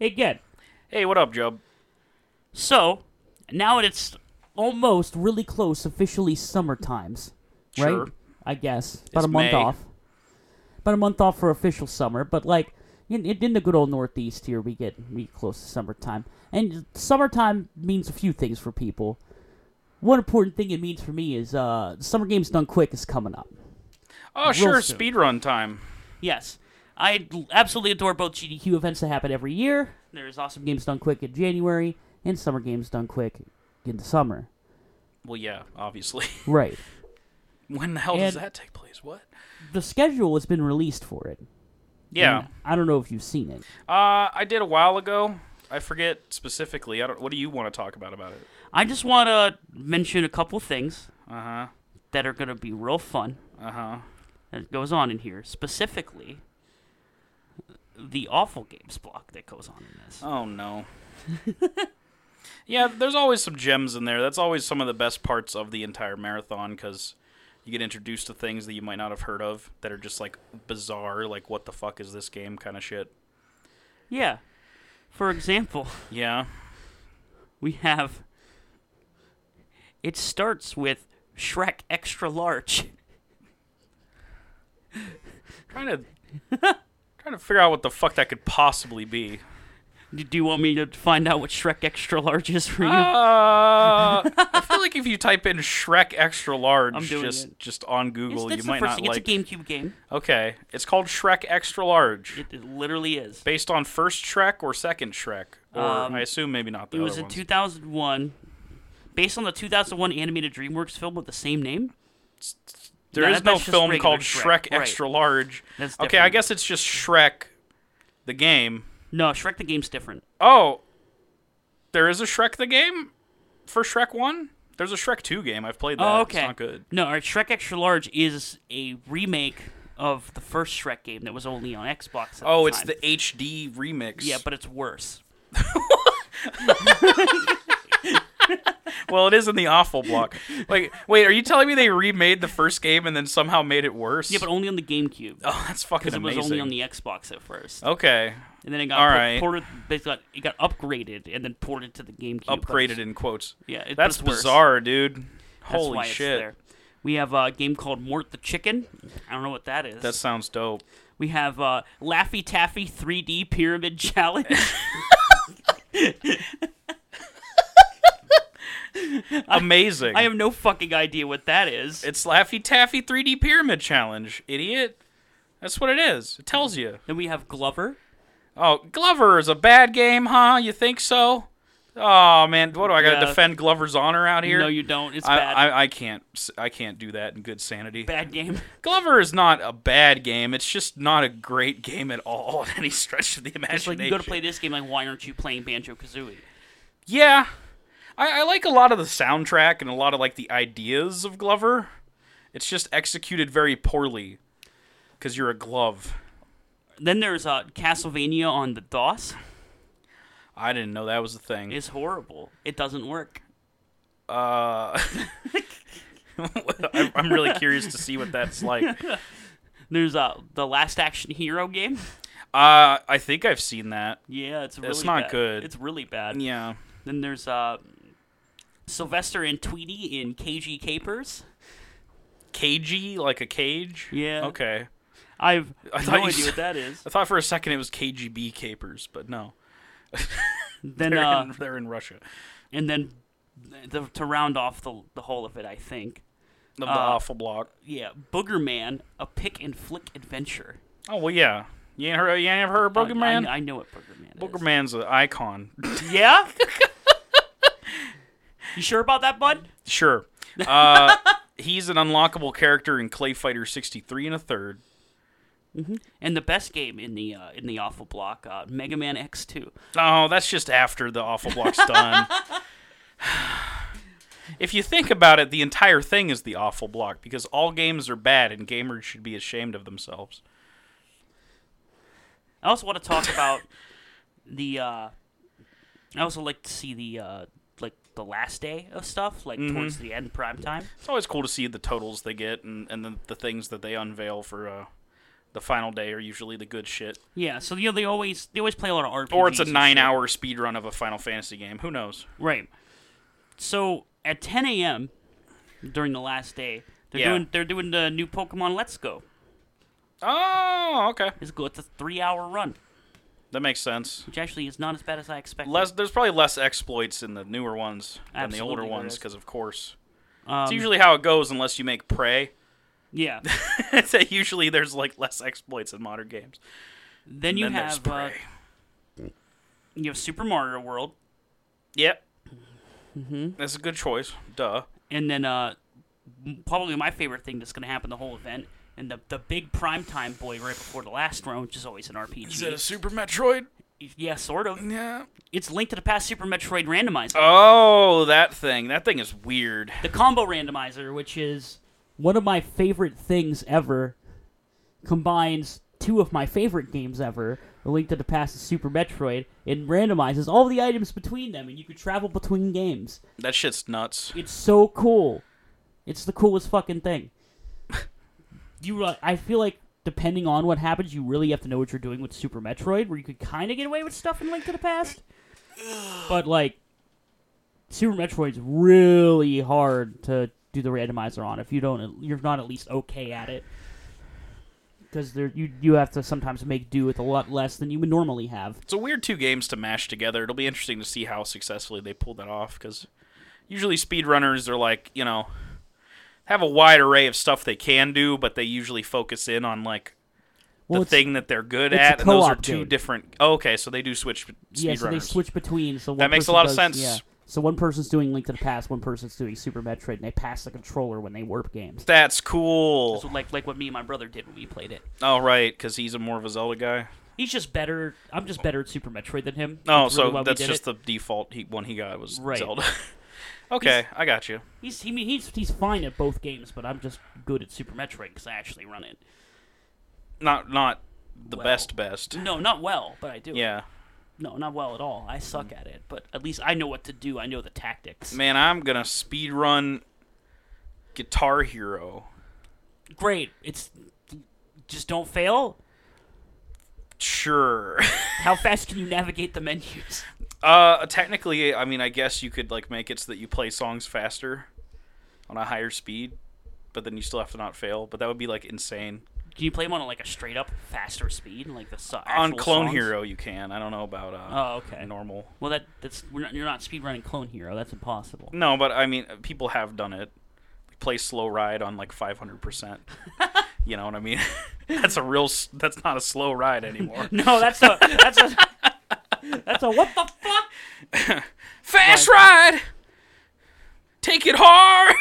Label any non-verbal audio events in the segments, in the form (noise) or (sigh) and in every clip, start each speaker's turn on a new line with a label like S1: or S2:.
S1: again.
S2: Hey, what up, Job?
S1: So now it's almost really close, officially summer times, right?
S2: Sure.
S1: I guess about
S2: It's
S1: a month
S2: May.
S1: off. About a month off for official summer, but like in, in the good old Northeast here, we get we get close to summertime, and summertime means a few things for people. One important thing it means for me is uh, the summer games done quick is coming up.
S2: Oh, sure,
S1: soon.
S2: speedrun time.
S1: Yes. I l- absolutely adore both GDQ events that happen every year. There's Awesome Games Done Quick in January and Summer Games Done Quick in the summer.
S2: Well, yeah, obviously. (laughs)
S1: Right.
S2: when the hell does
S1: And-
S2: that take place? What?
S1: The schedule has been released for it.
S2: Yeah.
S1: And I don't know if you've seen it.
S2: Mm. Uh, I did a while ago. I forget specifically. I don't. What do you want to talk about about it?
S1: I just want to mention a couple things
S2: Uh huh.
S1: that are going to be real fun
S2: Uh huh.
S1: that goes on in here. Specifically, the awful games block that goes on in this.
S2: Oh (laughs) no. yeah, there's always some gems in there. That's always some of the best parts of the entire marathon because you get introduced to things that you might not have heard of that are just like bizarre, like what the fuck is this game kind of shit.
S1: Yeah. For example,
S2: Yeah.
S1: we have it starts with Shrek extra large. (laughs)
S2: Trying to trying to figure out what the fuck that could possibly be.
S1: Do do you want me to find out what Shrek extra large is for you? (laughs)
S2: Uh, I feel like if you type in Shrek extra large
S1: I'm doing
S2: just
S1: it.
S2: just on Google,
S1: it's,
S2: you
S1: it's
S2: might
S1: the first
S2: not
S1: thing. It's
S2: like
S1: a GameCube game.
S2: Okay, it's called Shrek Extra Large,
S1: It, it literally is.
S2: based on first Shrek or second Shrek, or
S1: Um,
S2: I assume maybe not the
S1: It was
S2: other
S1: in 2001,
S2: ones.
S1: based on the 2001 animated DreamWorks film with the same name.
S2: There
S1: No,
S2: is
S1: that-
S2: no
S1: that's just
S2: film
S1: regular
S2: called
S1: Shrek,
S2: Shrek
S1: right.
S2: Extra Large.
S1: That's
S2: okay, I
S1: different.
S2: guess it's just Shrek, the game.
S1: No, Shrek the game's different.
S2: Oh, there is a Shrek the game for Shrek One. There's a Shrek Two game. I've played that.
S1: Oh, okay.
S2: It's not good.
S1: No, all right, Shrek extra large is a remake of the first Shrek game that was only on Xbox. At
S2: Oh,
S1: the
S2: it's
S1: time.
S2: the HD remix.
S1: yeah, (laughs) but it's worse.
S2: well, it is in the awful block. Like, wait, are you telling me they remade the first game and then somehow made it worse?
S1: Yeah, but only on the GameCube.
S2: (laughs) oh, that's fucking
S1: it was only
S2: amazing.
S1: on the Xbox at first,
S2: okay,
S1: and then it got
S2: all
S1: por-
S2: right.
S1: ported. It got, it got upgraded and then ported to the GameCube. but
S2: upgraded in quotes.
S1: Yeah, it, but
S2: That's
S1: it's worse.
S2: bizarre, dude.
S1: That's
S2: Holy
S1: why it's
S2: shit.
S1: there. We have a game called Mort the Chicken. I don't know what that is.
S2: That sounds dope.
S1: we have uh, Laffy Taffy 3D Pyramid (laughs) Challenge. (laughs)
S2: Amazing.
S1: I have no fucking idea what that is.
S2: It's Laffy Taffy 3D Pyramid Challenge, idiot. That's what it is. It tells you.
S1: then we have Glover.
S2: Oh, Glover is a bad game, huh? You think so? Oh man, what do I gotta
S1: Yeah.
S2: defend Glover's honor out here?
S1: No, you don't. It's
S2: I,
S1: bad.
S2: I, I can't s- I can't do that in good sanity.
S1: bad game. (laughs)
S2: Glover is not a bad game. It's just not a great game at all (laughs) in any stretch of the imagination.
S1: It's like you go to play this game. Like, why aren't you playing Banjo Kazooie?
S2: Yeah, I, I like a lot of the soundtrack and a lot of like the ideas of Glover. It's just executed very poorly because you're a glove.
S1: Then there's uh, Castlevania on the DOS.
S2: I didn't know that was a thing.
S1: It's horrible. It doesn't work. (laughs)
S2: uh, (laughs) I'm I'm really curious to see what that's like.
S1: (laughs)
S2: Uh,
S1: There's uh, the Last Action Hero game.
S2: I think I've seen that.
S1: Yeah, it's really
S2: not
S1: bad.
S2: good.
S1: It's really bad.
S2: Yeah.
S1: Then there's uh, Sylvester and Tweety in KG Capers.
S2: Cagey, like a cage?
S1: Yeah.
S2: Okay.
S1: I've
S2: (laughs) I
S1: no
S2: thought you
S1: idea
S2: said-
S1: what that is.
S2: (laughs) I thought for a second it was KGB capers, but no.
S1: Then
S2: (laughs) They're,
S1: uh,
S2: in, they're in Russia.
S1: and then the, to round off the the whole of it, I think.
S2: The, the
S1: uh,
S2: awful block.
S1: Yeah, Booger Man, a pick and flick adventure.
S2: Oh, well, yeah. You ain't heard, you ain't ever heard of
S1: Uh,
S2: Booger Man?
S1: I, I know what Booger Man
S2: Booger
S1: is.
S2: Man's an icon.
S1: (laughs)
S2: (laughs)
S1: Yeah. you sure about that, bud?
S2: (laughs) sure. Uh, he's an unlockable character in Clay Fighter 63 and a third.
S1: And the best game in the uh, in the awful block, uh, Mega Man X two.
S2: Oh, that's just after the Awful (laughs) Block's done. (sighs) if you think about it, the entire thing is the Awful Block because all games are bad and gamers should be ashamed of themselves.
S1: I also want to talk about the. Uh, I also like to see the uh, like the last day of stuff, like towards the end, prime time.
S2: It's always cool to see the totals they get and, and the, the things that they unveil for uh, the final day are usually the good shit.
S1: Yeah, so you know they always they always play a lot of RPGs.
S2: Or it's a
S1: and
S2: nine
S1: shit.
S2: hour speed run of a Final Fantasy game. Who knows?
S1: Right. So at 10 a.m. during the last day, they're
S2: Yeah.
S1: doing they're doing the new Pokemon Let's Go.
S2: Oh, okay.
S1: It's go. It's a three-hour run,
S2: That makes sense.
S1: which actually is not as bad as I expected.
S2: Less, there's probably less exploits in the newer ones than the
S1: Absolutely
S2: older
S1: there
S2: ones,
S1: is.
S2: because of course,
S1: um,
S2: it's usually how it goes. Unless you make prey, (laughs)
S1: (laughs) yeah.
S2: So usually there's like less exploits in modern games.
S1: Then you
S2: then there's
S1: have uh,
S2: prey.
S1: you have Super Mario World,
S2: Yep. Mm-hmm. That's a good choice. Duh.
S1: and then uh, m- probably my favorite thing that's going to happen the whole event, and the the big primetime boy right before the last run, which is always an RPG.
S2: Super Metroid?
S1: yeah, sort of.
S2: Yeah.
S1: It's linked to the past Super Metroid randomizer.
S2: Oh, that thing. That thing is weird.
S1: the combo randomizer, which is
S3: One of my favorite things ever combines two of my favorite games ever, A Link to the Past and Super Metroid, and randomizes all the items between them, and you can travel between games.
S2: That shit's nuts.
S3: It's so cool. It's the coolest fucking thing. you, uh, I feel like depending on what happens, you really have to know what you're doing with Super Metroid, where you could kind of get away with stuff in Link to the Past, but like Super Metroid's really hard to do the randomizer on if you don't, you're not at least okay at it. Because there, you you have to sometimes make do with a lot less than you would normally have.
S2: It's a weird two games to mash together. It'll be interesting to see how successfully they pull that off because usually speedrunners are like, you know, have a wide array of stuff they can do, but they usually focus in on like
S3: Well,
S2: the
S3: it's-
S2: thing that they're good
S3: it's a
S2: at. And those are
S3: co-op
S2: two
S3: game.
S2: different. Oh, okay, so they do switch speedrunners.
S3: Yeah, so they switch between. So one
S2: That makes a
S3: person
S2: lot of
S3: does-
S2: sense.
S3: Yeah. So one person's doing Link to the Past, one person's doing Super Metroid, and they pass the controller when they warp games.
S2: That's cool.
S1: so like like what me and my brother did when we played it.
S2: Oh, right, because he's a more of a Zelda guy.
S1: He's just better. I'm just better at Super Metroid than him.
S2: Oh,
S1: That's
S2: so
S1: really why we
S2: that's
S1: did
S2: just
S1: it.
S2: the default he, one he got was
S1: Right.
S2: Zelda. (laughs) okay, I got you.
S1: He's he, he's he's fine at both games, but I'm just good at Super Metroid because I actually run it.
S2: Not not the
S1: Well.
S2: best best.
S1: No, not well, but I do. it.
S2: Yeah,
S1: No, not well at all. I suck at it, but at least I know what to do. I know the tactics.
S2: man, I'm gonna speed run Guitar Hero.
S1: Great. It's just don't fail.
S2: Sure. (laughs)
S1: How fast can you navigate the menus?
S2: uh, technically, I mean, I guess you could like make it so that you play songs faster on a higher speed, but then you still have to not fail. But that would be like insane.
S1: Can you play them on like a straight up faster speed, like the so-
S2: on
S1: actual
S2: Clone
S1: songs?
S2: Hero, you can. I don't know about uh,
S1: Oh, okay.
S2: normal.
S1: Well, that that's we're not, you're not speedrunning Clone Hero. That's
S2: (laughs)
S1: impossible.
S2: No, but I mean, people have done it. Play slow ride on like
S1: (laughs)
S2: 500%. you know what I mean? (laughs) that's a real, s- that's not a slow ride anymore.
S1: (laughs) No, that's a that's a
S3: That's a what the
S2: (laughs)
S3: fuck?
S2: Fast ride! Take it hard!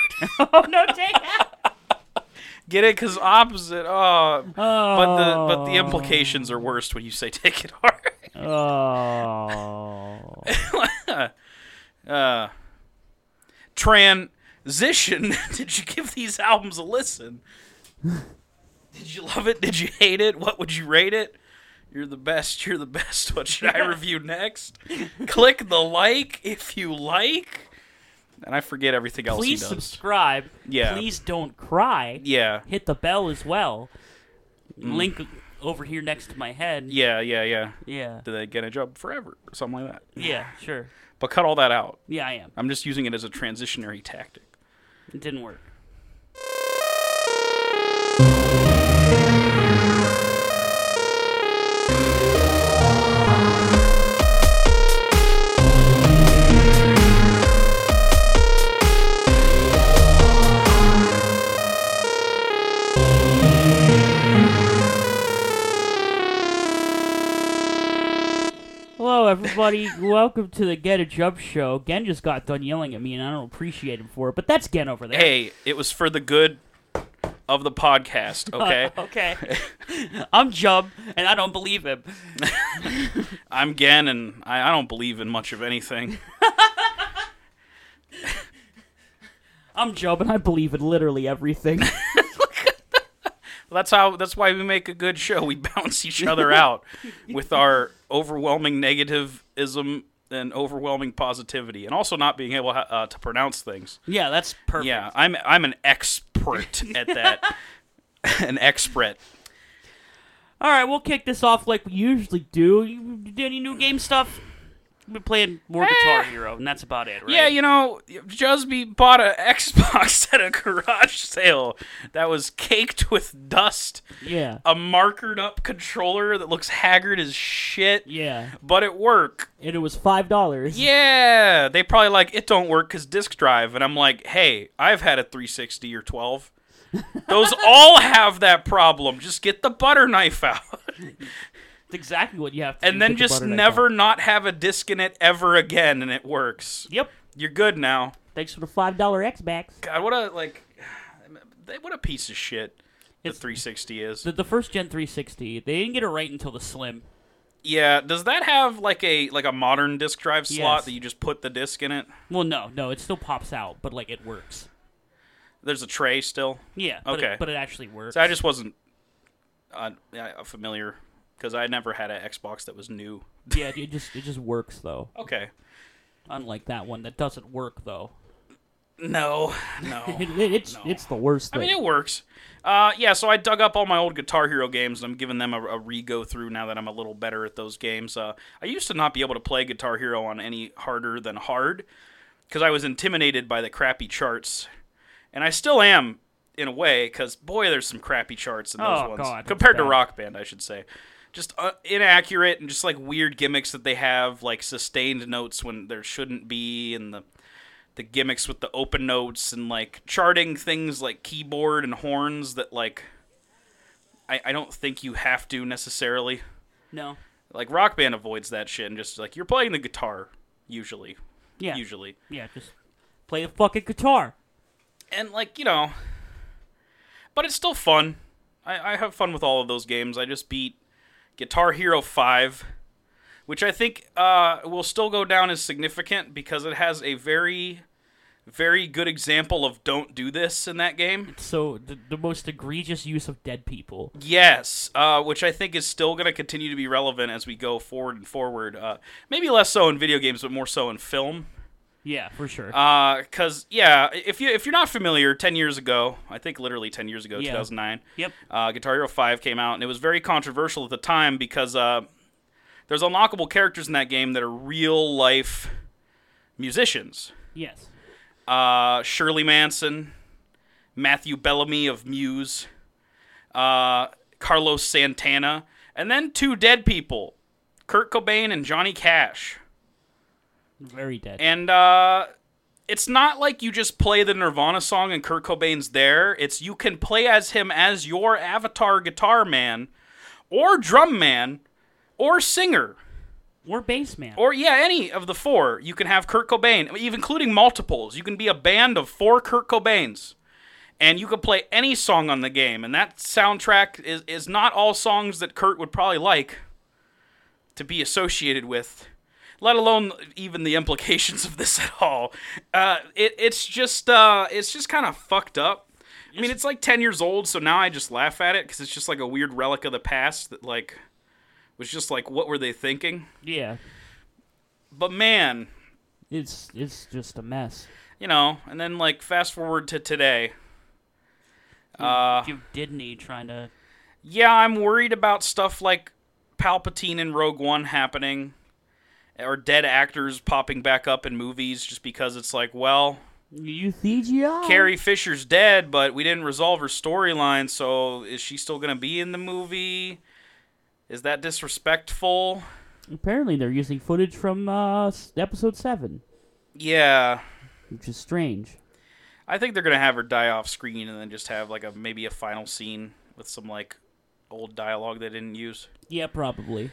S2: Oh,
S1: no take.
S2: (laughs) Get it? Because opposite. Oh.
S3: Oh,
S2: But the, but the implications are worst when you say (laughs) take it hard.
S3: Oh,
S2: Uh, transition. (laughs) Did you give these albums a listen? Did you love it? Did you hate it? What would you rate it? You're the best. You're the best. What should I review next? Click the like if you like. And I forget everything else
S1: Please
S2: he does.
S1: subscribe.
S2: Yeah.
S1: Please don't cry.
S2: Yeah. Mm.
S1: Hit the bell as well. Link over here next to my head.
S2: Yeah, yeah, yeah.
S1: Yeah.
S2: Did they get a job forever? or Something like that.
S1: Yeah. Sure.
S2: But cut all that out.
S1: Yeah, I am.
S2: I'm just using it as a transitionary tactic.
S1: It didn't work.
S3: hello everybody! (laughs) Welcome to the Get a Jump Show. Gen just got done yelling at me, and I don't appreciate him for it. But that's Gen over there.
S2: Hey, it was for the good of the
S1: (laughs)
S2: podcast, okay? (laughs)
S1: Okay. I'm Jub, and I don't believe him.
S2: I'm Gen, and I, I don't believe in much of anything.
S3: I'm Joe, and I believe in literally
S2: (laughs)
S3: everything.
S2: That's how. That's why we make a good show. We (laughs) bounce each other out with our overwhelming negativism and overwhelming positivity, and also not being able ha- uh, to pronounce things.
S1: Yeah, that's perfect.
S2: Yeah, I'm I'm an expert at that. an expert.
S1: All right, we'll kick this off like we usually do. You, you do any new game stuff? We're playing more Guitar
S2: Eh.
S1: Hero, and that's about it, right?
S2: Yeah, you know, Jusby bought a Xbox (laughs) at a garage sale that was caked with dust,
S3: Yeah.
S2: a markered up controller that looks haggard as shit,
S3: Yeah.
S2: but it worked.
S3: And it was five dollars.
S2: Yeah, they probably like it don't work because disk drive, and I'm like, hey, I've had a 360
S3: (laughs)
S2: or 12. Those all have that problem. Just get the butter knife out, (laughs)
S1: That's exactly what you have to do.
S2: and then
S3: get the
S2: just
S3: butter knife
S2: never not have a disc in it ever again, and it works.
S1: Yep.
S2: You're good now.
S3: Thanks for the five dollar X backs.
S2: God, what a like, they- what a piece of shit the
S1: It's-
S2: 360 is.
S1: The, the first Gen 360, they didn't get it right until the Slim.
S2: yeah, does that have like a like a modern disk drive slot
S1: Yes.
S2: that you just put the disc in it?
S1: Well, no, no, it still pops out, but like it works.
S2: There's a tray still.
S1: Yeah. But
S2: Okay.
S1: It, but it actually works.
S2: So I just wasn't uh, yeah, familiar because I never had an Xbox that was new.
S1: yeah,
S3: It just it just works though.
S2: Okay.
S1: unlike that one that doesn't work though.
S2: No,
S1: (laughs)
S2: no.
S3: It, it- it's
S2: No.
S3: it's the worst
S2: I
S3: thing.
S2: mean, it works. Uh, yeah, so I dug up all my old Guitar Hero games and I'm giving them a, a re go through now that I'm a little better at those games. Uh, I used to not be able to play Guitar Hero on any harder than hard because I was intimidated by the crappy charts. And I still am, in a way, because boy, there's some crappy charts in those
S1: Oh,
S2: ones.
S1: God, it's
S2: Compared to
S1: bad.
S2: Rock Band, I should say. Just uh, inaccurate and just like weird gimmicks that they have, like sustained notes when there shouldn't be, and the the gimmicks with the open notes and like charting things like keyboard and horns that like I, I don't think you have to necessarily.
S1: No.
S2: Like Rock Band avoids that shit and just like you're playing the guitar usually.
S1: Yeah.
S2: Usually.
S1: Yeah, just play the fucking guitar.
S2: And like, you know But it's still fun. I, I have fun with all of those games. I just beat Guitar Hero five, which I think uh, will still go down as significant because it has a very very good example of don't do this in that game.
S1: So the, the most egregious use of dead people.
S2: Yes, uh, which I think is still going to continue to be relevant as we go forward and forward. Uh, maybe less so in video games, but more so in film.
S1: Yeah, for sure.
S2: Uh, Because yeah, if you if you're not familiar, ten years ago, I think literally ten years ago,
S1: Yeah.
S2: 2009,
S1: yep.
S2: uh, Guitar Hero 5 came out, and it was very controversial at the time because uh, there's unlockable characters in that game that are real life musicians.
S1: Yes.
S2: uh, Shirley Manson, Matthew Bellamy of Muse, uh, Carlos Santana, and then two dead people, Kurt Cobain and Johnny Cash.
S1: Very dead.
S2: And uh, it's not like you just play the Nirvana song and Kurt Cobain's there. It's you can play as him as your avatar guitar man, or drum man, or singer.
S1: Or bass man.
S2: Or yeah, any of the four. You can have Kurt Cobain, even including multiples. You can be a band of four Kurt Cobains. And you can play any song on the game, and that soundtrack is, is not all songs that Kurt would probably like to be associated with, let alone even the (laughs) implications of this at all. Uh, it, it's just uh, it's just kind of fucked up. I mean, it's like ten years old, so now I just laugh at it because it's just like a weird relic of the past that like was just like, what were they thinking?
S1: yeah.
S2: But man,
S3: It's it's just a mess.
S2: you know, and then like fast forward to today. Uh,
S1: Give Disney trying to.
S2: yeah, I'm worried about stuff like Palpatine in Rogue One happening, or dead actors popping back up in movies just because it's like, well,
S3: You CGI.
S2: Carrie Fisher's dead, but we didn't resolve her storyline, so is she still gonna be in the movie? Is that disrespectful?
S3: Apparently they're using footage from uh, s- episode seven,
S2: Yeah.
S3: which is strange.
S2: I think they're gonna have her die off screen and then just have like a maybe a final scene with some like old dialogue they didn't use.
S3: Yeah, (laughs) probably.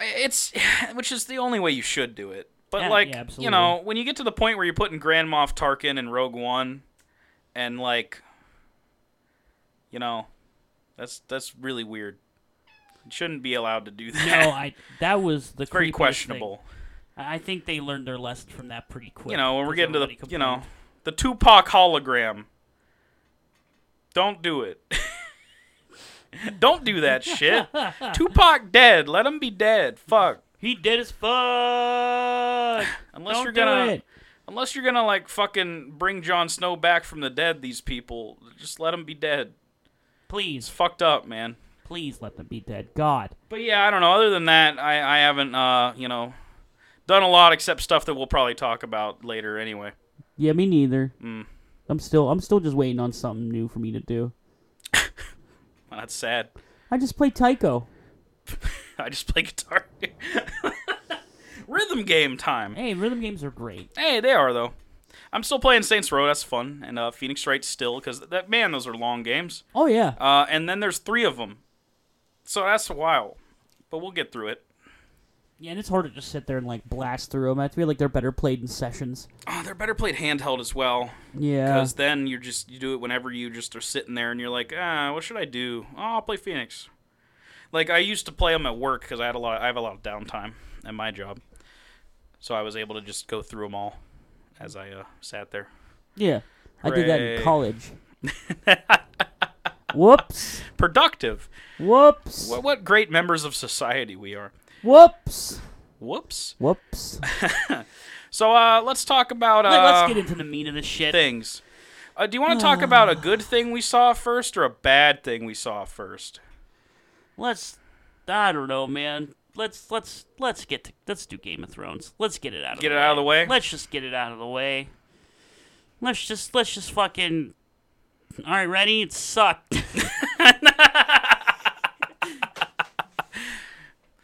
S2: It's (sighs) which is the only way you should do it. But
S1: Yeah,
S2: like
S1: yeah,
S2: you
S1: absolutely.
S2: know, when you get to the point where you're putting Grand Moff Tarkin and Rogue One, and like, you know, that's that's really weird. You shouldn't be allowed to do that.
S1: No,
S2: (laughs)
S1: I. That was the. creepiest
S2: very
S1: thing.
S2: questionable.
S1: I I think they learned their lesson from that pretty quick.
S2: You know, when we're
S1: because
S2: getting to the
S1: everybody
S2: you know
S1: complained.
S2: the Tupac hologram. Don't do it. (laughs) Don't do that
S3: (laughs)
S2: shit. Tupac dead. Let him be dead. Fuck.
S1: he did as fuck.
S2: (laughs) Unless
S3: Don't
S2: you're
S3: do
S2: gonna
S3: it.
S2: Unless you're gonna like fucking bring Jon Snow back from the dead, these people just let him be dead. It's
S1: Please,
S2: fucked up, man.
S3: Please let them be dead. God.
S2: But yeah, I don't know. Other than that, I, I haven't, uh, you know, done a lot except stuff that we'll probably talk about later anyway.
S3: Yeah, me neither.
S2: Mm.
S3: I'm still I'm still just waiting on something new for me to do.
S2: Well, that's sad.
S3: I just play Tycho.
S2: (laughs) I just play guitar. Rhythm game time.
S3: Hey, rhythm games are great.
S2: Hey, they are though. I'm still playing Saints Row. That's fun, and uh, Phoenix Wright still because that man, those are long games.
S3: Oh yeah.
S2: Uh, and then there's three of them, so that's a while. But we'll get through it.
S3: Yeah, and it's hard to just sit there and like blast through them. I feel like they're better played in sessions.
S2: Oh, they're better played handheld as well,
S3: Yeah.
S2: because then you're just you do it whenever you just are sitting there and you're like, ah, what should I do? Oh, I'll play Phoenix. Like I used to play them at work because I had a lot. I have a lot of downtime at my job, so I was able to just go through them all as I uh, sat there.
S3: Yeah. I did that in
S2: Hooray. (laughs)
S3: college. Whoops.
S2: Productive.
S3: Whoops.
S2: What, what great members of society we are.
S3: Whoops.
S2: Whoops.
S1: (laughs)
S3: Whoops.
S2: So uh, let's talk about uh,
S1: Let- Let's get Ah. into the meat of this shit.
S2: things. Uh, do you want to talk about a good thing we saw first or a bad thing we saw first?
S1: Let's. I don't know, man. Let's let's let's get to, let's do Game of Thrones. Let's get it out of
S2: Get
S1: the
S2: it out of the way?
S1: Let's just get it out of the way. Let's just let's just fucking. All right, ready? It sucked. (laughs)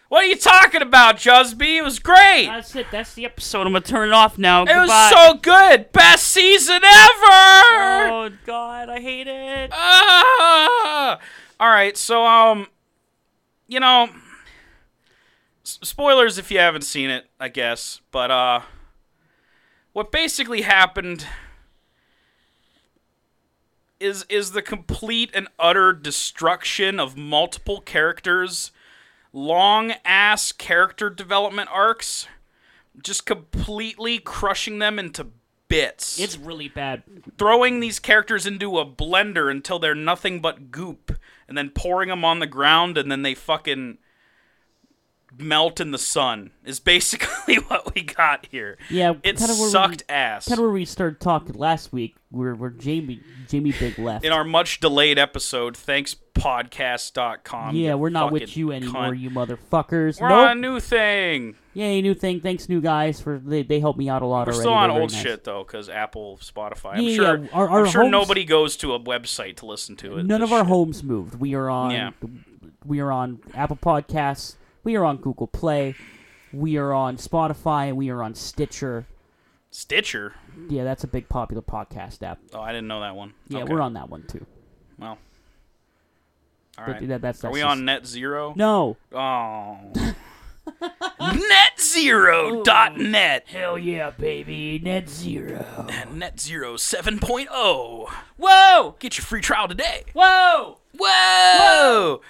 S2: What are you talking about, Jusby? It was great.
S1: That's it. That's the episode. I'm gonna turn it off now.
S2: it was
S1: Goodbye.
S2: so good. Best season ever.
S1: Oh God, I hate it.
S2: Uh, Ah! All right, so um, you know, s- spoilers if you haven't seen it, I guess. But uh, what basically happened is is the complete and utter destruction of multiple characters, long ass character development arcs, just completely crushing them into bits
S1: It's really bad.
S2: throwing these characters into a blender until they're nothing but goop and then pouring them on the ground and then they fucking melt in the sun is (laughs) basically what we got here.
S3: Yeah,
S2: It
S3: kinda where we-
S2: sucked ass.
S3: kind of where we started talking last week, where where Jamie Jamie Big left.
S2: in our much delayed episode, thanks podcast.com.
S3: yeah,
S2: you
S3: we're not with
S2: fucking
S3: you anymore,
S2: cunt.
S3: you motherfuckers.
S2: We're
S3: nope.
S2: on a new thing.
S3: Yay, new thing. Thanks, new guys, for they, they helped me out a lot
S2: We're
S3: already.
S2: still on
S3: They're very
S2: old
S3: nice.
S2: shit though, because Apple, Spotify. I'm
S3: Yeah,
S2: sure.
S3: yeah, our- our
S2: I'm sure
S3: homes-
S2: nobody goes to a website to listen to it.
S3: None
S2: This
S3: of our
S2: shit.
S3: homes moved. We are on.
S2: Yeah.
S3: We are on Apple Podcasts. We are on Google Play. We are on Spotify. and We are on Stitcher.
S2: Stitcher.
S3: Yeah, that's a big popular podcast app.
S2: Oh, I didn't know that one.
S3: Yeah,
S2: Okay.
S3: we're on that one too.
S2: Well. All
S3: But
S2: right.
S3: that- that's-
S2: Are
S3: that's
S2: we
S3: just-
S2: on net zero?
S3: No.
S2: Oh.
S1: (laughs)
S2: netzero.net
S3: Hell yeah, baby. Net zero.
S2: and net zero 7.0.
S1: Whoa!
S2: Get your free trial today.
S1: Whoa!
S2: Whoa!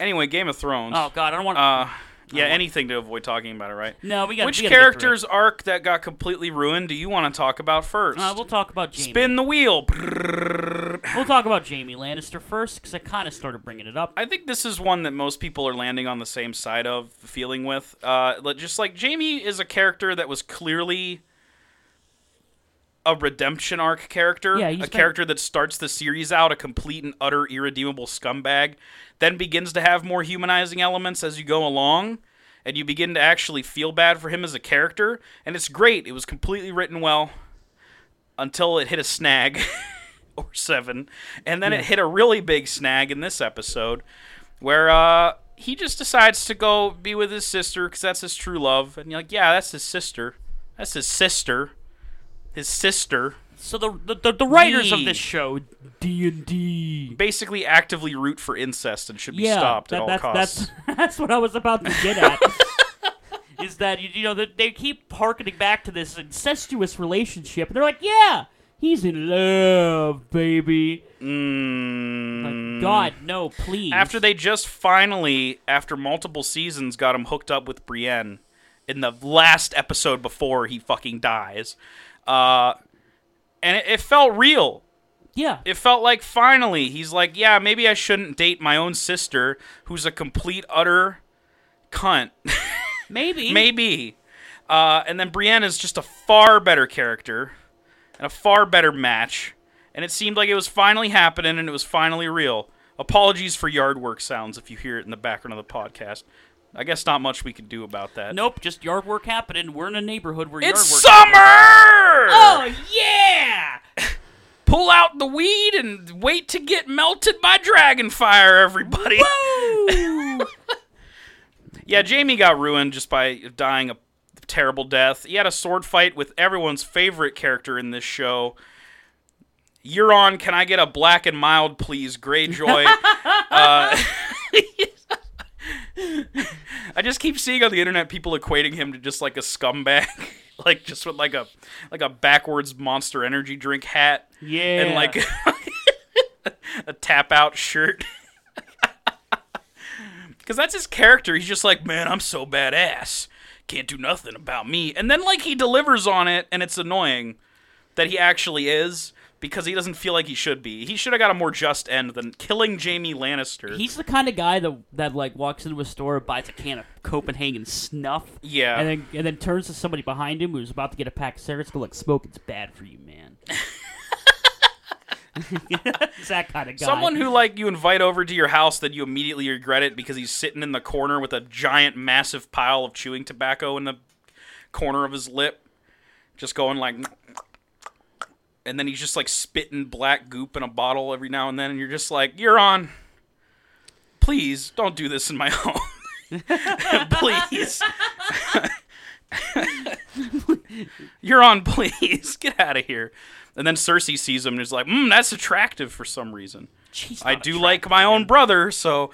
S2: Anyway, Game of Thrones.
S1: Oh God, I don't want. to
S2: Uh, yeah, anything to avoid talking about it, right?
S1: no, we got.
S2: Which
S1: we gotta get through it.
S2: character's arc that got completely ruined do you want to talk about first?
S1: Uh, we'll talk about Jamie.
S2: Spin the wheel.
S1: We'll talk about Jamie Lannister first, because I kind of started bringing it up.
S2: I think this is one that most people are landing on the same side of feeling with. Uh, li- just like Jamie is a character that was clearly a redemption arc character,
S3: Yeah,
S2: a
S3: he's been-
S2: character that starts the series out a complete and utter irredeemable scumbag, then begins to have more humanizing elements as you go along, and you begin to actually feel bad for him as a character, and it's great. It was completely written well until it hit a snag (laughs) or seven, and then it hit a really big snag in this episode where uh, he just decides to go be with his sister because that's his true love, and you're like, yeah, that's his sister, that's his sister, his sister.
S1: So the the, the, the writers of
S2: Yee.
S1: this show, D and D.
S2: Basically, actively root for incest and should be
S3: Yeah.
S2: stopped
S3: that-
S2: at all
S3: that's,
S2: costs.
S1: (laughs)
S3: That's, that's what I was about to get
S2: (laughs)
S3: at.
S1: Is that you, you know that they keep harkening back to this and
S3: Incestuous relationship. And they're like, yeah, he's in love, baby. Like,
S2: Mm.
S3: God, no, please.
S2: After they just finally, after multiple seasons, got him hooked up with Brienne in the last episode before he fucking dies. Uh, and it, it felt real.
S3: Yeah.
S2: It felt like finally he's like, yeah, maybe I shouldn't date my own sister, who's a complete utter cunt. (laughs)
S1: maybe
S2: maybe. Uh, and then Brienne is just a far better character and a far better match. And it seemed like it was finally happening and it was finally real. Apologies for yard work sounds if you hear it in the background of the podcast. I guess not much we could do about that.
S1: Nope, just yard work happening. We're in a neighborhood where
S2: It's
S1: yard work.
S2: summer.
S1: Oh yeah!
S2: Pull out the weed and wait to get melted by dragon fire, everybody.
S1: Oh,
S2: (laughs) yeah, Jamie got ruined just by dying a terrible death. He had a sword fight with everyone's favorite character in this show. Euron, can I get a black and mild, please, Greyjoy? uh, (laughs) I just keep seeing on the internet people equating him to just like a scumbag, (laughs) like just with like a like a backwards Monster Energy drink hat
S1: Yeah.
S2: and like (laughs) a tap out shirt. (laughs) Because that's his character. He's just like, man, I'm so badass. Can't do nothing about me. And then, like, he delivers on it, and it's annoying that he actually is because he doesn't feel like he should be. He should have got a more just end than killing Jamie Lannister.
S1: He's the kind of guy that that like walks into a store, buys a can of Copenhagen snuff,
S2: Yeah.
S1: and then and then turns to somebody behind him who's about to get a pack of cigarettes. Go like, smoking's bad for you,
S2: (laughs)
S1: man. He's that kind of guy.
S2: Someone who like you invite over to your house that you immediately regret it because he's sitting in the corner with a giant massive pile of chewing tobacco in the corner of his lip just going like (sniffs) and then he's just like spitting black goop in a bottle every now and then and you're just like you're on please don't do this in my (laughs) home please you're on please get out of here and then cersei sees him and is like mm, that's attractive for some reason
S1: She's
S2: I
S1: not
S2: do
S1: attra-
S2: like my own brother, so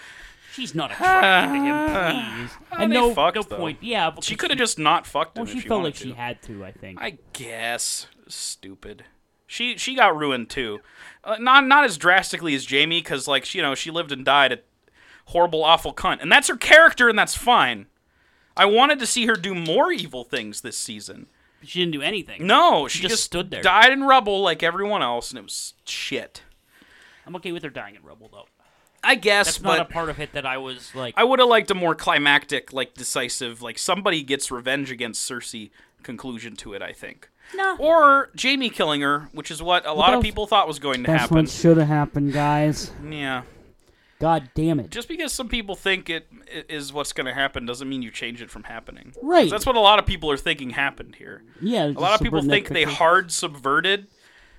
S1: She's
S2: (laughs)
S1: not attracted to him, please. and
S2: they
S1: no,
S2: fucked,
S1: no
S2: though.
S1: point. Yeah, because
S2: she could have just not fucked him
S1: Well, she
S2: if she
S1: felt
S2: wanted
S1: like
S2: to.
S1: she had to. I think.
S2: I guess stupid. She she got ruined too, uh, not not as drastically as Jamie, because like she, you know she lived and died a horrible, awful cunt, and that's her character, and that's fine. I wanted to see her do more evil things this season.
S1: she didn't do anything.
S2: No, she,
S1: just stood there.
S2: died in rubble like everyone else, and it was shit.
S1: I'm okay with her dying in rubble though.
S2: I guess,
S1: That's
S2: but
S1: not a part of it that I was like.
S2: I would have liked a more climactic, like decisive, like somebody gets revenge against Cersei conclusion to it. I think.
S1: Nah.
S2: Or Jamie killing her, which is what a lot of
S3: else-
S2: people thought was going to
S3: That's
S2: happen.
S3: what should have happened, guys.
S2: Yeah.
S3: God damn it.
S2: Just because some people think it i- is what's going to happen doesn't mean you change it from happening. 'Cause
S3: Right.
S2: That's what a lot of people are thinking happened here.
S3: yeah,
S2: A lot of people think they hard subverted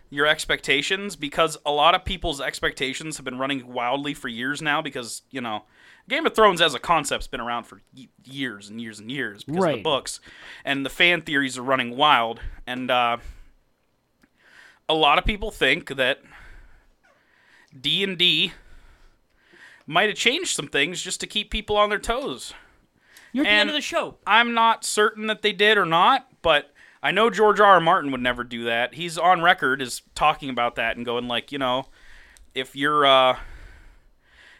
S2: your expectations because a lot of people's expectations have been running wildly for years now because, you know, Game of Thrones as a concept's been around for y- years and years and years because of the
S3: Right.
S2: books and the fan theories are running wild and uh a lot of people think that D&D might have changed some things just to keep people on their toes.
S1: You're at the
S2: and-
S1: end of the show.
S2: I'm not certain that they did or not, but I know George R. R. Martin would never do that. He's on record as talking about that and going like, you know, if your uh,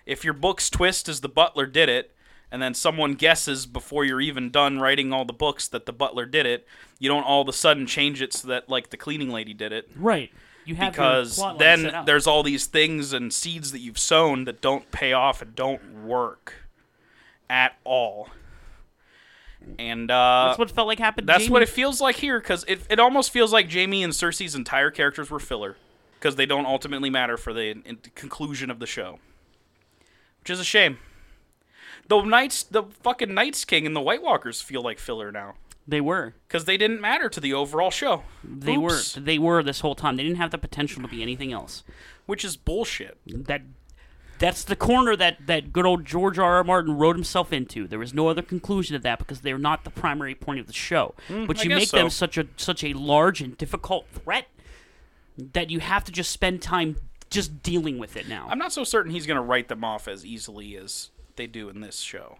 S2: if your book's twist is the butler did it, and then someone guesses before you're even done writing all the books that the butler did it, you don't all of a sudden change it so that like the cleaning lady did it
S3: Right.
S1: You have your
S2: because
S1: plot line
S2: then
S1: set out.
S2: there's all these things and seeds that you've sown that don't pay off and don't work at all. And uh,
S1: That's what felt like happened. to
S2: that's
S1: Jamie.
S2: what it feels like here because it, it almost feels like Jamie and Cersei's entire characters were filler because they don't ultimately matter for the in- conclusion of the show, which is a shame. The knights, the fucking Knights King and the White Walkers feel like filler now
S1: they were.
S2: because they didn't matter to the overall show.
S1: They
S2: Oops.
S1: were. They were this whole time. They didn't have the potential to be anything else.
S2: which is bullshit.
S1: That. That's the corner that, that good old George R. R. Martin wrote himself into. There was no other conclusion to that because they're not the primary point of the show. but
S2: Hmm, I
S1: you
S2: guess
S1: make them
S2: so.
S1: such a such a large and difficult threat that you have to just spend time just dealing with it now.
S2: I'm not so certain he's going to write them off as easily as they do in this show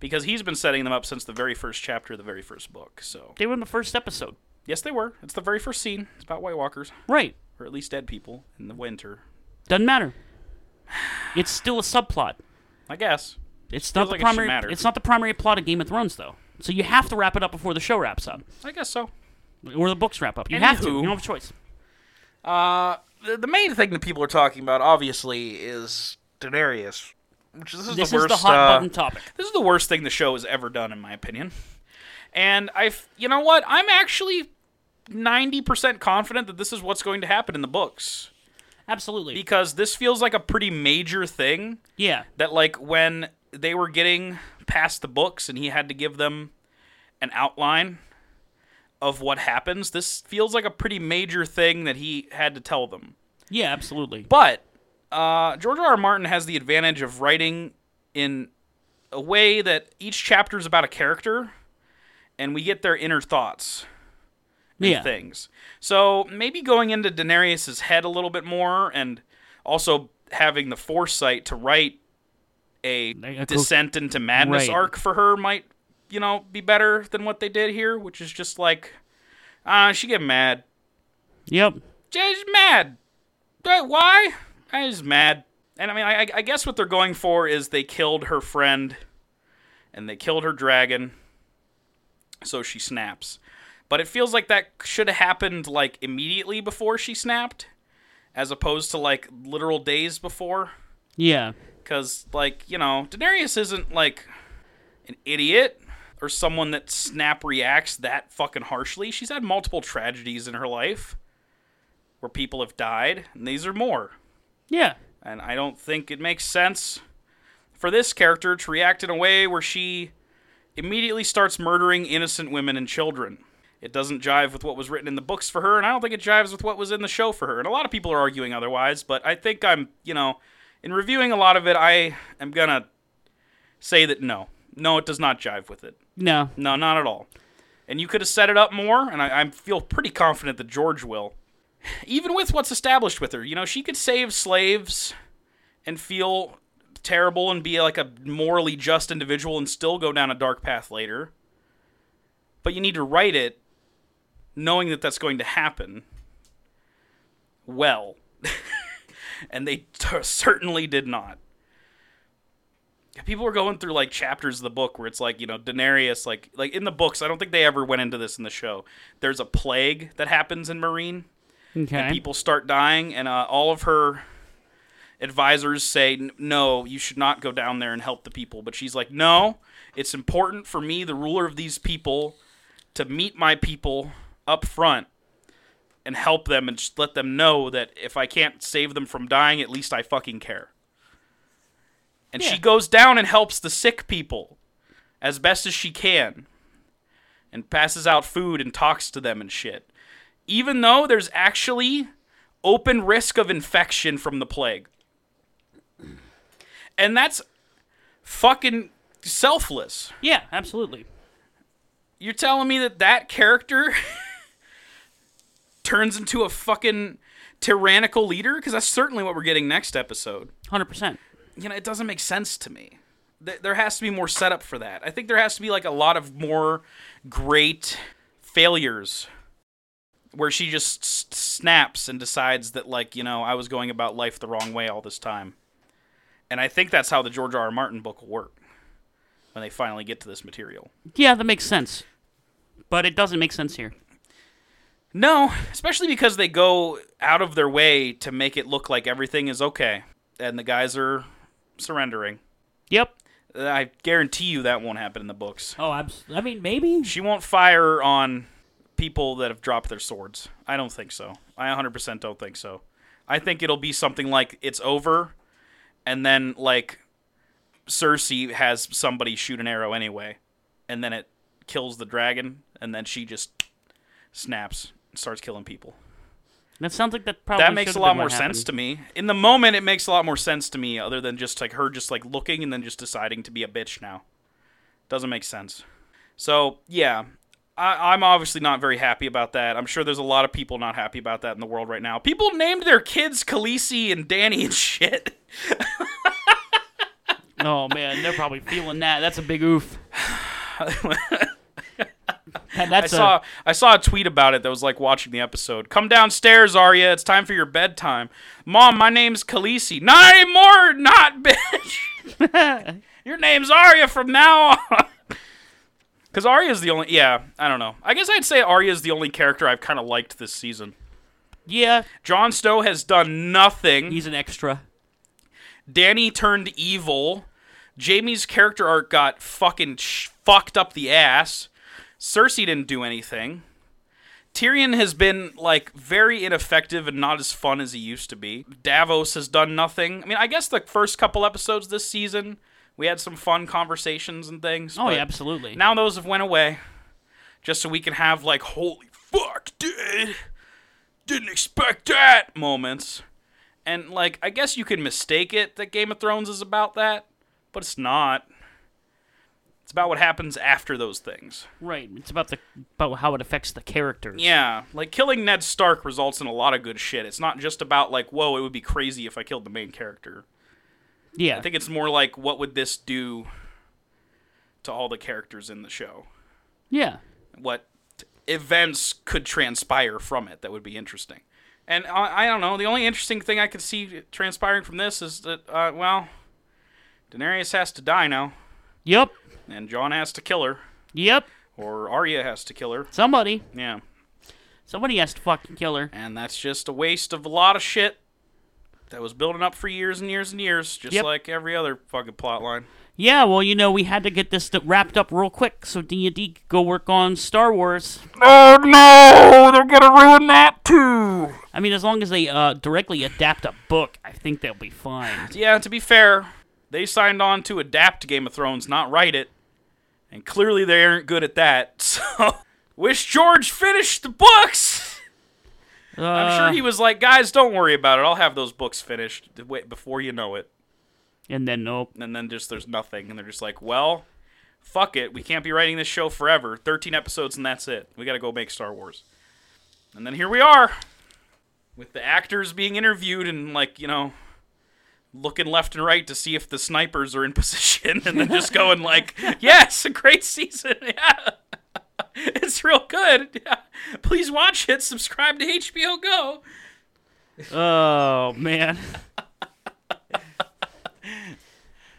S2: because he's been setting them up since the very first chapter of the very first book. So,
S1: they were in the first episode,
S2: yes, they were. It's the very first scene. It's about White Walkers,
S1: right?
S2: or at least dead people in the winter,
S1: Doesn't matter. It's still a subplot.
S2: I guess.
S1: It's not the
S2: like it should
S1: primary.
S2: matter.
S1: it's not the primary plot of Game of Thrones, though. So you have to wrap it up before the show wraps up,
S2: I guess so.
S1: or the books wrap up. You have to.
S2: Anywho.
S1: You don't have a choice.
S4: Uh, the, the main thing that people are talking about, obviously, is Daenerys. Which is, this is
S1: This
S4: the worst.
S1: is the hot
S4: uh,
S1: button topic.
S2: This is the worst thing the show has ever done, in my opinion. And I, f- you know what? I'm actually 90% confident that this is what's going to happen in the books.
S1: Absolutely.
S2: because this feels like a pretty major thing
S1: yeah.
S2: that like when they were getting past the books and he had to give them an outline of what happens this feels like a pretty major thing that he had to tell them
S1: Yeah, absolutely.
S2: but uh, george r r martin has the advantage of writing in a way that each chapter is about a character and we get their inner thoughts and
S1: Yeah.
S2: things so maybe going into daenerys's head a little bit more and also having the foresight to write a
S1: Like a co-
S2: descent into madness
S1: Right.
S2: arc for her might you know be better than what they did here which is just like ah she get mad
S1: Yep.
S2: just mad. But why? I was mad. And I mean, I, I guess what they're going for is they killed her friend and they killed her dragon. So she snaps. But it feels like that should have happened like immediately before she snapped as opposed to like literal days before.
S1: Yeah.
S2: Because, like, you know, Daenerys isn't like an idiot or someone that snap reacts that fucking harshly. She's had multiple tragedies in her life where people have died, and these are more.
S1: Yeah.
S2: And I don't think it makes sense for this character to react in a way where she immediately starts murdering innocent women and children. It doesn't jive with what was written in the books for her, and I don't think it jives with what was in the show for her. And a lot of people are arguing otherwise, but I think I'm, you know, in reviewing a lot of it, I am gonna say that no. No, it does not jive with it.
S1: No.
S2: No, not at all. And you could have set it up more, and I, I feel pretty confident that George will. Even with what's established with her, you know, she could save slaves and feel terrible and be like a morally just individual and still go down a dark path later. But you need to write it knowing that that's going to happen well. (laughs) and they t- certainly did not people were going through like chapters of the book where it's like you know Daenerys like like in the books I don't think they ever went into this in the show. There's a plague that happens in Marine.
S1: Okay.
S2: People start dying, and uh, all of her advisors say "N- no, you should not go down there and help the people. But she's like, no, it's important for me, the ruler of these people, to meet my people up front and help them and just let them know that if I can't save them from dying, at least I fucking care. And she
S1: Yeah.
S2: goes down and helps the sick people as best as she can and passes out food and talks to them and shit. Even though there's actually open risk of infection from the plague. And that's fucking selfless.
S1: yeah, absolutely.
S2: You're telling me that that character (laughs) turns into a fucking tyrannical leader? Because that's certainly what we're getting next episode.
S1: 100%.
S2: You know, it doesn't make sense to me. Th- There has to be more setup for that. I think there has to be like a lot of more great failures where she just s- snaps and decides that, like, you know, I was going about life the wrong way all this time. And I think that's how the George R. R. Martin book will work when they finally get to this material.
S1: Yeah, that makes sense. But it doesn't make sense here.
S2: No, especially because they go out of their way to make it look like everything is okay and the guys are surrendering.
S1: Yep.
S2: Uh, I guarantee you that won't happen in the books.
S3: Oh, abs- I mean, maybe.
S2: She won't fire on people that have dropped their swords. I don't think so. I 100% don't think so. I think it'll be something like it's over and then like Cersei has somebody shoot an arrow anyway and then it kills the dragon and then she just snaps and starts killing people.
S1: That sounds like that probably
S2: that makes a
S1: should've
S2: lot
S1: been what
S2: more sense
S1: happened.
S2: to me. In the moment, it makes a lot more sense to me, other than just like her just like looking and then just deciding to be a bitch now. Doesn't make sense. So yeah, I, I'm obviously not very happy about that. I'm sure there's a lot of people not happy about that in the world right now. People named their kids Khaleesi and Danny and (laughs) shit.
S1: Oh man, they're probably feeling that. That's a big oof. That-
S2: (laughs) I
S1: that's a-
S2: saw I saw a tweet about it that was like watching the episode. Come downstairs, Arya. It's time for your bedtime. Mom, my name's Khaleesi. Not anymore, not (laughs) bitch. your name's Arya from now on. (laughs) Cause Arya's the only yeah, I don't know. I guess I'd say Arya's the only character I've kinda liked this season.
S1: yeah.
S2: Jon Snow has done nothing.
S1: He's an extra.
S2: Danny turned evil. Jamie's character arc got fucking sh- fucked up the ass. Cersei didn't do anything. Tyrion has been like very ineffective and not as fun as he used to be. Davos has done nothing. I mean, I guess the first couple episodes this season, we had some fun conversations and things.
S1: Oh
S2: but
S1: yeah, absolutely.
S2: Now those have went away, just so we can have like holy fuck, dude, didn't expect that moments. And like, I guess you can mistake it that Game of Thrones is about that, but it's not. It's about what happens after those things.
S1: right. It's about the about how it affects the characters.
S2: Yeah, like killing Ned Stark results in a lot of good shit. It's not just about like, whoa, it would be crazy if I killed the main character.
S1: Yeah.
S2: I think it's more like, what would this do to all the characters in the show?
S1: yeah.
S2: What t- events could transpire from it that would be interesting? And I, I don't know. The only interesting thing I could see transpiring from this is that, uh, well, Daenerys has to die now,
S1: Yep.
S2: and Jon has to kill her,
S1: Yep.
S2: or Arya has to kill her.
S1: Somebody.
S2: Yeah.
S1: Somebody has to fucking kill her.
S2: And that's just a waste of a lot of shit that was building up for years and years and years, just
S1: Yep.
S2: like every other fucking plot line.
S1: Yeah. Well, you know, we had to get this th- wrapped up real quick so D and D could go work on Star Wars.
S4: Oh no, they're gonna ruin that too.
S1: I mean, as long as they uh, directly adapt a book, I think they'll be fine.
S2: Yeah, to be fair, they signed on to adapt Game of Thrones, not write it. And clearly they aren't good at that. (laughs) So, wish George finished the books.
S1: Uh,
S2: I'm sure he was like, "Guys, don't worry about it. I'll have those books finished wait before you know it."
S1: And then nope.
S2: And then just there's nothing and they're just like, "Well, fuck it. We can't be writing this show forever. 13 episodes and that's it. We got to go make Star Wars." And then here we are with the actors being interviewed and like, you know, looking left and right to see if the snipers are in (laughs) position and then just going like, "Yes, a great season." (laughs) Yeah. It's real good. Yeah. Please watch it. Subscribe to HBO Go.
S1: Oh
S2: (laughs)
S1: man.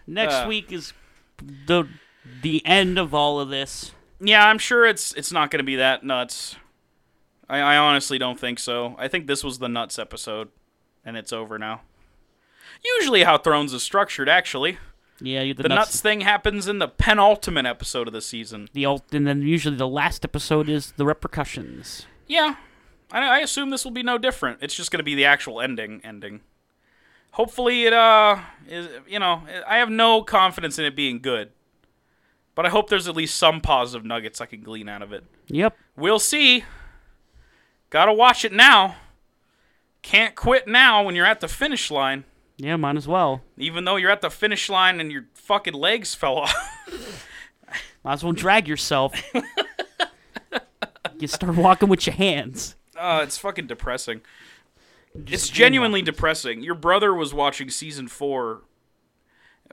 S1: Next
S2: Uh.
S1: week is the the end of all of this.
S2: Yeah, I'm sure it's it's not going to be that nuts. I, I honestly don't think so. I think this was the nuts episode, and it's over now. Usually, how Thrones is structured, actually,
S1: Yeah, you- the,
S2: the nuts,
S1: nuts.
S2: thing happens in the penultimate episode of the season.
S1: The alt, and then usually the last episode is the repercussions.
S2: Yeah, I, I assume this will be no different. It's just going to be the actual ending. Ending. Hopefully, it uh is you know I have no confidence in it being good, but I hope there's at least some positive nuggets I can glean out of it.
S1: Yep.
S2: We'll see. Gotta watch it now. Can't quit now when you're at the finish line,
S1: Yeah, might as well.
S2: even though you're at the finish line and your fucking legs (laughs) fell off.
S1: Might as well drag yourself. you start walking with your hands.
S2: Oh, it's fucking depressing. it's genuinely depressing. Your brother was watching season four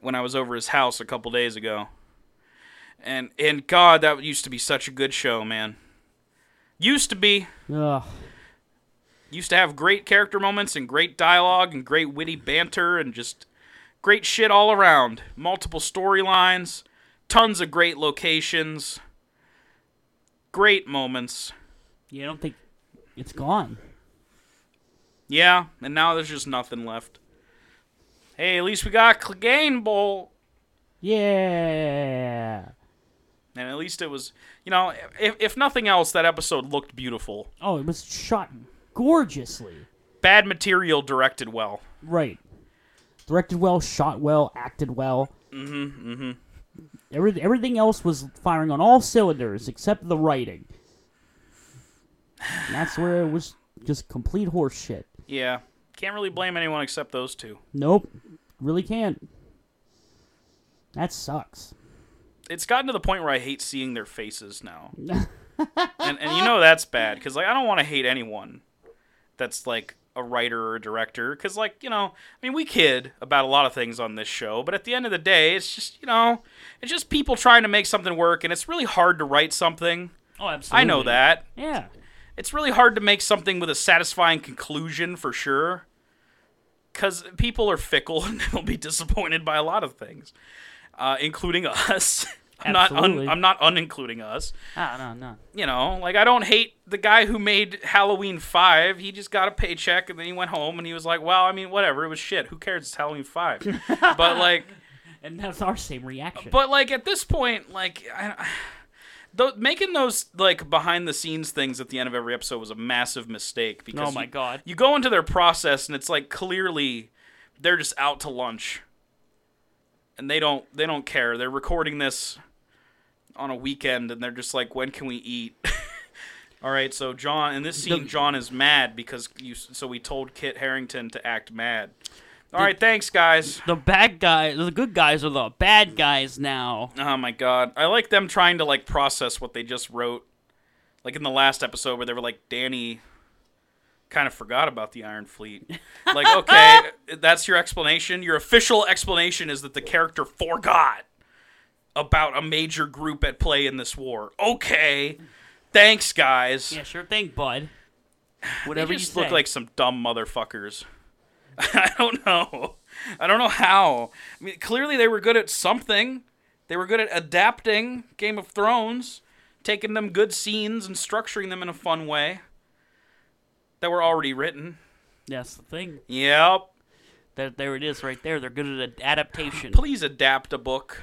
S2: when I was over his house a couple days ago, and and God, that used to be such a good show, man. Used to be.
S1: Ugh.
S2: used to have great character moments and great dialogue and great witty banter and just great shit all around. Multiple storylines, tons of great locations, great moments.
S1: Yeah, I don't think it's gone.
S2: Yeah, and now there's just nothing left. Hey, at least we got Clegane Bowl.
S1: Yeah.
S2: And at least it was, you know, if, if nothing else, that episode looked beautiful.
S3: Oh, it was shot gorgeously.
S2: Bad material directed well.
S3: Right. Directed well, shot well, acted well. Mm-hmm. Mm-hmm. Every, everything else was firing on all cylinders except the writing. And that's where it was just complete horseshit.
S2: Yeah. Can't really blame anyone except those two.
S3: Nope, really can't. That sucks.
S2: it's gotten to the point where I hate seeing their faces now.
S1: Oh,
S2: and, and you know that's bad because like I don't want to hate anyone that's like a writer or a director because like you know I mean we kid about a lot of things on this show, but at the end of the day, it's just you know it's just people trying to make something work, and it's really hard to write something.
S1: Oh, absolutely.
S2: I know that
S1: Yeah.
S2: it's really hard to make something with a satisfying conclusion for sure because people are fickle (laughs) and they'll be disappointed by a lot of things uh, including (laughs) us I'm not, un-
S1: Absolutely.
S2: I'm not unincluding us.
S1: Ah, no, no.
S2: You know, like I don't hate the guy who made Halloween 5. He just got a paycheck and then he went home and he was like, well, I mean, whatever. It was shit. Who cares? It's Halloween 5. but like,
S1: And that's our same reaction.
S2: but like at this point, like I, (sighs) Tho- making those like behind the scenes things at the end of every episode was a massive mistake because
S1: Oh my
S2: you-
S1: God.
S2: you go into their process and it's like clearly they're just out to lunch and they don't they don't care they're recording this on a weekend and they're just like when can we eat (laughs) all right so john in this scene john is mad because you so we told kit harrington to act mad all right thanks guys
S1: The bad guys, the good guys are the bad guys now.
S2: Oh my god. I like them trying to like process what they just wrote. Like in the last episode where they were like Danny kind of forgot about the Iron Fleet. Like, okay, that's your explanation. Your official explanation is that the character forgot about a major group at play in this war. Okay. Thanks, guys.
S1: Yeah, sure thing, bud. Whatever
S2: they
S1: you
S2: just
S1: say.
S2: look like some dumb motherfuckers. (laughs) I don't know. I don't know how. I mean, clearly they were good at something. They were good at adapting Game of Thrones, taking them good scenes and structuring them in a fun way that were already written.
S1: That's the thing.
S2: Yep.
S1: That there it is, right there. They're good at ad- adaptation.
S2: Please adapt a book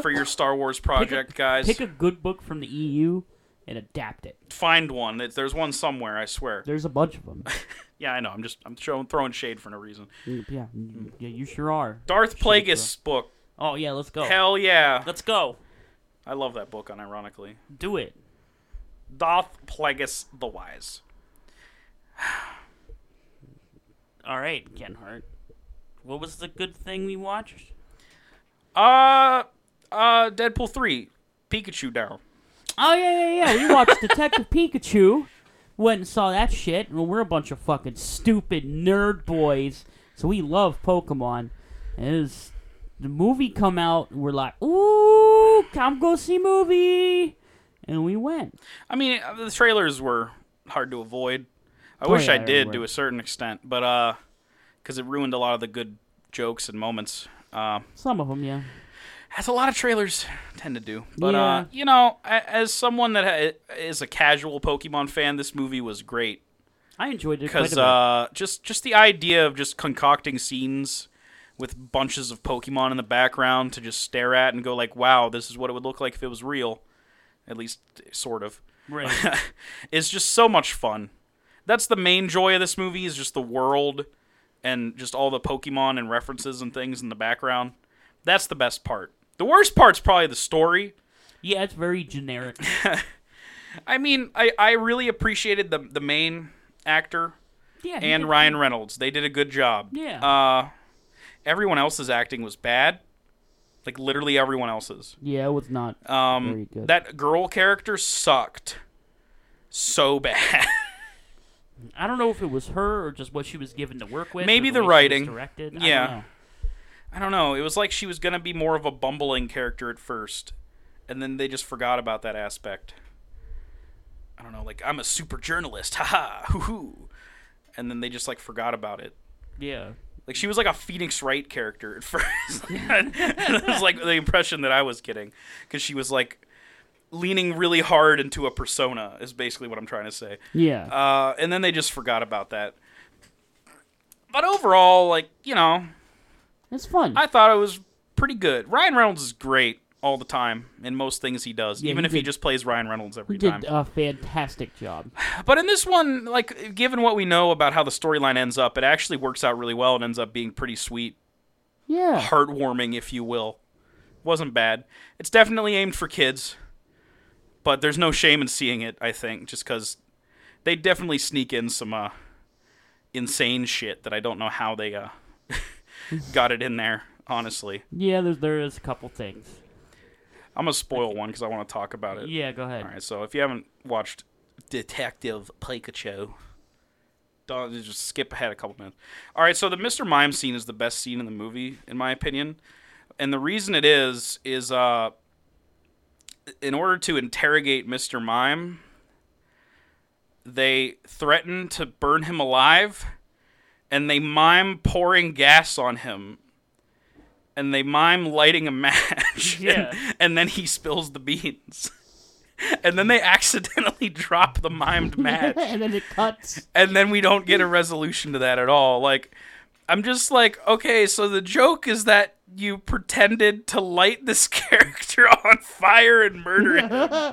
S2: for your Star Wars project, guys.
S3: Pick a good book from the
S1: E
S3: EU and adapt it.
S2: Find one. It's- There's one somewhere, I swear.
S3: There's a bunch of
S2: (laughs)
S3: them.
S2: Yeah, I know. I'm just I'm showing throwing shade for no reason.
S3: yeah, you- yeah, you sure are.
S2: Darth Plagueis book.
S3: Oh yeah, let's go.
S2: Hell yeah.
S1: Let's go.
S2: I love that book, unironically.
S1: Do it.
S2: Darth Plagueis the Wise.
S1: All right, Ken Hart. What was the good thing we watched?
S2: Uh, uh, Deadpool 3, Pikachu down.
S3: Oh yeah, yeah, yeah. We watched Detective Pikachu. Went and saw that shit. Well, we're a bunch of fucking stupid nerd boys, so we love Pokemon. And it was, the movie come out, we're like, ooh, come go see movie, and we went.
S2: I mean, uh, the trailers were hard to avoid. I wish
S3: Oh, yeah,
S2: I
S3: they were.
S2: did to a certain extent, but, uh, because it ruined a lot of the good jokes and moments. Uh,
S3: Some of them, yeah.
S2: as a lot of trailers tend to do. But,
S3: Yeah.
S2: uh, you know, a- as someone that ha- is a casual Pokemon fan, this movie was great.
S3: I enjoyed it quite a
S2: because
S3: bit.
S2: uh, just just the idea of just concocting scenes with bunches of Pokemon in the background to just stare at and go like, "Wow, this is what it would look like if it was real," at least sort of, (laughs)
S1: Right.
S2: is just so much fun. That's the main joy of this movie is just the world and just all the Pokemon and references and things in the background. That's the best part. The worst part's probably the story.
S3: yeah, it's very generic.
S2: I mean, I, I really appreciated the the main actor
S3: Yeah, he
S2: and
S3: did-
S2: Ryan Reynolds. They did a good job.
S3: Yeah.
S2: Uh, everyone else's acting was bad. Like literally everyone else's.
S3: Yeah, it was not. very
S2: Um,
S3: good.
S2: that girl character sucked so bad. (laughs)
S1: I don't know if it was her or just what she was given to work with. or
S2: Maybe
S1: way she
S2: the
S1: was
S2: writing.
S1: directed. I
S2: Yeah.
S1: don't know.
S2: I don't know. It was like she was gonna be more of a bumbling character at first, and then they just forgot about that aspect. I don't know. Like I'm a super journalist. (laughs) Ha ha. Hoo hoo. And then they just like forgot about it.
S1: Yeah.
S2: Like she was like a Phoenix Wright character at (laughs) first. that was like the impression that I was getting because she was like leaning really hard into a persona is basically what I'm trying to say.
S3: Yeah,
S2: Uh, and then they just forgot about that. But overall, like you know,
S3: it's fun.
S2: I thought it was pretty good. Ryan Reynolds is great all the time in most things he does,
S3: Yeah,
S2: even
S3: he
S2: if he
S3: did-
S2: just plays Ryan Reynolds every
S3: you
S2: time.
S3: did a fantastic job.
S2: But in this one, like given what we know about how the storyline ends up, it actually works out really well and ends up being pretty sweet
S3: Yeah,
S2: heartwarming, if you will. Wasn't bad. It's definitely aimed for kids, but there's no shame in seeing it. I think just because they definitely sneak in some uh, insane shit that I don't know how they uh, (laughs) got it in there. Honestly,
S3: yeah. There's there is a couple things.
S2: I'm gonna spoil one because I want to talk about it.
S3: Yeah, go ahead.
S2: All right. So if you haven't watched Detective Pikachu, don't just skip ahead a couple minutes. All right. So the Mr. Mime scene is the best scene in the movie, in my opinion, and the reason it is is uh, in order to interrogate Mr. Mime, they threaten to burn him alive, and they mime pouring gas on him. And they mime lighting a match, (laughs)
S1: Yeah.
S2: and, and then he spills the beans and then they (laughs) accidentally drop the
S1: (laughs)
S2: mimed
S3: (laughs)
S2: match
S3: and then it cuts.
S2: and then we don't get a resolution to that at all like i'm just like okay so the joke is that you pretended to light this (laughs) character on fire and murder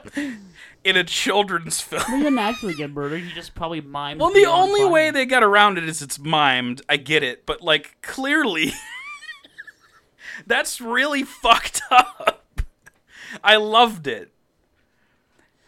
S2: him in a children's film.
S3: He didn't actually get murdered. He just probably mimed.
S2: Well, the only way they got around it is it's mimed. I get it, but like clearly, (laughs) that's really (laughs) fucked up. I loved it.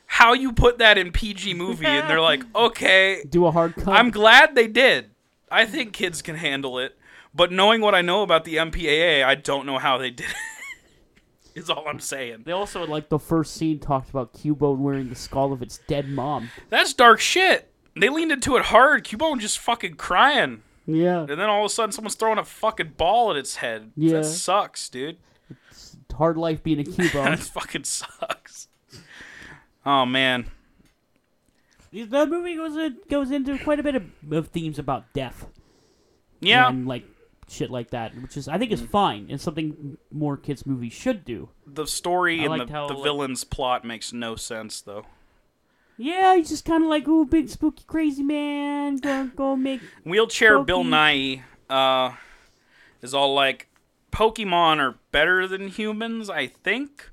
S2: How you put that in PG movie, and they're like, okay,
S3: do a hard cut.
S2: I'm glad they did. I think kids can handle it, but knowing what I know about the MPAA, I don't know how they did it. (laughs) is all I'm saying.
S1: They also like
S3: like the first scene talked about Cubone wearing the skull of its dead mom.
S2: That's dark shit. They leaned into it hard. Cubone just fucking crying,
S3: Yeah,
S2: and then all of a sudden someone's throwing a fucking ball at its head.
S3: Yeah.
S2: That sucks, dude. (laughs)
S3: hard life being a
S2: That
S3: Cubone.
S2: fucking sucks. Oh man,
S3: the movie goes in, goes into quite a bit of, of themes about death.
S2: yeah.
S1: Mm.
S2: Mm.
S3: and like shit like that, which is I think is fine. It's something more kids movies should do.
S2: The story
S1: I
S2: and the,
S1: liked how,
S2: the
S1: like-
S2: villain's plot makes no sense though.
S3: Yeah, he's just kind of like, ooh, big spooky crazy man, go go make.
S2: Wheelchair Bill
S3: Pokey.
S2: Nye uh, is all like, Pokemon are better than humans, I think.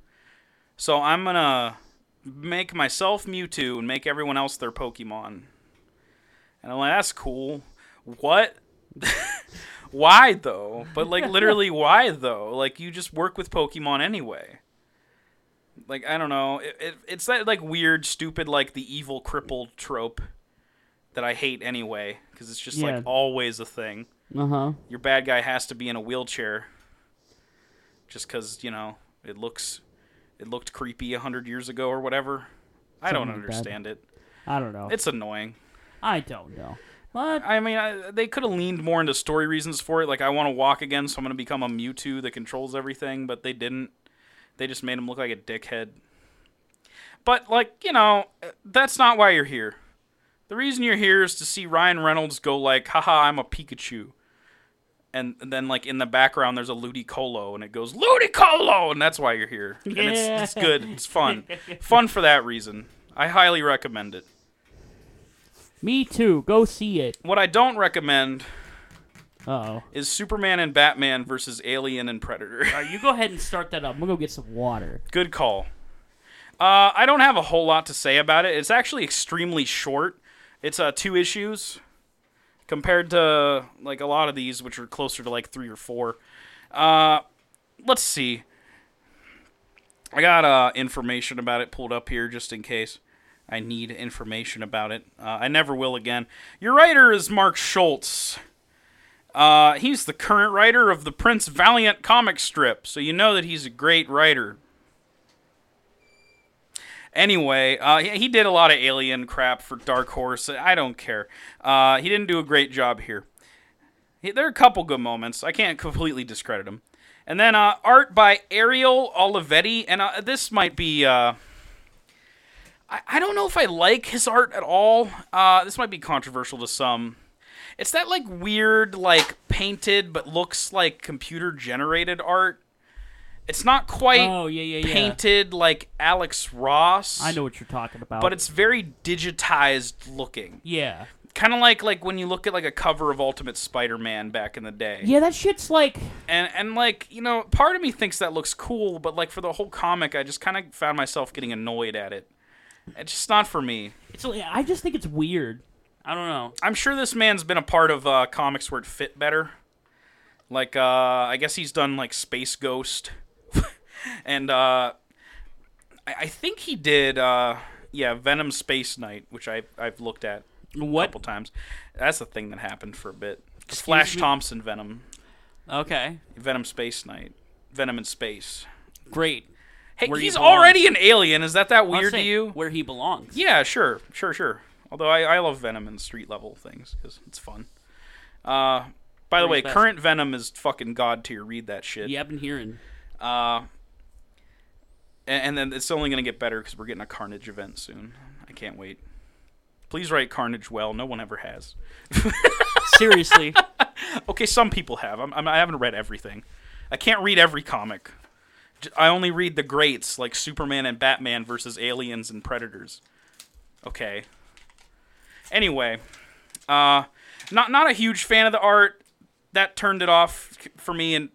S2: So I'm gonna make myself Mewtwo and make everyone else their Pokemon. And I'm like, that's cool. What? (laughs) why though?
S3: (laughs)
S2: But like, literally, why though? Like, you just work with Pokemon anyway. Like, I don't know. It, it, it's that like weird, stupid, like the evil crippled trope that I hate anyway because it's just
S3: Yeah.
S2: like always a thing.
S3: Uh huh.
S2: Your bad guy has to be in a wheelchair just because you know it looks it looked creepy a hundred years ago or whatever. I don't
S3: Something like that.
S2: understand it.
S3: I don't know.
S2: It's annoying.
S3: I don't know. But
S2: I mean, I, they could have leaned more into story reasons for it. Like, I want to walk again, so I'm going to become a Mewtwo that controls everything, but they didn't. They just made him look like a dickhead. But, like, you know, that's not why you're here. The reason you're here is to see Ryan Reynolds go, like, haha, I'm a Pikachu. And, and then, like, in the background, there's a Ludicolo, and it goes, Ludicolo! And that's why you're here. And
S3: Yeah.
S2: it's, it's good. It's fun. fun for that reason. I highly recommend it.
S3: me too. Go see it.
S2: What I don't recommend
S3: Uh oh.
S2: is Superman and Batman versus Alien and Predator.
S1: All right, you
S3: You go ahead and start that up. I'm gonna go get some water.
S2: Good call. Uh, I don't have a whole lot to say about it. It's actually extremely short. It's uh, two issues compared to like a lot of these, which are closer to like three or four. Uh, let's see. I got uh, information about it pulled up here just in case I need information about it. Uh, I never will again. Your writer is Mark Schultz. Uh, he's the current writer of the Prince Valiant comic strip, so you know that he's a great writer. Anyway, uh, he, he did a lot of alien crap for Dark Horse. I don't care. Uh, he didn't do a great job here. He- there are a couple good moments. I can't completely discredit him. And then uh, art by Ariel Olivetti, and uh, this might be. Uh, I, I don't know if I like his art at all. Uh, this might be controversial to some. It's that like weird, like painted but looks like computer generated art. It's not quite
S3: Oh yeah yeah yeah.
S2: painted like Alex Ross.
S3: I know what you're talking about.
S2: But it's very digitized looking.
S3: yeah.
S2: Kind of like like when you look at like a cover of Ultimate Spider-Man back in the day.
S3: Yeah, that shit's like
S2: And and like, you know, part of me thinks that looks cool, but like for the whole comic I just kind of found myself getting annoyed at it. It's just not for me.
S3: it's. I just think it's weird.
S1: I don't know.
S2: I'm sure this man's been a part of uh, comics where it fit better. Like, uh, I guess he's done like Space Ghost, (laughs) and uh, I-, I think he did, uh, yeah, Venom Space Knight, which I I've looked at a
S1: What?
S2: couple times. That's a thing that happened for a bit. Flash
S1: me?
S2: Thompson Venom,
S1: Okay,
S2: Venom Space Knight, Venom in Space.
S1: great.
S2: Hey,
S1: Where he
S2: he's
S1: belongs.
S2: already an alien. Is that that
S1: I'm
S2: weird to
S1: saying
S2: you?
S1: Where he belongs.
S2: Yeah, sure, sure, sure. Although I, I love Venom and street level things because it's fun. Uh, by the way,
S1: Brings back-
S2: current Venom is fucking god tier. Read that shit.
S1: Yeah, I've been hearing.
S2: Uh, a- and, then it's only gonna get better because we're getting a Carnage event soon. I can't wait. Please write Carnage well. No one ever has.
S3: (laughs) Oh,
S1: Seriously,
S2: Okay, some people have. I'm, I'm, I haven't read everything. I can't read every comic. J- I only read the greats like Superman and Batman versus aliens and predators. Okay. Anyway, uh, not not a huge fan of the art. That turned it off c- for me, and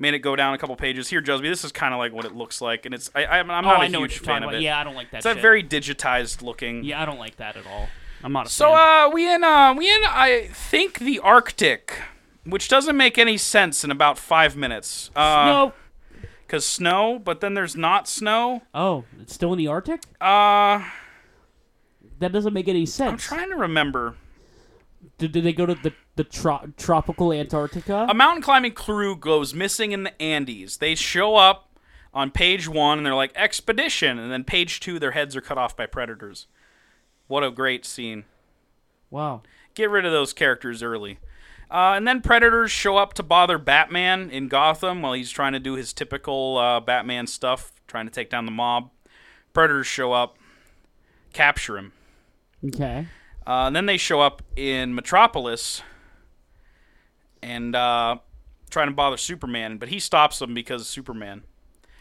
S2: made it go down a couple pages. Here, Jusby, this is kind of like what it looks like, and it's I, I'm, I'm
S1: Oh,
S2: not a
S1: I know
S2: huge
S1: what you're talking
S2: fan of
S1: about.
S2: it.
S1: Yeah, I don't like that.
S2: it's that
S1: shit.
S2: very digitized looking.
S1: Yeah, I don't like that at all. I'm not a
S2: So
S1: fan.
S2: uh, we in uh, we in I think the Arctic, which doesn't make any sense in about five minutes. Uh,
S1: no.
S2: because snow, but then there's not snow.
S3: Oh, it's still in the Arctic?
S2: Uh,
S3: That doesn't make any sense.
S2: I'm trying to remember.
S3: Did, did they go to the, the tro- tropical Antarctica?
S2: A mountain climbing crew goes missing in the Andes. They show up on page one and they're like expedition, and then page two, their heads are cut off by predators. What a great scene!
S3: wow.
S2: Get rid of those characters early. Uh, and then predators show up to bother Batman in Gotham while he's trying to do his typical uh, Batman stuff, trying to take down the mob. Predators show up, capture him.
S3: Okay.
S2: Uh, and then they show up in Metropolis and uh, trying to bother Superman, but he stops them because Superman.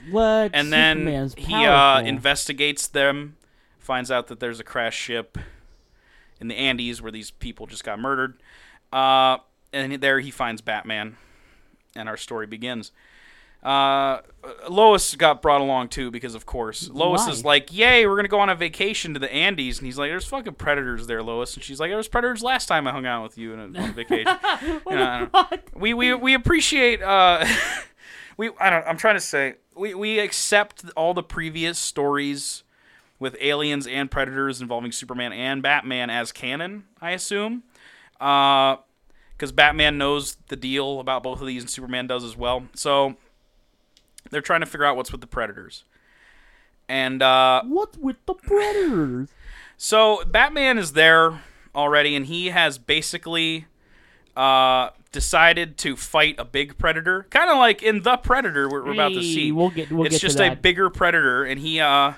S3: What?
S2: And then
S3: Superman's
S2: he uh,
S3: powerful.
S2: investigates them, finds out that there's a crash ship in the Andes where these people just got murdered. Uh, and there he finds Batman, and our story begins. Uh, Lois got brought along too because, of course, Lois
S3: Why?
S2: is like, "Yay, we're gonna go on a vacation to the Andes," and he's like, "There's fucking predators there, Lois," and she's like, "There was predators last time I hung out with you on a- on a vacation." You know, I don't- we we we appreciate. Uh, (laughs) we I don't. I'm trying to say we we accept all the previous stories with aliens and predators involving Superman and Batman as canon. I assume, because Batman knows the deal about both of these, and Superman does as well. So they're trying to figure out what's with the predators. And uh,
S3: What with the predators?
S2: so Batman is there already, and he has basically uh, decided to fight a big predator, kind of like in the Predator we're, we're about to
S3: Hey,
S2: see.
S3: we'll get- we'll
S2: it's
S3: get to
S2: just a
S3: that.
S2: bigger predator, and he uh,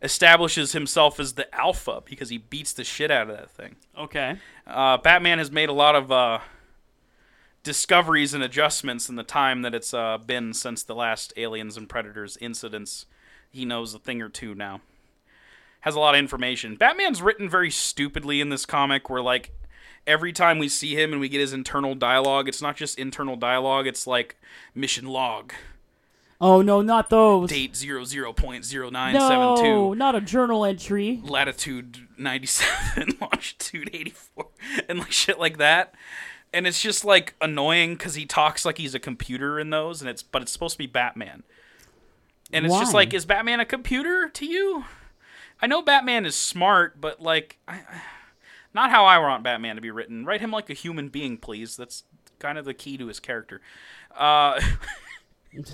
S2: establishes himself as the alpha because he beats the shit out of that thing.
S1: Okay.
S2: Uh, Batman has made a lot of uh, discoveries and adjustments in the time that it's uh, been since the last Aliens and Predators incidents. He knows a thing or two now. Has a lot of information. Batman's written very stupidly in this comic, where like every time we see him and we get his internal dialogue, it's not just internal dialogue. It's like mission log
S3: Oh, no, not those.
S2: date zero zero point zero nine seven two.
S3: no, not a journal entry.
S2: latitude 97 (laughs) longitude 84 and like shit like that and it's just like annoying because he talks like he's a computer in those and it's but it's supposed to be batman and it's just
S3: Why?
S2: like is batman a computer to you i know batman is smart but like I, (sighs) I- not how i want batman to be written write him like a human being please that's kind of the key to his character uh
S3: (laughs)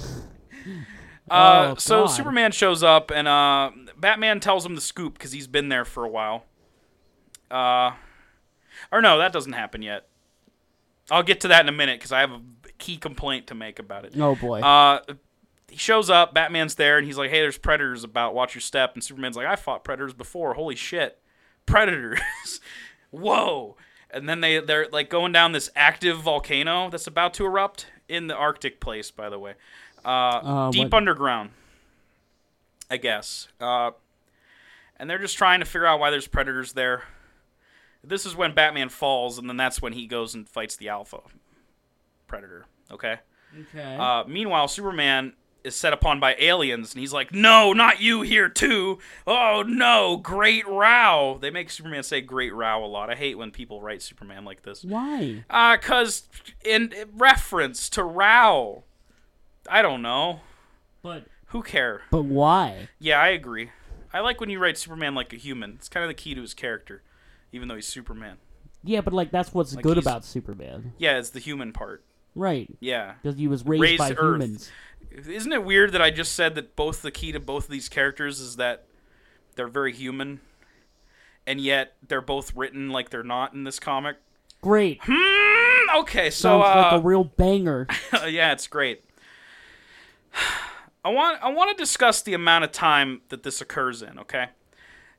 S2: uh,
S3: Oh,
S2: so
S3: God.
S2: Superman shows up, and uh, Batman tells him the scoop because he's been there for a while. Uh, or no, that doesn't happen yet. I'll get to that in a minute because I have a key complaint to make about it.
S3: Oh, boy.
S2: Uh, he shows up. Batman's there, and he's like, "Hey, there's predators about. Watch your step." And Superman's like, "I fought predators before. Holy shit, (laughs) predators! Whoa!" And then they they're like going down this active volcano that's about to erupt in the Arctic place. By the way, uh,
S3: Uh,
S2: deep
S3: what-
S2: underground, I guess. Uh, and they're just trying to figure out why there's predators there. This is when Batman falls, and then that's when he goes and fights the Alpha Predator. Okay.
S3: okay.
S2: Uh, meanwhile, Superman is set upon by aliens, and he's like, "No, not you here too! Oh no, great row!" They make Superman say "great row" a lot. I hate when people write Superman like this.
S3: Why?
S2: Uh, cause in in reference to row, I don't know.
S3: But
S2: Who care?
S3: but why?
S2: Yeah, I agree. I like when you write Superman like a human. It's kind of the key to his character, even though he's Superman.
S3: Yeah, but like that's what's good
S2: he's-
S3: about Superman,
S2: Yeah, it's the human part.
S3: right?
S2: Yeah.
S3: Because he was raised,
S2: Raised
S3: by
S2: to Earth.
S3: humans.
S2: Isn't it weird that I just said that both the key to both of these characters is that they're very human, and yet they're both written like they're not in this comic?
S3: Great.
S2: Mm, okay, so
S3: Sounds like a
S2: uh,
S3: real
S2: (laughs)
S3: banger.
S2: yeah, it's great. I want I want to discuss the amount of time that this occurs in. Okay,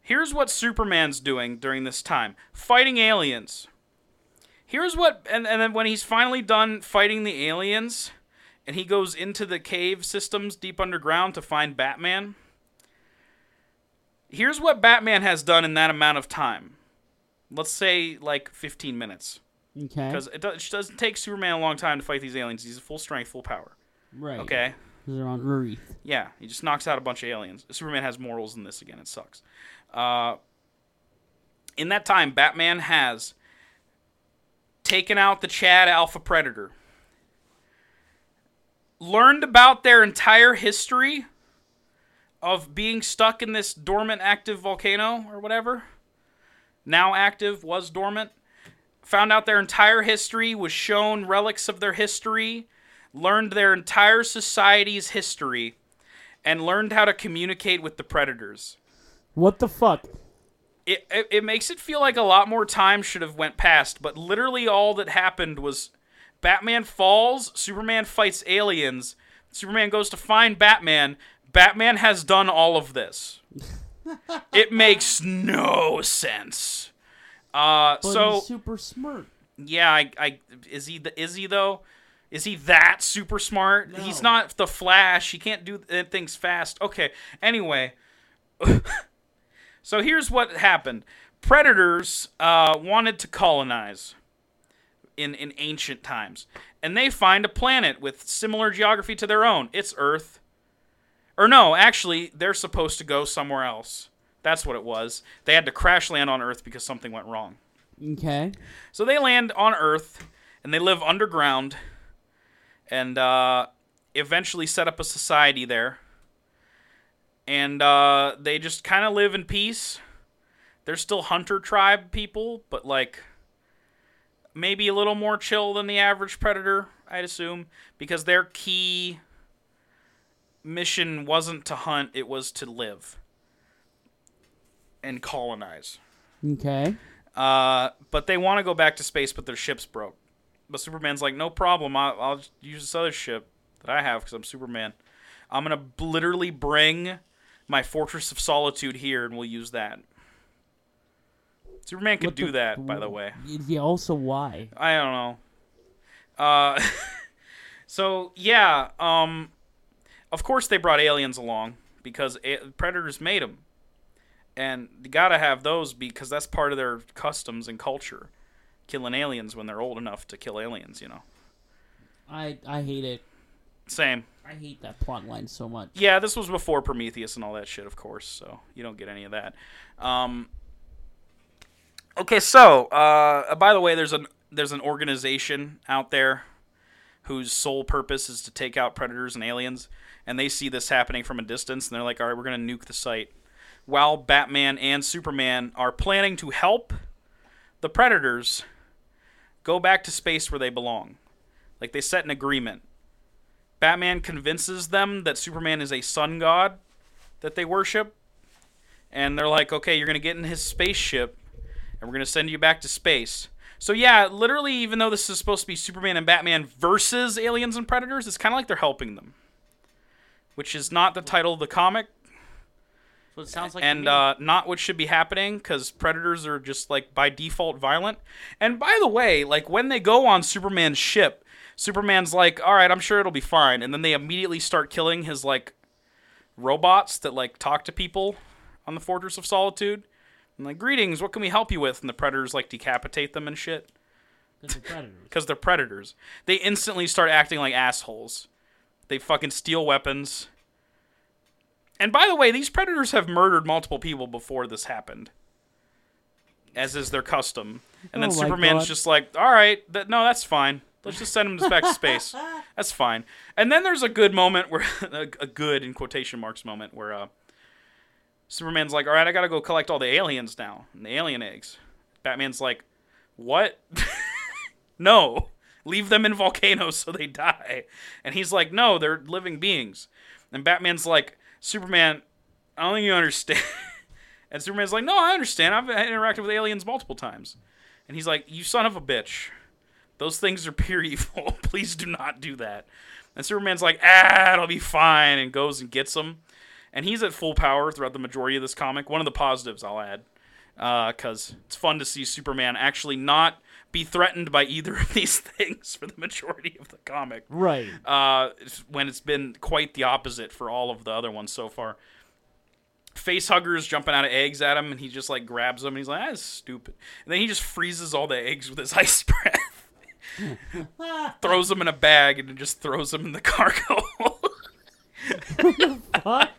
S2: here's what Superman's doing during this time: fighting aliens. Here's what, and, and then when he's finally done fighting the aliens, and he goes into the cave systems deep underground to find Batman. Here's what Batman has done in that amount of time. Let's say like 15 minutes
S3: Okay.
S2: because it, does, it doesn't take Superman a long time to fight these aliens. He's at full strength, full power.
S3: Right.
S2: Okay.
S3: They're on Earth.
S2: Yeah, he just knocks out a bunch of aliens. Superman has morals in this again. It sucks. Uh, in that time, Batman has taken out the Chad Alpha Predator, learned about their entire history of being stuck in this dormant active volcano or whatever. Now active, was dormant. Found out their entire history, was shown relics of their history learned their entire society's history and learned how to communicate with the predators.
S3: What the fuck?
S2: It, it, it makes it feel like a lot more time should have went past, but literally all that happened was Batman falls, Superman fights aliens, Superman goes to find Batman. Batman has done all of this. it makes no sense. Uh,
S3: But
S2: so
S3: he's super smart.
S2: yeah, I, I is he the is he though? Is he that super smart? He's
S3: No.
S2: not the Flash. He can't do th- things fast. Okay. Anyway, (laughs) so here's what happened. Predators uh, wanted to colonize in in ancient times, and they find a planet with similar geography to their own. It's Earth. Or no, actually, they're supposed to go somewhere else. That's what it was. They had to crash land on Earth because something went wrong.
S3: Okay.
S2: So they land on Earth and they live underground and uh, eventually set up a society there. And uh, they just kind of live in peace. They're still hunter tribe people, but like maybe a little more chill than the average predator, I'd assume, because their key mission wasn't to hunt, it was to live and colonize.
S3: Okay.
S2: Uh, but they want to go back to space, but their ship's broke. But Superman's like, no problem. I- I'll just use this other ship that I have because I'm Superman. I'm gonna b- literally bring my Fortress of Solitude here, and we'll use that. Superman could
S3: What
S2: do
S3: the-
S2: that, by the way.
S3: Y- Yeah. Also, why?
S2: I don't know. Uh, (laughs) so yeah, um, of course they brought aliens along because a- predators made them, and you gotta have those because that's part of their customs and culture, killing aliens when they're old enough to kill aliens. You know,
S3: I I hate it.
S2: same.
S3: I hate that plot line so much.
S2: Yeah, this was before Prometheus and all that shit, of course. So you don't get any of that. Um, okay, so uh, by the way, there's an there's an organization out there whose sole purpose is to take out predators and aliens, and they see this happening from a distance, and they're like, "All right, we're gonna nuke the site." While Batman and Superman are planning to help the predators go back to space where they belong, like they set an agreement. Batman convinces them that Superman is a sun god that they worship. And they're like, okay, you're going to get in his spaceship and we're going to send you back to space. So, yeah, literally, even though this is supposed to be Superman and Batman versus aliens and predators, it's kind of like they're helping them, which is not the title of the comic
S1: So it sounds like to
S2: and
S1: me.
S2: uh, not what should be happening because predators are just like by default violent. And by the way, like when they go on Superman's ship, Superman's like, "All right, I'm sure it'll be fine," and then they immediately start killing his like robots that like talk to people on the Fortress of Solitude. And like, "Greetings, what can we help you with?" And the predators like decapitate them and shit because they're predators. They instantly start acting like assholes. They fucking steal weapons. And by the way, these predators have murdered multiple people before this happened, as is their custom. And then
S3: Oh my
S2: Superman's
S3: God.
S2: just like, "All right, that no, that's fine. Let's just send them back
S3: (laughs)
S2: to space. That's fine." And then there's a good moment where (laughs) a, a good in quotation marks moment where uh, Superman's like, "All right, I gotta go collect all the aliens now, and the alien eggs." Batman's like, "What?" no leave them in volcanoes so they die and he's like no they're living beings and batman's like superman i don't think you understand (laughs) and superman's like no i understand i've interacted with aliens multiple times and he's like you son of a bitch those things are (laughs) pure evil please do not do that and superman's like ah it'll be fine and goes and gets them and he's at full power throughout the majority of this comic one of the positives i'll add because it's fun to see Superman actually not be threatened by either of (laughs) these things for the majority of the comic.
S3: Right.
S2: Uh, it's- when it's been quite the opposite for all of the other ones so far. Face huggers jumping out of eggs at him, and (laughs) he just like grabs them, and he's like, "That's stupid." And then he just freezes all the eggs with his ice breath. throws them in a bag and just throws them in the cargo (laughs) hold.
S3: Fuck.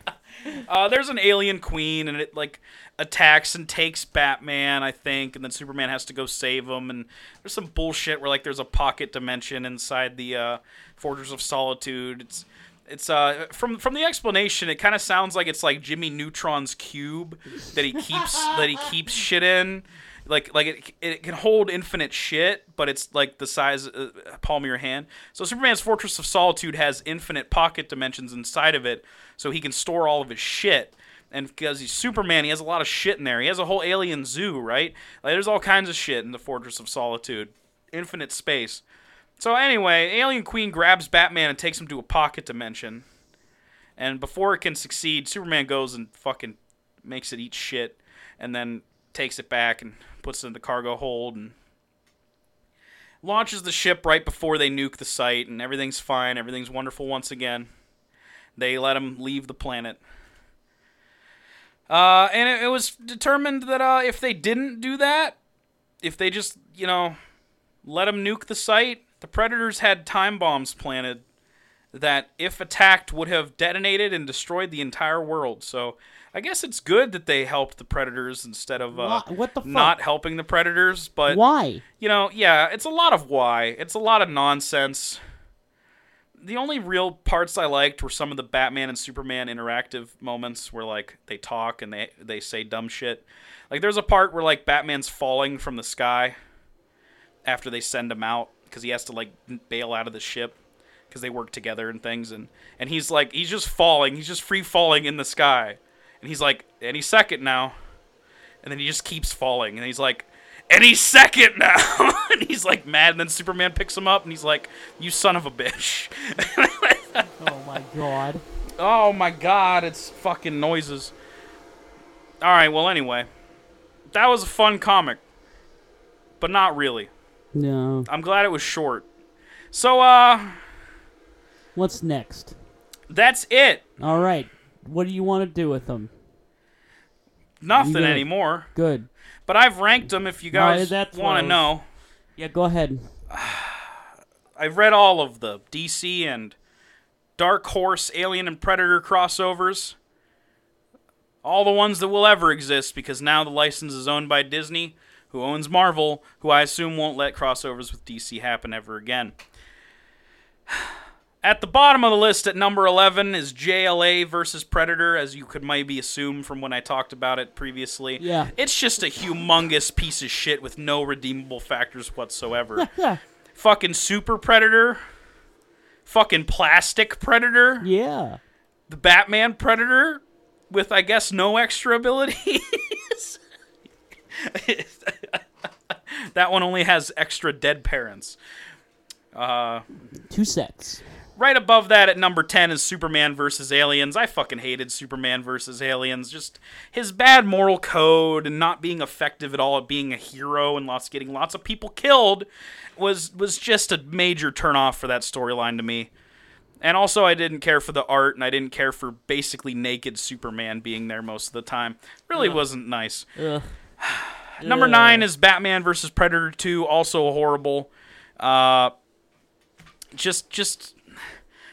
S2: Uh, there's an alien queen, and it like attacks and takes Batman, I think, and then Superman has to go save him. And there's some bullshit where like there's a pocket dimension inside the uh, Fortress of Solitude. It's it's uh from from the explanation, it kind of sounds like it's like Jimmy Neutron's cube that he keeps that he keeps shit in. Like, like it, it can hold infinite shit, but it's like the size uh, palm of your hand. So Superman's Fortress of Solitude has infinite pocket dimensions inside of it, so he can store all of his shit and because he's Superman, he has a lot of shit in there. He has a whole alien zoo, right? Like, there's all kinds of shit in the Fortress of Solitude, infinite space. So anyway, Alien Queen grabs Batman and takes him to a pocket dimension, and before it can succeed, Superman goes and fucking makes it eat shit, and then takes it back and puts it in the cargo hold and launches the ship right before they nuke the site, and everything's fine, everything's wonderful once again. They let him leave the planet. Uh, and it, it was determined that uh, if they didn't do that, if they just, you know, let them nuke the site, the Predators had time bombs planted that, if attacked, would have detonated and destroyed the entire world. So I guess it's good that they helped the Predators instead of uh,
S3: Why- what the fuck?
S2: not helping the Predators. But
S3: Why?
S2: you know, yeah, it's a lot of why. It's a lot of nonsense. The only real parts I liked were some of the Batman and Superman interactive moments where like they talk and they they say dumb shit. Like there's a part where like Batman's falling from the sky after they send him out cuz he has to like bail out of the ship cuz they work together and things and and he's like he's just falling, he's just free falling in the sky. And he's like any second now. And then he just keeps falling and he's like any second now. (laughs) and he's like mad, and then Superman picks him up, and he's like, "You son of a bitch!" (laughs)
S3: Oh my god.
S2: oh my god, it's fucking noises. All right, well anyway, that was a fun comic, but not really.
S3: No.
S2: I'm glad it was short. So uh,
S3: What's next?
S2: that's it.
S3: All right. What do you want to do with them?
S2: Nothing
S3: Yeah.
S2: anymore.
S3: Good.
S2: But I've ranked them if you guys
S3: that's what I
S2: want to
S3: was-
S2: know.
S3: Yeah, go ahead.
S2: I've read all of the DC and Dark Horse, Alien, and Predator crossovers. All the ones that will ever exist because now the license is owned by Disney, who owns Marvel, who I assume won't let crossovers with DC happen ever again. (sighs) At the bottom of the list at number 11 is JLA versus Predator, as you could maybe assume from when I talked about it previously.
S3: Yeah.
S2: It's just a humongous piece of shit with no redeemable factors whatsoever
S3: Yeah.
S2: fucking super predator, fucking plastic predator,
S3: Yeah.
S2: the Batman predator with I guess no extra abilities. (laughs) that one only has extra dead parents.
S3: Two sets.
S2: Right above that at number 10 is Superman versus Aliens. I fucking hated Superman versus Aliens. Just his bad moral code and not being effective at all at being a hero and lots getting lots of people killed was was just a major turnoff for that storyline to me. And also I didn't care for the art and I didn't care for basically naked Superman being there most of the time. Really wasn't nice.
S3: Ugh.
S2: (sighs) Number nine is Batman versus Predator Two, also horrible. Uh, just just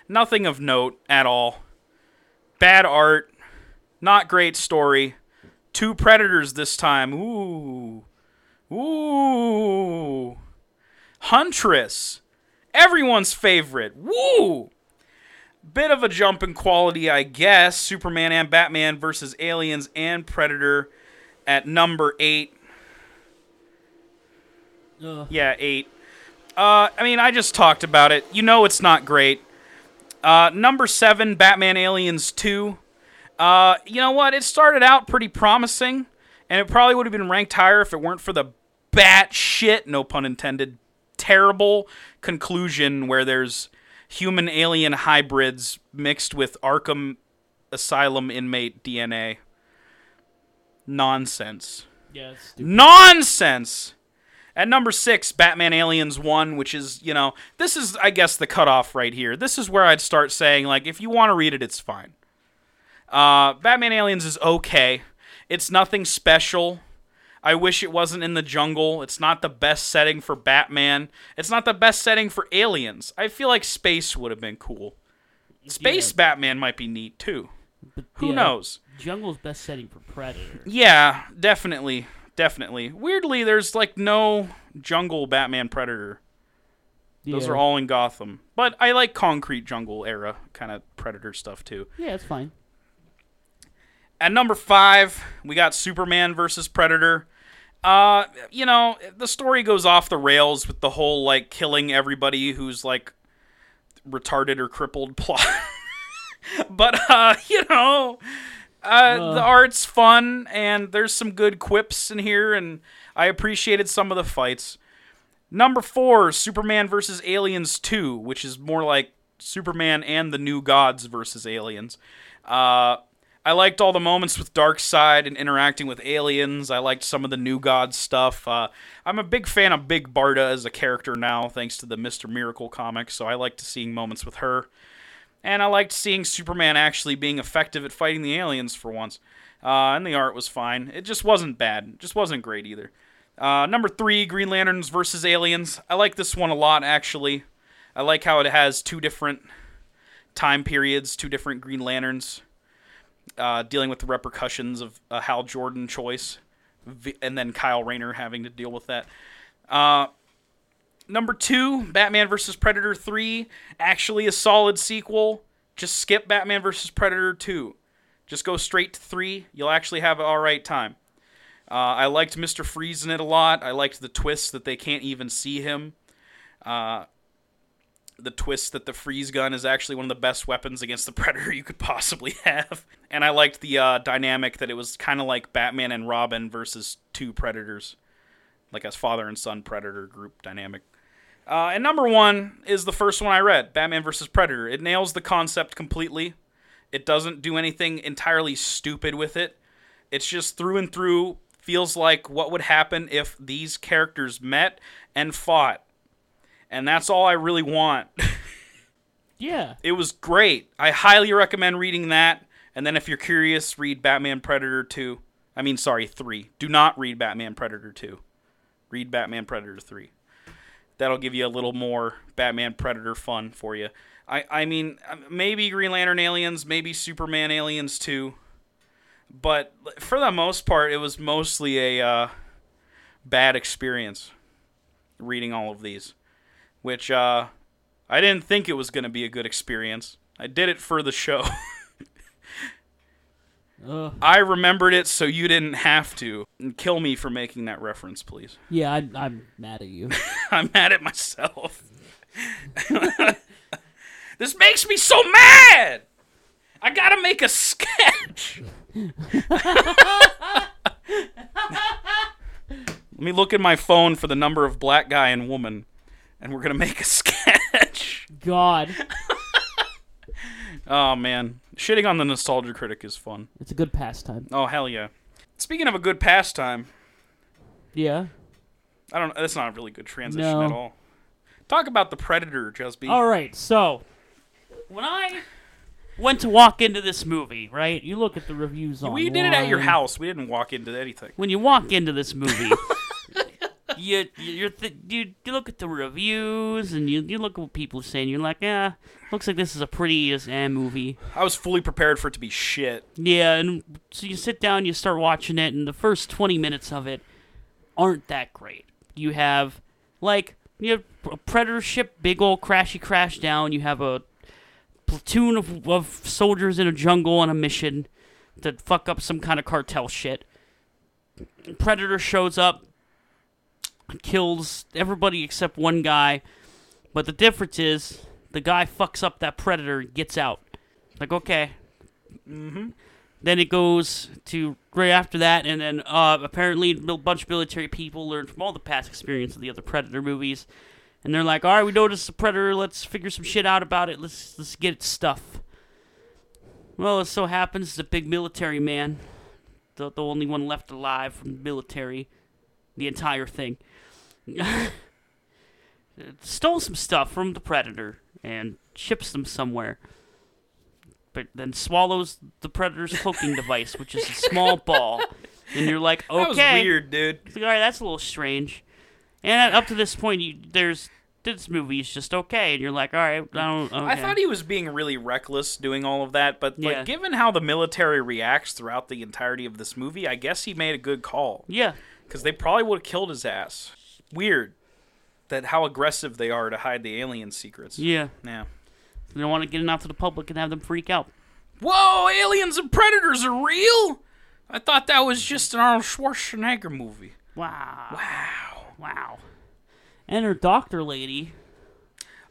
S2: nothing of note at all. Bad art, not great story. Two predators this time. Ooh, ooh, Huntress, everyone's favorite. Woo. Bit of a jump in quality, I guess. Superman and Batman versus Aliens and Predator at number eight.
S3: Ugh.
S2: Yeah, eight. Uh, I mean, I just talked about it. You know, it's not great. Uh, number seven, Batman Aliens Two. Uh, you know what? It started out pretty promising, and it probably would have been ranked higher if it weren't for the bat shit, no pun intended, terrible conclusion where there's human alien hybrids mixed with Arkham asylum inmate DNA. Nonsense.
S3: Yeah, it's stupid.
S2: Nonsense. At number six, Batman Aliens 1, which is, you know, this is, I guess, the cutoff right here. This is where I'd start saying, like, if you want to read it, it's fine. Uh, Batman Aliens is okay. It's nothing special. I wish it wasn't in the jungle. It's not the best setting for Batman. It's not the best setting for aliens. I feel like space would have been cool. Space Batman might be neat too.
S3: But,
S2: Who
S3: yeah,
S2: knows?
S3: Jungle's best setting for Predator.
S2: Yeah, definitely. Definitely. Weirdly, there's like no jungle Batman Predator. Those
S3: Yeah.
S2: are all in Gotham. But I like concrete jungle era kind of Predator stuff too.
S3: Yeah, it's fine.
S2: At number five, we got Superman versus Predator. Uh, you know, the story goes off the rails with the whole like killing everybody who's like retarded or crippled (laughs) plot. but uh, (laughs) you know, uh, the art's fun and there's some good quips in here, and I appreciated some of the fights. Number four, Superman versus Aliens 2, which is more like Superman and the New Gods versus Aliens. Uh, I liked all the moments with Darkseid and interacting with aliens. I liked some of the New Gods stuff. Uh, I'm a big fan of Big Barda as a character now, thanks to the Mr. Miracle comics, so I liked seeing moments with her. And I liked seeing Superman actually being effective at fighting the aliens for once. Uh, and the art was fine. It just wasn't bad. It just wasn't great either. Uh, number three, Green Lanterns versus Aliens. I like this one a lot, actually. I like how it has two different time periods, two different Green Lanterns, uh, dealing with the repercussions of a Hal Jordan choice, v- and then Kyle Rayner having to deal with that. Uh, number two, Batman versus Predator 3, actually a solid sequel. Just skip Batman versus Predator 2. Just go straight to 3. You'll actually have an alright time. Uh, I liked Mr. Freeze in it a lot. I liked the twist that they can't even see him. Uh, the twist that the freeze gun is actually one of the best weapons against the (laughs) predator you could possibly have. And I liked the uh, dynamic that it was kind of like Batman and Robin versus two predators, like a father and son predator group dynamic. Uh, and number one is the first one I read, Batman versus Predator. It nails the concept completely. It doesn't do anything entirely stupid with it it's just through and through feels like what would happen if these characters met and fought and that's all i really want
S3: Yeah.
S2: it was great i highly recommend reading that and then if you're curious read batman predator 2 i mean sorry 3 do not read batman predator 2 read batman predator 3 that'll give you a little more batman predator fun for you i, I mean um, maybe green lantern aliens maybe superman aliens 2 but for the most part, it was mostly a uh, bad experience reading all of these, which uh, I didn't think it was going to be a good experience. I did it for the show. (laughs)
S3: Uh,
S2: I remembered it so you didn't have to. And kill me for making that reference, please. (laughs)
S3: yeah, I'm, I'm mad at you.
S2: I'm mad at myself. (laughs) this makes me so mad. I gotta make a sketch. (laughs) Let me look at my phone for the number of black guy and woman, and we're gonna make a (laughs) sketch.
S3: (laughs) God,
S2: Oh man, shitting on the nostalgia critic is fun.
S3: it's a good pastime.
S2: Oh hell yeah. Speaking of a good pastime,
S3: Yeah.
S2: I don't. That's not a really good transition
S3: No.
S2: at all. Talk about the predator, Jusby.
S3: All right. So
S1: When I went to walk into this movie, right?
S3: you look at the reviews on.
S2: We did it at your house. We didn't walk into anything.
S1: When you walk into
S3: (laughs)
S1: this movie, you you're th- you, you look at the reviews and you, you look at what people are saying. You're like, eh, looks like this is a pretty just eh movie.
S2: I was fully prepared for it to be shit.
S1: Yeah, and so you sit down, you start watching it, and the first 20 minutes of it aren't that great. You have, like, you have a predator ship, big old crashy crash down. You have a platoon of, of soldiers in a jungle on a mission to fuck up some kind of cartel shit. Predator shows up, kills everybody except one guy, but the difference is the guy fucks up that predator and gets out. Like, okay, then it goes to right after that, and then uh, apparently a bunch of military people learned from all the past experience of the other Predator movies, and they're like, "All right, we noticed the Predator. Let's figure some shit out about it. Let's let's get its stuff." Well, it so happens the big military man, the the only one left alive from the military, the entire thing, (laughs) stole some stuff from the Predator and ships them somewhere
S2: (laughs)
S1: but then swallows the predator's cloaking device, which is a small ball, and you're like, okay,
S2: That was weird, dude.
S1: It's like, all right, that's a little strange. And up to this point, you, there's this movie is just okay, and you're like, all right, I don't. Okay.
S2: I thought he was being really reckless doing all of that, but
S1: Yeah.
S2: like given how the military reacts throughout the entirety of this movie, I guess he made a good call
S1: yeah,
S2: because they probably would have killed his ass. Weird that how aggressive they are to hide the alien secrets.
S1: yeah.
S2: Yeah.
S1: They don't want to get it out to the public and have them freak out.
S2: Whoa, aliens and predators are real? I thought that was just an Arnold Schwarzenegger movie.
S1: Wow. Wow. Wow. And her doctor lady,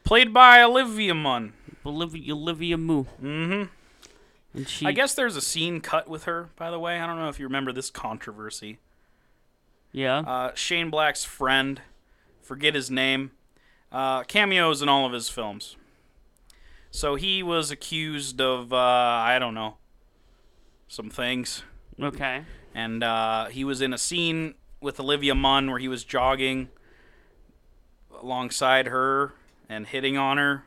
S2: Played by Olivia Munn.
S1: Olivia, Olivia Moo. Mm-hmm. And she,
S2: Mm-hmm. I guess there's a scene cut with her, by the way. I don't know if you remember this controversy.
S1: yeah,
S2: Uh, Shane Black's friend, forget his name, uh, cameos in all of his films. So he was accused of, uh, I don't know, some things.
S1: okay,
S2: and uh, he was in a scene with Olivia Munn where he was jogging alongside her and hitting on her,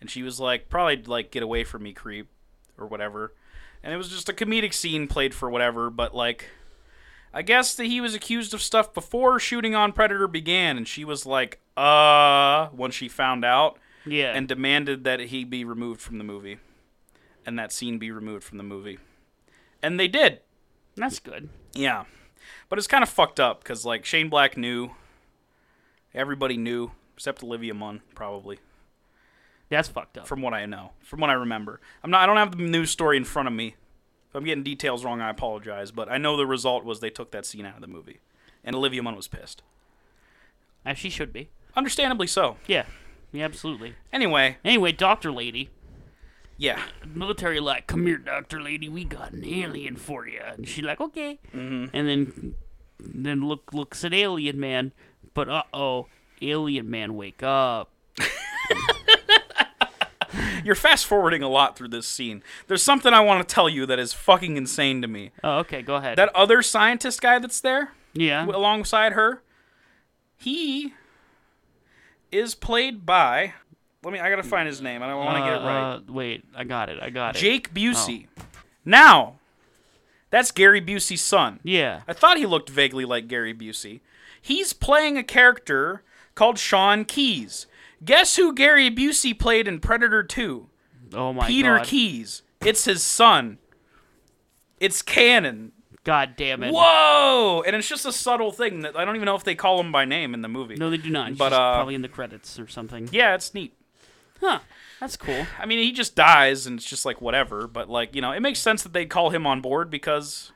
S2: and she was like, "Probably like get away from me, creep," or whatever. And it was just a comedic scene played for whatever, but like, I guess that he was accused of stuff before shooting on Predator began, and she was like, "Uh," when she found out,
S1: yeah,
S2: and demanded that he be removed from the movie, and that scene be removed from the movie, and they did.
S1: that's good.
S2: Yeah, but it's kind of fucked up because like Shane Black knew, everybody knew except Olivia Munn probably.
S1: That's fucked up.
S2: From what I know, from what I remember, I'm not. I don't have the news story in front of me. If I'm getting details wrong, I apologize. But I know the result was they took that scene out of the movie, and Olivia Munn was pissed.
S1: As she should be.
S2: Understandably so.
S1: Yeah, yeah, absolutely.
S2: Anyway,
S1: Anyway, doctor lady,
S2: yeah,
S1: military like, come here, doctor lady, we got an alien for you. And she like, okay.
S2: Mm-hmm.
S1: And then then look looks at alien man, but uh oh, alien man, wake up.
S2: you're fast forwarding a lot through this scene. There's something I want to tell you that is fucking insane to me.
S1: Oh, okay, go ahead.
S2: That other scientist guy that's there,
S1: yeah,
S2: w- alongside her. He is played by. Let me. I gotta find his name. I don't want to get it right.
S1: Uh, oh. wait, I got it, I got it.
S2: Jake Busey. Now, that's Gary Busey's son.
S1: Yeah,
S2: I thought he looked vaguely like Gary Busey. He's playing a character called Sean Keys. Guess who Gary Busey played in Predator 2?
S1: oh my
S2: Peter
S1: god,
S2: Keys. It's his son. It's canon.
S1: god damn it.
S2: Whoa! And it's just a subtle thing that I don't even know if they call him by name in the movie.
S1: No, they do not. It's
S2: But,
S1: just
S2: uh,
S1: probably in the credits or something.
S2: Yeah, it's neat.
S1: Huh. That's
S2: (sighs)
S1: cool.
S2: I mean, he just dies, and it's just like whatever. But like, you know, it makes sense that they'd call him on board because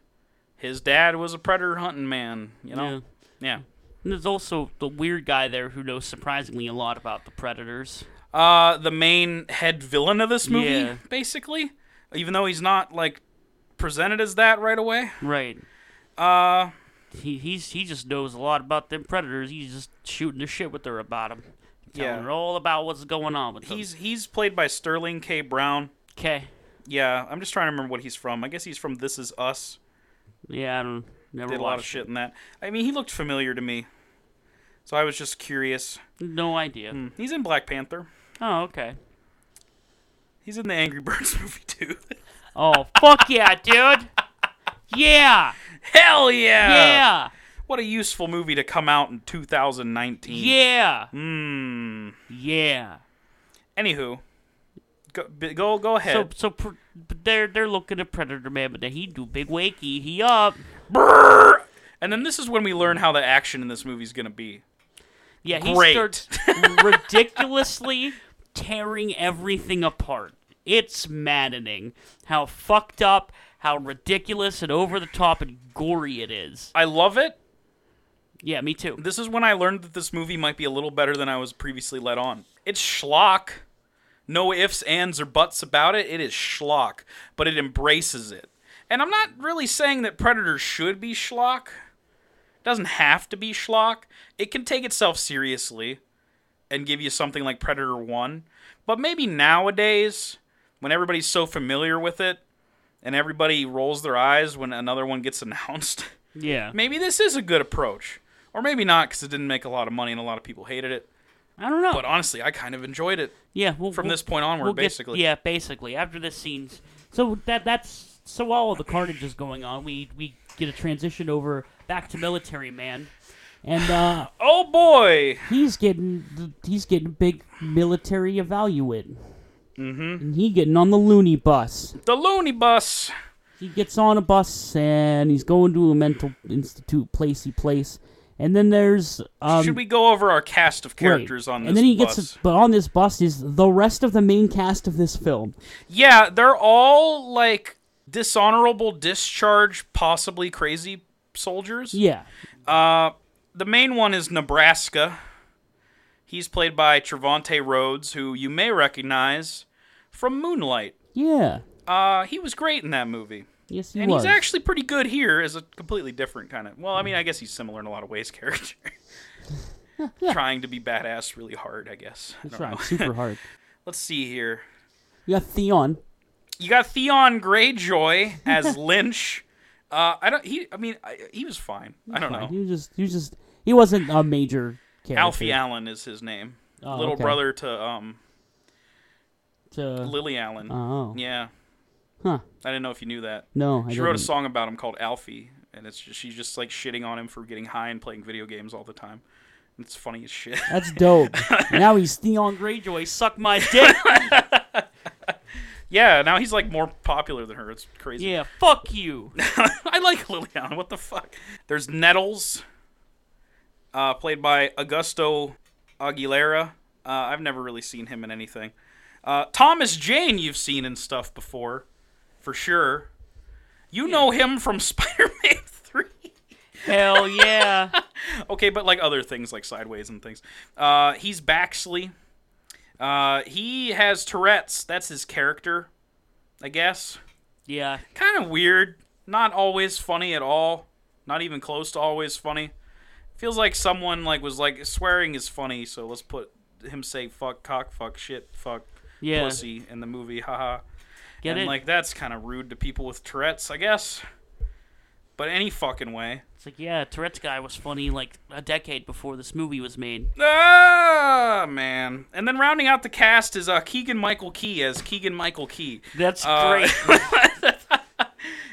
S2: his dad was a predator hunting man. You know, yeah.
S1: And there's also the weird guy there who knows surprisingly a lot about the predators.
S2: Uh, the main head villain of this movie,
S1: Yeah.
S2: basically, even though he's not like presented as that right away.
S1: Right.
S2: Uh,
S1: He he's he just knows a lot about them predators. He's just shooting the shit with her about them. Telling
S2: Yeah.
S1: her all about what's going on with them.
S2: he's he's played by Sterling K. Brown.
S1: okay.
S2: Yeah, I'm just trying to remember what he's from. I guess he's from This Is Us.
S1: Yeah, I don't never
S2: Did a
S1: watched
S2: lot of shit in that. I mean, he looked familiar to me, so I was just curious.
S1: it. No idea.
S2: He's in Black Panther.
S1: Oh, okay.
S2: He's in the Angry (laughs) Birds movie too.
S1: Oh fuck yeah, dude. Yeah.
S2: Hell (laughs) yeah!
S1: Yeah.
S2: What a useful movie to come out in 2019.
S1: Yeah.
S2: Mm.
S1: Yeah.
S2: Anywho, go b- go go
S1: So
S2: ahead.
S1: so pr- but they're they're looking at predator man, but then he do big wakey. He up.
S2: Brrr! And then this is when we learn how the action in this movie is gonna be.
S1: Yeah, he
S2: Great. (laughs)
S1: starts ridiculously tearing everything apart. It's maddening how fucked up, how ridiculous and over the top and gory it is.
S2: I love it.
S1: Yeah, me too.
S2: This is when I learned that this movie might be a little better than I was previously led on. It's schlock. No ifs, ands, or buts about it. It is schlock, but it embraces it. And I'm not really saying that Predator should be schlock. It doesn't have to be schlock. It can take itself seriously and give you something like Predator 1. But maybe nowadays, when everybody's so familiar with it and everybody rolls their eyes when another one gets (laughs) announced.
S1: Yeah.
S2: maybe this is a good approach. Or maybe not because it didn't make a lot of money and a lot of people hated it.
S1: I don't know.
S2: But honestly, I kind of enjoyed it
S1: yeah, we'll,
S2: from
S1: we'll-
S2: this point onward,
S1: we'll get-
S2: basically.
S1: yeah, basically. After this scene's
S3: So that that's so all of the carnage is going on. We we
S1: get a transition over back to military man, and uh,
S2: Oh boy.
S1: he's getting he's getting big military evaluate. Mm-hmm. And he getting on the loony bus.
S2: The loony bus.
S1: He gets on a bus and he's going to a mental institute, placey place. And then there's um,
S2: Should we go over our cast of
S1: wait.
S2: characters on this
S1: and then he
S2: bus?
S1: gets but on this bus is the rest of the main cast of this film.
S2: Yeah, they're all like dishonorable discharge, possibly crazy soldiers.
S1: Yeah,
S2: Uh, the main one is Nebraska. He's played by Trevante Rhodes, who you may recognize from Moonlight.
S1: yeah,
S2: Uh, he was great in that movie.
S1: yes, he
S2: and
S1: was.
S2: he's actually pretty good here as a completely different kind of. Well, I mean, I guess he's similar in a lot of ways, (laughs) character. Trying to be badass really hard, I guess. I
S1: He's
S2: don't know.
S1: trying super hard.
S2: Let's see here.
S1: You got Theon.
S2: You got Theon Greyjoy
S1: (laughs)
S2: as Lynch. Uh, I don't. He. I mean, I, he was fine. I don't
S1: Fine,
S2: know.
S1: He was just he was just he wasn't a major character.
S2: Alfie Allen is his name.
S1: Oh,
S2: Little
S1: okay.
S2: brother to um
S1: To,
S2: Lily Allen.
S1: oh,
S2: Yeah.
S1: Huh.
S2: I didn't know if you knew that.
S1: no, I
S2: She wrote a
S1: didn't.
S2: song about him called Alfie, and it's just, she's just like shitting on him for getting high and playing video games all the time. It's funny
S1: (laughs)
S2: as shit. (laughs)
S1: That's dope. now he's Theon Greyjoy. Suck my
S2: (laughs)
S1: dick.
S2: yeah. Now he's like more popular than her. It's crazy.
S5: Yeah, fuck you.
S2: (laughs) I like Lily Allen. What the fuck? There's Nettles, uh, played by Augusto Aguilera. Uh, I've never really seen him in anything. Uh, Thomas Jane, you've seen in stuff before, for sure. You know him from (laughs) Spider Man 3.
S5: Hell yeah.
S2: Okay, but like other things like Sideways and things. Uh, he's Baxley. Uh, he has Tourette's. That's his character, I guess
S5: Yeah.
S2: kind of weird. Not always funny at all. Not even close to always funny. Feels like someone like was like swearing is funny, so let's put him say fuck, cock, fuck, shit, fuck,
S5: Yeah.
S2: pussy in the movie, haha.
S5: Get
S2: and
S5: it?
S2: like that's kind of rude to people with Tourette's, I guess. But any fucking way.
S5: It's like, yeah, Tourette's guy was funny like a decade before this movie was made.
S2: Ah man. And then rounding out the cast is uh, Keegan Michael Key as Keegan Michael Key.
S5: That's
S2: Uh, (laughs)
S5: great.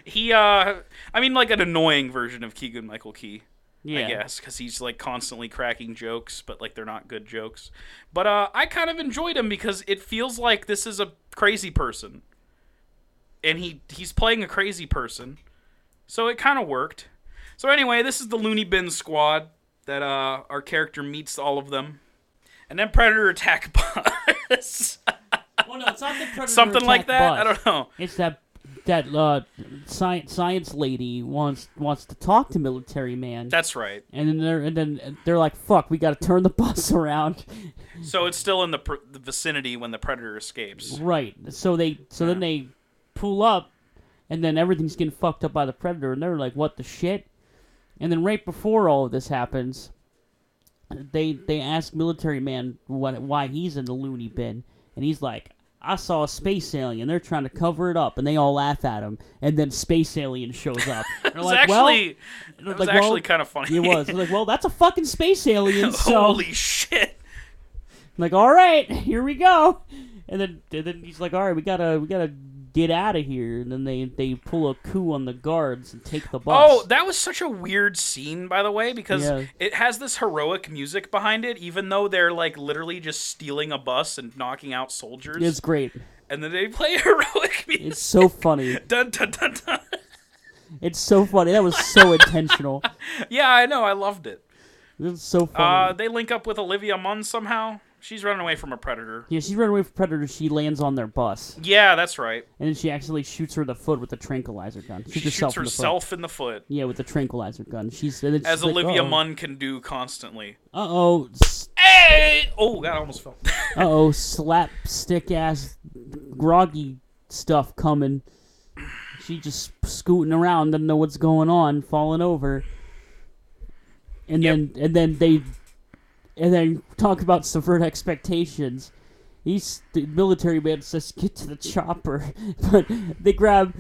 S2: he uh I mean like an annoying version of Keegan Michael Key.
S5: Yeah.
S2: I guess, because he's like constantly cracking jokes, but like they're not good jokes. But uh, I kind of enjoyed him because it feels like this is a crazy person, and he he's playing a crazy person, so it kind of worked. So anyway, this is the Looney Bin squad that uh, our character meets all of them, and then Predator attack (laughs) bus,
S1: Well, Oh, no, it's not the Predator
S2: something like
S1: attack
S2: that.
S1: bus.
S2: I don't know.
S1: It's that that uh, science science lady wants wants to talk to military man,
S2: That's right.
S1: and then they're and then they're like, "Fuck, we got to turn the (laughs) bus around."
S2: So it's still in the, pr- the vicinity when the Predator escapes.
S1: right. So they so then they pull up, and then everything's getting fucked up by the predator, and they're like, "What the shit?" And then right before all of this happens, they they ask military man what why he's in the loony bin, and he's like. I saw a space alien. They're trying to cover it up, and they all laugh at him. And then space alien shows
S2: (laughs)
S1: up. They're
S2: It was
S1: like, "Well,
S2: actually, it was
S1: like, well,
S2: actually kind of funny.
S1: It was like, well, that's a fucking space
S2: (laughs) Oh,
S1: alien. So,
S2: Holy shit!
S1: I'm like, all right, (laughs) here we go. And then, and then he's like, all right, we gotta, we gotta get out of here. And then they, they pull a coup on the guards and take the bus.
S2: Oh, that was such a weird scene, by the way, because
S1: Yeah.
S2: it has this heroic music behind it, even though they're like literally just stealing a bus and knocking out soldiers,
S1: it's great.
S2: and then they (laughs) play heroic music.
S1: It's so funny.
S2: Dun, dun, dun, dun.
S1: It's so funny. That was so intentional.
S2: Yeah, I know, I loved it.
S1: It's so funny.
S2: (laughs) Uh, they link up with Olivia Munn somehow. She's running away from a predator.
S1: yeah, she ran away from Predator. She lands on their bus,
S2: Yeah, that's right.
S1: and then she actually shoots her in the foot with a tranquilizer gun. Shoots
S2: She
S1: herself
S2: shoots
S1: in the
S2: herself in the foot,
S1: foot. Yeah, with a tranquilizer gun. She's and then she's
S2: as
S1: like, oh.
S2: Olivia
S1: uh-oh.
S2: Munn can do constantly.
S1: Uh oh.
S2: Hey! Oh, God, I
S1: (laughs)
S2: almost fell.
S1: uh oh, slapstick ass, groggy stuff coming. She just scooting around, doesn't know what's going on, falling over. And
S2: Yep.
S1: then and then they, and then talk about subvert expectations. He's the military man says get to the chopper, (laughs) but they grab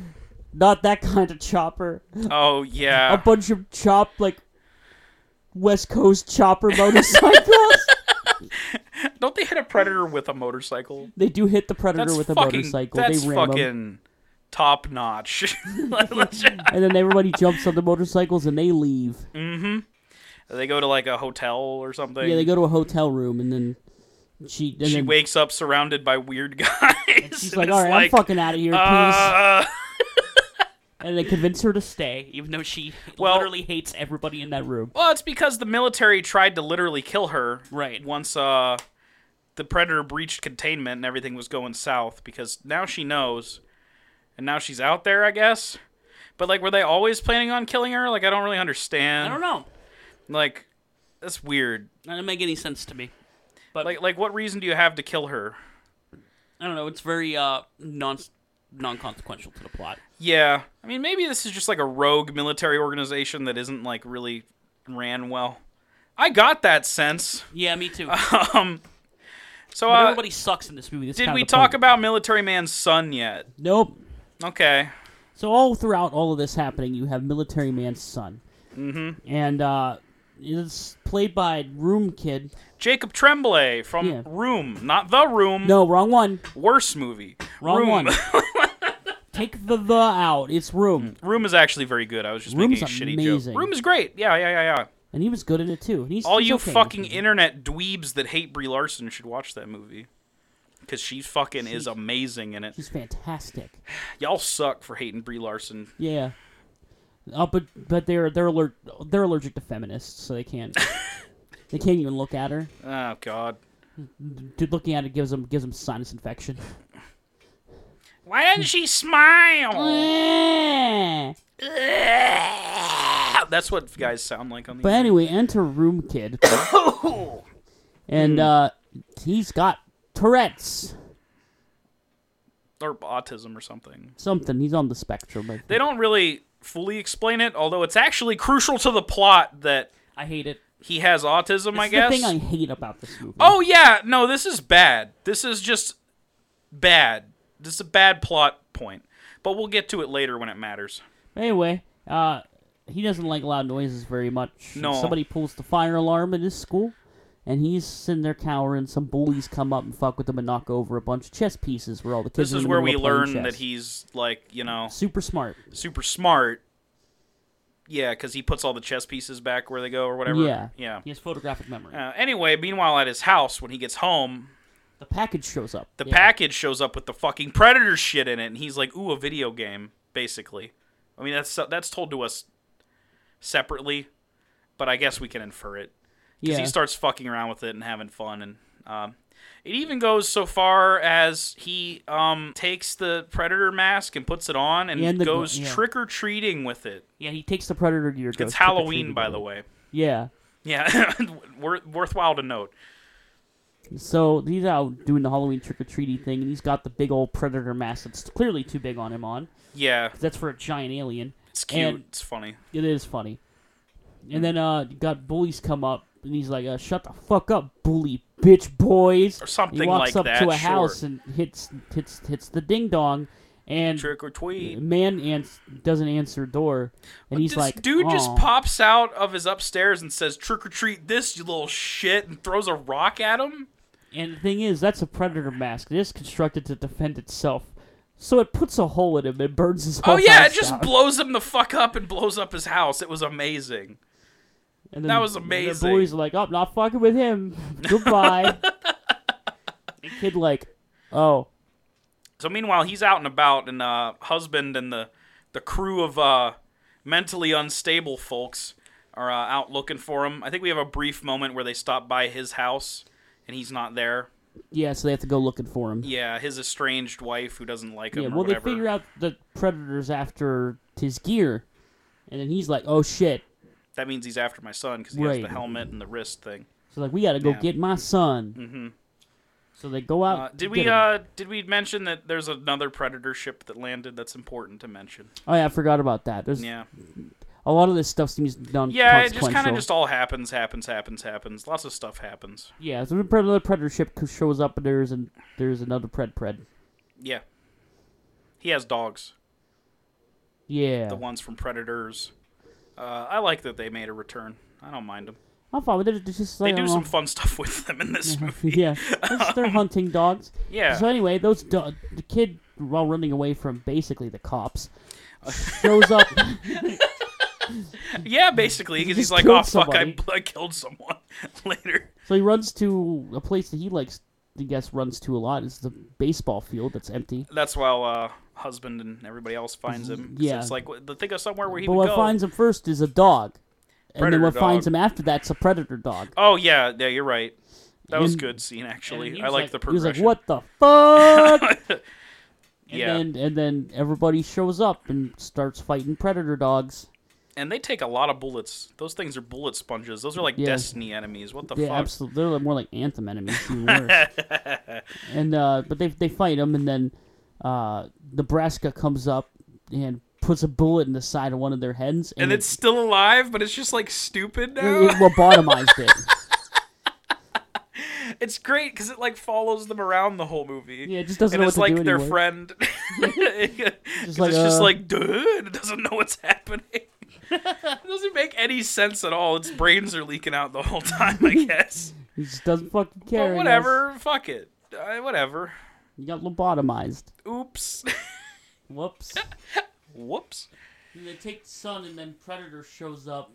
S1: not that kind of chopper,
S2: oh, yeah.
S1: a bunch of chop like West Coast
S2: (laughs)
S1: chopper motorcycles.
S2: Don't they hit a predator with a motorcycle?
S1: They do hit the predator
S2: That's
S1: with a
S2: fucking,
S1: motorcycle.
S2: That's
S1: they ram him.
S2: fucking top (laughs) notch.
S1: and then everybody jumps on the motorcycles and they leave.
S2: (laughs)
S6: Mm-hmm.
S2: they go to like a hotel or something.
S1: Yeah, they go to a hotel room and then she. And
S2: she
S1: then
S2: wakes up surrounded by weird (laughs) guys.
S1: She's
S2: and
S1: like,
S2: it's
S1: "All right, I'm fucking out of here, peace."
S2: uh,
S1: And they convince her to stay,
S6: even though she
S2: Well-
S6: literally
S1: hates everybody in that room.
S2: Well, it's because the military tried to literally kill her.
S6: Right.
S2: Once uh, the predator breached containment and everything was going south, because now she knows, and now she's out there, I guess. But like, were they always planning on killing her? Like, I don't really
S6: I
S2: understand.
S6: don't know.
S2: Like, that's weird.
S6: That doesn't make any sense to me. But
S2: Like, like, what reason do you have to kill her?
S6: I don't know. It's very uh non non consequential to the plot.
S2: Yeah, I mean, maybe this is just like a rogue military organization that isn't like really ran well. I got that sense. (laughs)
S6: Yeah, me too.
S1: Uh,
S2: um, so
S6: But
S2: uh,
S6: everybody sucks in this movie. That's
S2: Did
S6: kind of
S2: we
S6: the
S2: talk
S6: point.
S2: about Military Man's son yet?
S1: Nope.
S2: Okay.
S1: So all throughout all of this happening, you have military man's son, mm-hmm. and uh, it's played by Room Kid.
S2: Jacob Tremblay from
S1: Yeah.
S2: Room, not The Room.
S1: No, wrong one.
S2: Worse movie.
S1: Wrong
S2: Room.
S1: one. (laughs) Take the the out. It's Room,
S2: (laughs) Room is actually very good. I was just
S1: Room's
S2: making a shitty
S1: amazing.
S2: joke. Room is great. Yeah, yeah, yeah, yeah.
S1: and he was good in it too. And he's,
S2: All
S1: he's
S2: you
S1: okay in
S2: fucking
S1: it.
S2: internet dweebs that hate Brie Larson should watch that movie. Because she fucking is amazing in it.
S1: He's fantastic.
S2: Y'all suck for hating Brie Larson.
S1: Yeah. Uh, but but they're they're aller- they're allergic to feminists, so they
S2: (laughs)
S1: can't they can't even look at her.
S2: Oh, God.
S1: Dude, looking at it gives them gives them sinus infection. (laughs)
S2: Why doesn't she smile?
S1: but
S2: (laughs) That's what guys sound like on the
S1: anyway, enter Room
S2: (coughs)
S1: Kid, and
S2: Hmm.
S1: uh, he's got Tourette's
S2: or autism or something.
S1: something. He's on the spectrum. I
S2: they
S1: think.
S2: don't really fully explain it, although it's actually crucial to the plot that
S6: I hate it.
S2: he has autism, I
S1: That's
S2: guess.
S1: the thing I hate about this movie.
S2: oh yeah, no, this is bad. This is just bad. This is a bad plot point. But we'll get to it later when it matters.
S1: Anyway, uh, he doesn't like loud noises very much.
S2: No.
S1: Somebody pulls the fire alarm at his school, and he's sitting there cowering. Some bullies come up and fuck with him and knock over a bunch of chess pieces where all the kids.
S2: This
S1: are in
S2: is
S1: the
S2: where we
S1: middle of
S2: learn
S1: playing
S2: that
S1: chess.
S2: he's like, you know,
S1: super smart.
S2: super smart. Yeah, because he puts all the chess pieces back where they go or whatever.
S1: Yeah.
S2: Yeah.
S6: He has photographic memory.
S2: Uh, anyway, meanwhile, at his house, when he gets home,
S1: The package shows up.
S2: the
S1: Yeah.
S2: package shows up with the fucking predator shit in it and he's like ooh a video game basically i mean that's that's told to us separately but i guess we can infer it because
S1: Yeah.
S2: he starts fucking around with it and having fun and um, it even goes so far as he um, takes the predator mask and puts it on and,
S1: Yeah, and the-
S2: goes
S1: yeah.
S2: trick-or-treating with it
S1: Yeah, he takes the predator gear. goes
S2: it's halloween by the
S1: trick-or-treating.
S2: way
S1: Yeah.
S2: yeah (laughs) worth, worthwhile to note
S1: So he's out doing the Halloween trick or treating thing, and he's got the big old predator mask that's clearly too big on him on.
S2: yeah
S1: That's for a giant alien.
S2: it's cute
S1: And-
S2: it's funny
S1: It is funny.
S2: Hmm.
S1: And then uh got bullies come up and he's like, uh, "Shut the fuck up, bully bitch boys."
S2: Or something
S1: He walks
S2: like
S1: up
S2: that,
S1: to a
S2: sure.
S1: house and hits hits hits the ding dong, and
S2: trick-or-tweet
S1: man ans- doesn't answer door, and he's
S2: this
S1: like,
S2: dude just
S1: "Aw."
S2: pops out of his upstairs and says, "Trick or treat this, you little shit," and throws a rock at him.
S1: And the thing is, that's a predator mask. It is constructed to defend itself, so it puts a hole in him and burns his.
S2: Oh
S1: whole
S2: yeah, it
S1: house
S2: just
S1: down.
S2: blows him the fuck up and blows up his house. It was amazing.
S1: And then
S2: that was
S1: The
S2: amazing.
S1: boys are like, "Oh, I'm not fucking with
S2: (laughs)
S1: him. Goodbye." the kid like, "Oh."
S2: So meanwhile, he's out and about, and uh, husband and the the crew of uh, mentally unstable folks are uh, out looking for him. I think we have a brief moment where they stop by his house, and he's not there.
S1: Yeah, so they have to go looking for him.
S2: Yeah, his estranged wife who doesn't like him.
S1: Yeah,
S2: or
S1: well, they
S2: whatever.
S1: figure out the predators after his gear, and then he's like, "Oh shit!"
S2: that means he's after my son because he has
S1: Right.
S2: the helmet and the wrist thing.
S1: So like, we gotta go
S2: Yeah.
S1: get my son. Mm-hmm. So they go out.
S2: Uh,
S1: to
S2: did we
S1: get him.
S2: uh, did we mention that there's another predator ship that landed? That's important to mention.
S1: oh yeah, I forgot about that. There's
S2: Yeah,
S1: a lot of this stuff seems non.
S2: yeah. It just kind of
S1: consequential.
S2: just all happens, happens, happens, happens. Lots of stuff happens.
S1: yeah. So the predator, predator ship co- shows up, and there's an there's another pred pred.
S2: Yeah, he has dogs.
S1: Yeah. Oh.
S2: The ones from Predators. Uh, I like that they made a return. I don't mind them.
S1: I'm fine with it. It's just
S2: They
S1: like, I
S2: do
S1: don't
S2: some
S1: know.
S2: fun stuff (laughs) with them in this
S1: Mm-hmm. (laughs)
S2: movie. (laughs)
S1: yeah, It's- they're hunting dogs.
S2: Yeah.
S1: So anyway, those do- the kid while running away from basically the
S2: (laughs)
S1: cops shows up.
S2: Yeah, basically, because he's
S1: just
S2: like,
S1: killed
S2: "Oh fuck, I,
S1: somebody."
S2: bl- (laughs) I killed someone." Later,
S1: so he runs to a place that he likes. I guess runs to a lot is the baseball field that's empty.
S2: that's how uh, husband and everybody else finds him. 'cause
S1: Yeah.
S2: it's like w- the think of somewhere where he
S1: But
S2: would
S1: what
S2: go.
S1: finds him first is a dog, and
S2: Predator
S1: then what
S2: dog.
S1: finds him after that's a predator dog.
S2: oh yeah, yeah, you're right. That was
S1: And-
S2: good scene
S7: and
S2: actually.
S7: he
S2: I
S7: was
S2: like
S7: like-
S2: the
S1: He was
S2: progression.
S1: like, "What the fuck?" And
S2: (laughs) Yeah,
S1: then and then everybody shows up and starts fighting predator dogs.
S2: and they take a lot of bullets. Those things are bullet sponges. Those are like
S1: Yeah.
S2: destiny enemies. What the
S1: Yeah,
S2: fuck?
S1: absolutely. They're like- more like anthem enemies.
S2: (laughs)
S1: even worse. and uh, but they they fight them, and then uh, Nebraska comes up and puts a bullet in the side of one of their heads,
S2: And it's still alive, but it's just like stupid
S1: it,
S2: now.
S1: it lobotomized
S2: (laughs)
S1: it. (laughs)
S2: It's great because it like follows them around the whole movie.
S1: Yeah, it just doesn't
S2: and
S1: know
S2: it's
S1: what to do
S2: like their
S1: anymore. (laughs)
S2: friend. (laughs) 'Cause
S1: like,
S2: it's just
S1: uh,
S2: like, dude, it doesn't know what's (laughs) happening. it doesn't make any sense at all. Its brains are leaking out the whole time,
S1: (laughs)
S2: I guess.
S1: He just doesn't fucking care. I
S2: but
S1: guess.
S2: whatever, fuck it. Uh, whatever.
S1: You got lobotomized.
S2: Oops. (laughs)
S7: Whoops.
S2: Whoops.
S1: they take the sun, and then Predator shows up.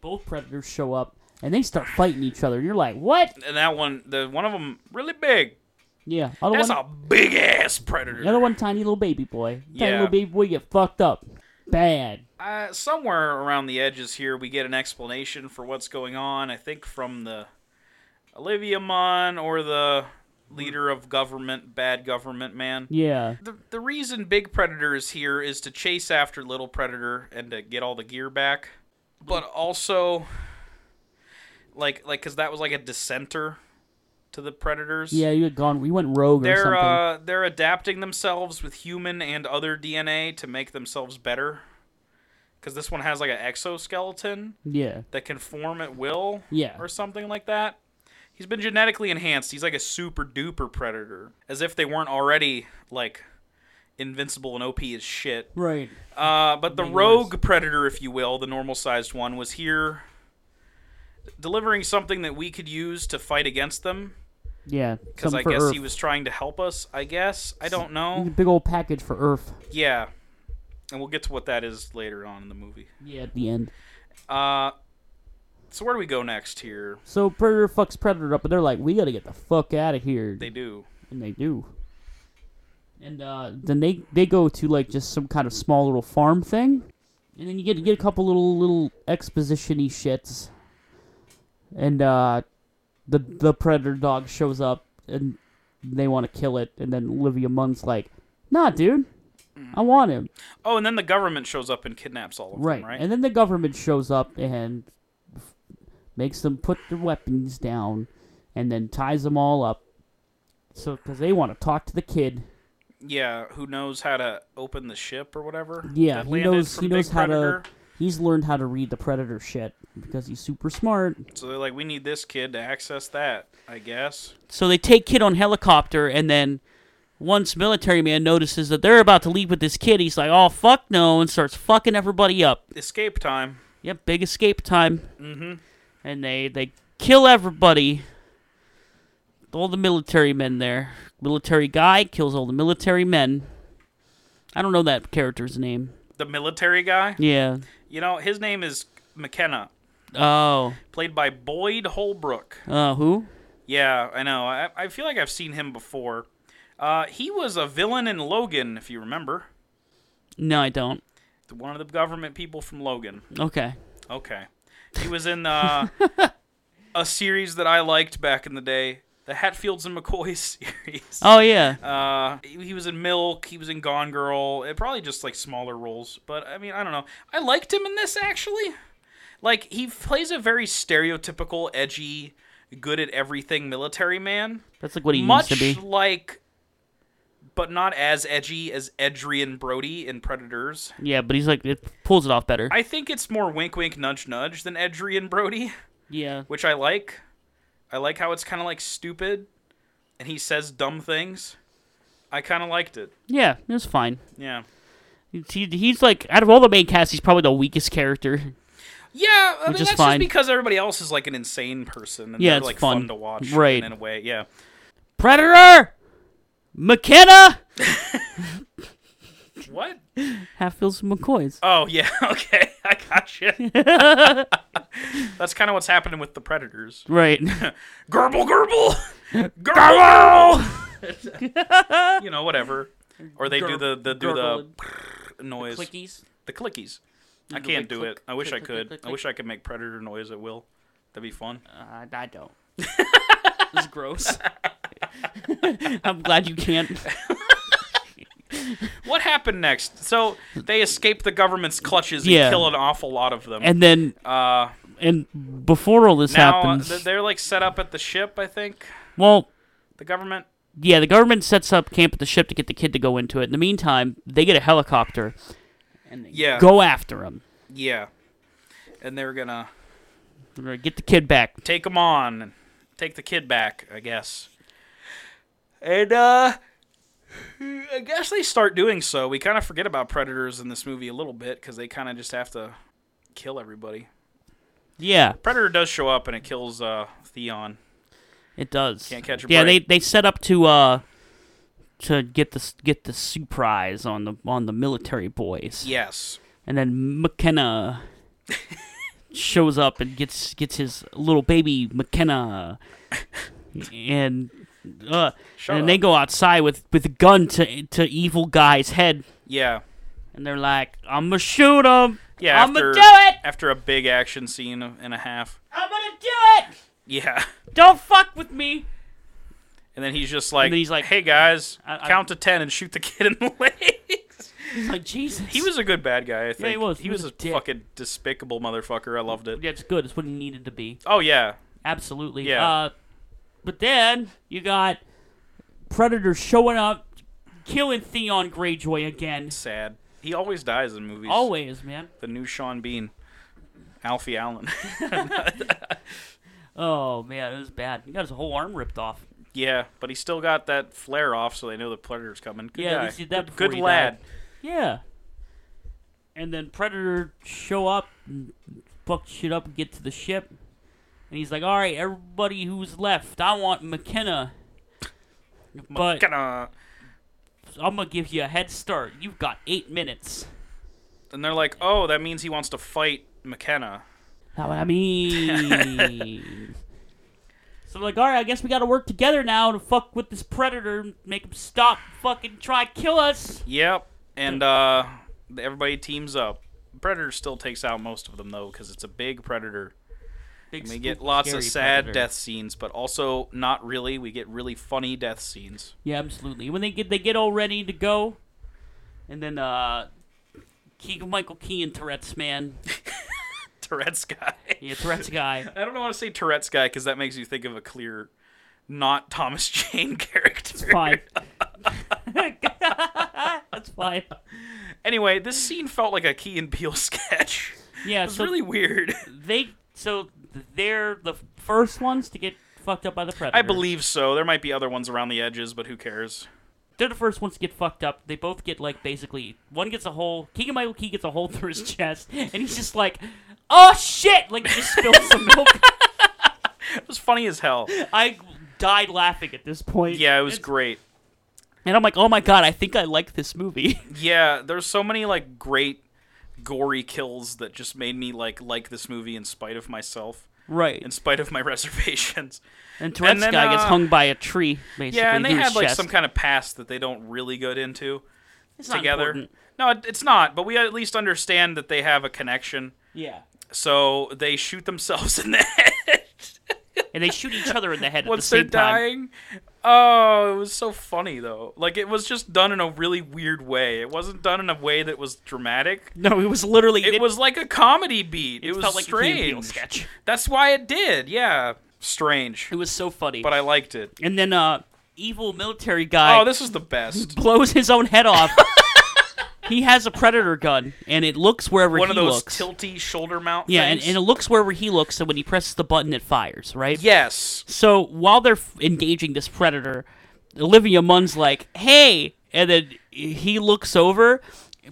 S1: Both Predators show up, and they start fighting each other. And you're like, what?
S2: And that one, the one of them, really big.
S1: Yeah. Other
S2: That's
S1: one,
S2: a big ass predator.
S1: The other one, tiny little baby boy. Tiny
S2: Yeah.
S1: little baby boy get fucked up. Bad.
S2: Uh, somewhere around the edges here, we get an explanation for what's going on. I think from the Olivia Munn or the leader of government, bad government man.
S1: Yeah.
S2: The, the reason Big Predator is here is to chase after Little Predator and to get all the gear back, but also, like, like because that was like a dissenter to the Predators.
S1: Yeah, you had gone. You went rogue or
S2: They're
S1: something.
S2: uh, they're adapting themselves with human and other DNA to make themselves better. Because this one has like an exoskeleton
S1: yeah.
S2: that can form at will,
S1: Yeah.
S2: or something like that. He's been genetically enhanced. He's like a super duper predator, as if they weren't already like invincible and OP as shit.
S1: Right.
S2: Uh, but the rogue predator, if you will, the normal sized one, was here delivering something that we could use to fight against them.
S1: Yeah.
S2: Because
S1: something
S2: I
S1: for
S2: guess
S1: Earth. Mm-hmm.
S2: he was trying to help us. I guess I don't
S1: It's a
S2: know.
S1: big old package for Earth.
S2: Yeah, and we'll get to what that is later on in the movie.
S1: Yeah, at the end.
S2: Uh, so where do we go next? Here
S1: So Predator fucks Predator up, and they're like, "We gotta get the fuck out of here,"
S2: they do.
S1: and they do. And uh, then they they go to like just some kind of small little farm thing, and then you get you get a couple little little exposition-y shits, and uh, the the Predator dog shows up, and they want to kill it, and then Olivia Munn's like, "Nah, dude, I want him."
S2: Oh, and then the government shows up and kidnaps all of
S1: Right.
S2: them, right?
S1: And then the government shows up and f- makes them put their weapons down and then ties them all up. So, because they want to talk to the kid.
S2: yeah, who knows how to open the ship or whatever?
S1: Yeah,
S2: that
S1: he
S2: landed
S1: knows,
S2: from
S1: he knows
S2: Big
S1: how
S2: Predator?
S1: to. He's learned how to read the predator shit because he's super smart.
S2: So they're like, we need this kid to access that. I guess.
S7: So they take kid on helicopter, and then once military man notices that they're about to leave with this kid, he's like, "Oh fuck no!" and starts fucking everybody up.
S2: Escape time.
S7: Yep, big escape time. Mm-hmm. And they they kill everybody. All the military men there. Military guy kills all the military men. I don't know that character's name.
S2: The military guy.
S7: Yeah.
S2: You know, his name is McKenna,
S7: Oh.
S2: played by Boyd Holbrook.
S7: Uh, who?
S2: Yeah, I know. I, I feel like I've seen him before. Uh, he was a villain in Logan, if you remember.
S7: No, I don't.
S2: The- One of the government people from Logan.
S7: Okay.
S2: Okay. He was in uh, a series that I liked back in the day the Hatfields and McCoy (laughs) series.
S7: Oh yeah.
S2: Uh, he he was in Milk. He was in Gone Girl. It probably just like smaller roles, but I mean, I don't know. I liked him in this actually. Like he plays a very stereotypical, edgy, good at everything military man.
S7: That's like what he
S2: much
S7: used to be.
S2: like but not as edgy as Edrian Brody in Predators.
S7: Yeah, but he's like it pulls it off better.
S2: I think it's more wink wink nudge nudge than Edrian Brody,
S7: yeah.
S2: which I like. I like how it's kind of like stupid and he says dumb things. I kind of liked it.
S7: Yeah, it was fine.
S2: Yeah.
S7: He, he's like out of all the main cast, he's probably the weakest character.
S2: Yeah, I
S1: Which
S2: mean,
S1: is
S2: that's
S1: fine.
S2: just because everybody else is like an insane person. And
S1: Yeah,
S2: they're,
S1: it's
S2: like
S1: fun.
S2: to watch.
S1: Right.
S2: In a way, yeah.
S1: Predator, McKenna,
S2: What?
S1: Hatfields and McCoys.
S2: Oh yeah. (laughs) Okay, I gotcha.
S1: (laughs)
S2: that's kind of what's happening with the predators.
S1: Right.
S7: (laughs)
S2: Gerbil, gerbil, (laughs) gerbil.
S1: (laughs)
S2: you know, whatever. Or they do the, the do the noise.
S1: (laughs) clickies.
S2: The clickies. I
S1: the
S2: can't
S1: big
S2: do
S1: click,
S2: it. I wish I
S1: click, click,
S2: could.
S1: click,
S2: I
S1: click.
S2: wish I could make predator noise at will. That'd be fun.
S1: Uh,
S7: (laughs)
S1: I don't. it's gross. I'm glad you can't.
S2: What happened next? So they escape the government's clutches and
S1: Yeah.
S2: kill an awful lot of them.
S1: And then,
S2: uh,
S1: and before all this
S2: now uh,
S1: happens,
S2: th- they're like set up at the ship. I think
S1: well,
S2: the government.
S1: yeah, the government sets up camp at the ship to get the kid to go into it. In the meantime, they get a helicopter, and they
S2: Yeah.
S1: go after him.
S2: Yeah, and they're gonna
S1: They're gonna get the kid back.
S2: take them on and take the kid back. I guess. And uh, I guess they start doing so. We kind of forget about predators in this movie a little bit because they kind of just have to kill everybody.
S1: Yeah,
S2: Predator does show up and it kills uh, Theon.
S1: it does.
S2: Can't catch a
S1: yeah,
S2: break.
S1: they they set up to uh to get the get the surprise on the on the military boys.
S2: Yes.
S1: and then
S2: (laughs)
S1: McKenna shows up and gets gets his little baby McKenna, and uh,
S2: Shut
S1: and
S2: up.
S1: they go outside with with a gun to to evil guy's head,
S2: Yeah.
S1: and they're like, "I'm gonna shoot him.
S2: Yeah.
S1: I'm
S2: after,
S1: gonna do it.
S2: After a big action scene and a half.
S1: I'm gonna do
S2: Yeah. (laughs)
S1: it. Don't fuck with me."
S2: And then he's just like,
S1: then he's like,
S2: hey guys,
S1: I- I-
S2: count to ten and shoot the (laughs) kid in the
S1: (laughs)
S2: legs.
S1: It's like Jesus.
S2: he was a good bad guy, I think.
S1: he was. He was
S2: a,
S1: a dick.
S2: fucking despicable motherfucker. I loved it.
S1: Yeah, it's good. It's what he needed to be.
S2: Oh, yeah.
S1: Absolutely.
S2: Yeah.
S1: Uh, but then you got Predator showing up, killing Theon Greyjoy again.
S2: Sad. He always dies in movies.
S1: Always, man.
S2: The new Sean Bean. Alfie Allen. (laughs)
S1: Oh man, it was bad. He got his whole arm ripped off.
S2: yeah, but he still got that flare off so they know the predator's coming. Good
S1: Yeah,
S2: guy.
S1: at least he did that
S2: good
S1: before
S2: good
S1: he
S2: lad.
S1: Yeah. And then Predator show up, and fuck shit up, and get to the ship. And he's like, "All right, everybody who's left, I want McKenna, but
S2: Gonna-
S1: I'm gonna give you a head start. You've got eight minutes."
S2: And they're like, oh, that means he wants to fight McKenna.
S1: Not what I mean. (laughs) so like, all right, I guess we got to work together now to fuck with this predator, and make him stop, fucking try to kill us.
S2: Yep. And uh, everybody teams up. Predator still takes out most of them though, because it's a big predator.
S1: Big
S2: And we
S1: spook-
S2: get lots
S1: scary
S2: of sad
S1: predator.
S2: death scenes, but also not really. We get really funny death scenes. (laughs)
S1: Yeah, absolutely. When they get they get all ready to go, and then uh, Keegan Michael Key and Tourette's man,
S2: Tourette's guy.
S1: yeah, Tourette's
S2: (laughs)
S1: guy.
S2: I don't want to say Tourette's guy because that makes you think of a clear, not Thomas (laughs) Jane character.
S1: Fine. (laughs) That's fine.
S2: Anyway, this scene felt like a Key and Peele (laughs) sketch.
S1: Yeah,
S2: It's
S1: so
S2: really weird.
S1: they so they're the first ones to get fucked up by the predator.
S2: I believe so. There might be other ones around the edges, but who cares?
S1: they're the first ones to get fucked up. They both get like basically one gets a hole. Keegan Michael Key gets a hole through
S2: (laughs)
S1: his chest, and he's just like, "Oh shit!" Like he just spills some
S2: (laughs)
S1: milk.
S2: It was funny as hell.
S1: I died laughing at this point.
S2: Yeah, it was
S1: It's-
S2: great.
S1: And I'm like, "Oh my god, I think I like this movie." (laughs)
S2: Yeah, there's so many like great gory kills that just made me like like this movie in spite of myself,
S1: Right.
S2: in spite of my (laughs) reservations.
S1: And Tourette's
S2: then,
S1: guy gets
S2: uh,
S1: hung by a tree, basically.
S2: Yeah, and they
S1: through his
S2: had like
S1: chest.
S2: some kind of past that they don't really get into
S1: It's not
S2: together.
S1: important.
S2: no, it, it's not, but we at least understand that they have a connection.
S1: Yeah.
S2: So they shoot themselves (laughs) in the head
S1: And they shoot each other in the head
S2: once
S1: at the
S2: they're
S1: same time.
S2: dying. Oh, it was so funny though. Like it was just done in a really weird way. It wasn't done in a way that was dramatic.
S1: No, it was literally.
S2: It, was like a comedy beat. It, was
S1: felt like a
S2: strange.
S1: Key and Peele sketch.
S2: That's why it did. Yeah, strange.
S1: It was so funny.
S2: But I liked it.
S1: and then, uh, evil military guy
S2: Oh, this is the best.
S1: blows his own head
S2: (laughs)
S1: off. he has a predator gun, and it looks wherever
S2: One
S1: he
S2: of those
S1: looks.
S2: tilty shoulder mount.
S1: yeah, and,
S2: things.
S1: and it looks wherever he looks, so when he presses the button, it fires, right?
S2: yes,
S1: So while they're f- engaging this predator, Olivia Munn's like, "Hey," and then he looks over,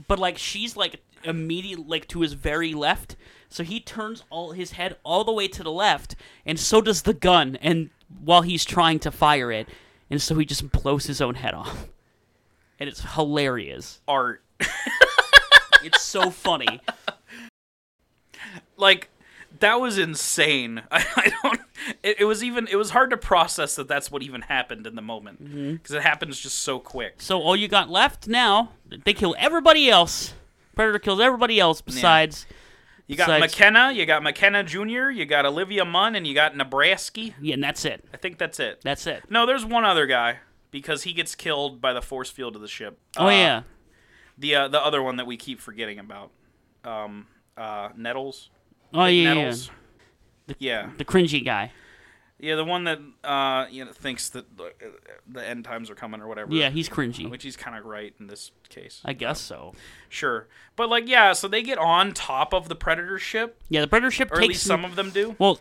S1: but like she's like immediately like to his very left, So he turns all his head all the way to the left, and so does the gun. And while he's trying to fire it, and so he just blows his own head off, and it's hilarious.
S2: Art. (laughs)
S1: It's so funny.
S2: like that was insane. (laughs) I, I don't. It, it was even. It was hard to process that that's what even happened in the moment because
S1: Mm-hmm.
S2: it happens just so quick.
S1: So all you got left now, they kill everybody else. Predator kills everybody else besides.
S2: You got
S1: Besides-
S2: McKenna. You got McKenna Jr. You got Olivia Munn, and you got Nebraska.
S1: Yeah, and that's it.
S2: I think that's it.
S1: That's it.
S2: No, there's one other guy because he gets killed by the force field of the ship.
S1: Oh
S2: Uh,
S1: yeah,
S2: the uh, the other one that we keep forgetting about, um, uh, Nettles.
S1: oh yeah, yeah.
S2: Nettles. Yeah,
S1: the cringy guy.
S2: yeah, the one that uh, you know thinks that the, uh, the end times are coming or whatever.
S1: Yeah, he's cringy.
S2: which he's kind of right in this case.
S1: I guess so.
S2: Sure, but like, yeah, so they get on top of the predator ship,
S1: Yeah, the predator ship
S2: or at
S1: takes
S2: least some of them do.
S1: Well,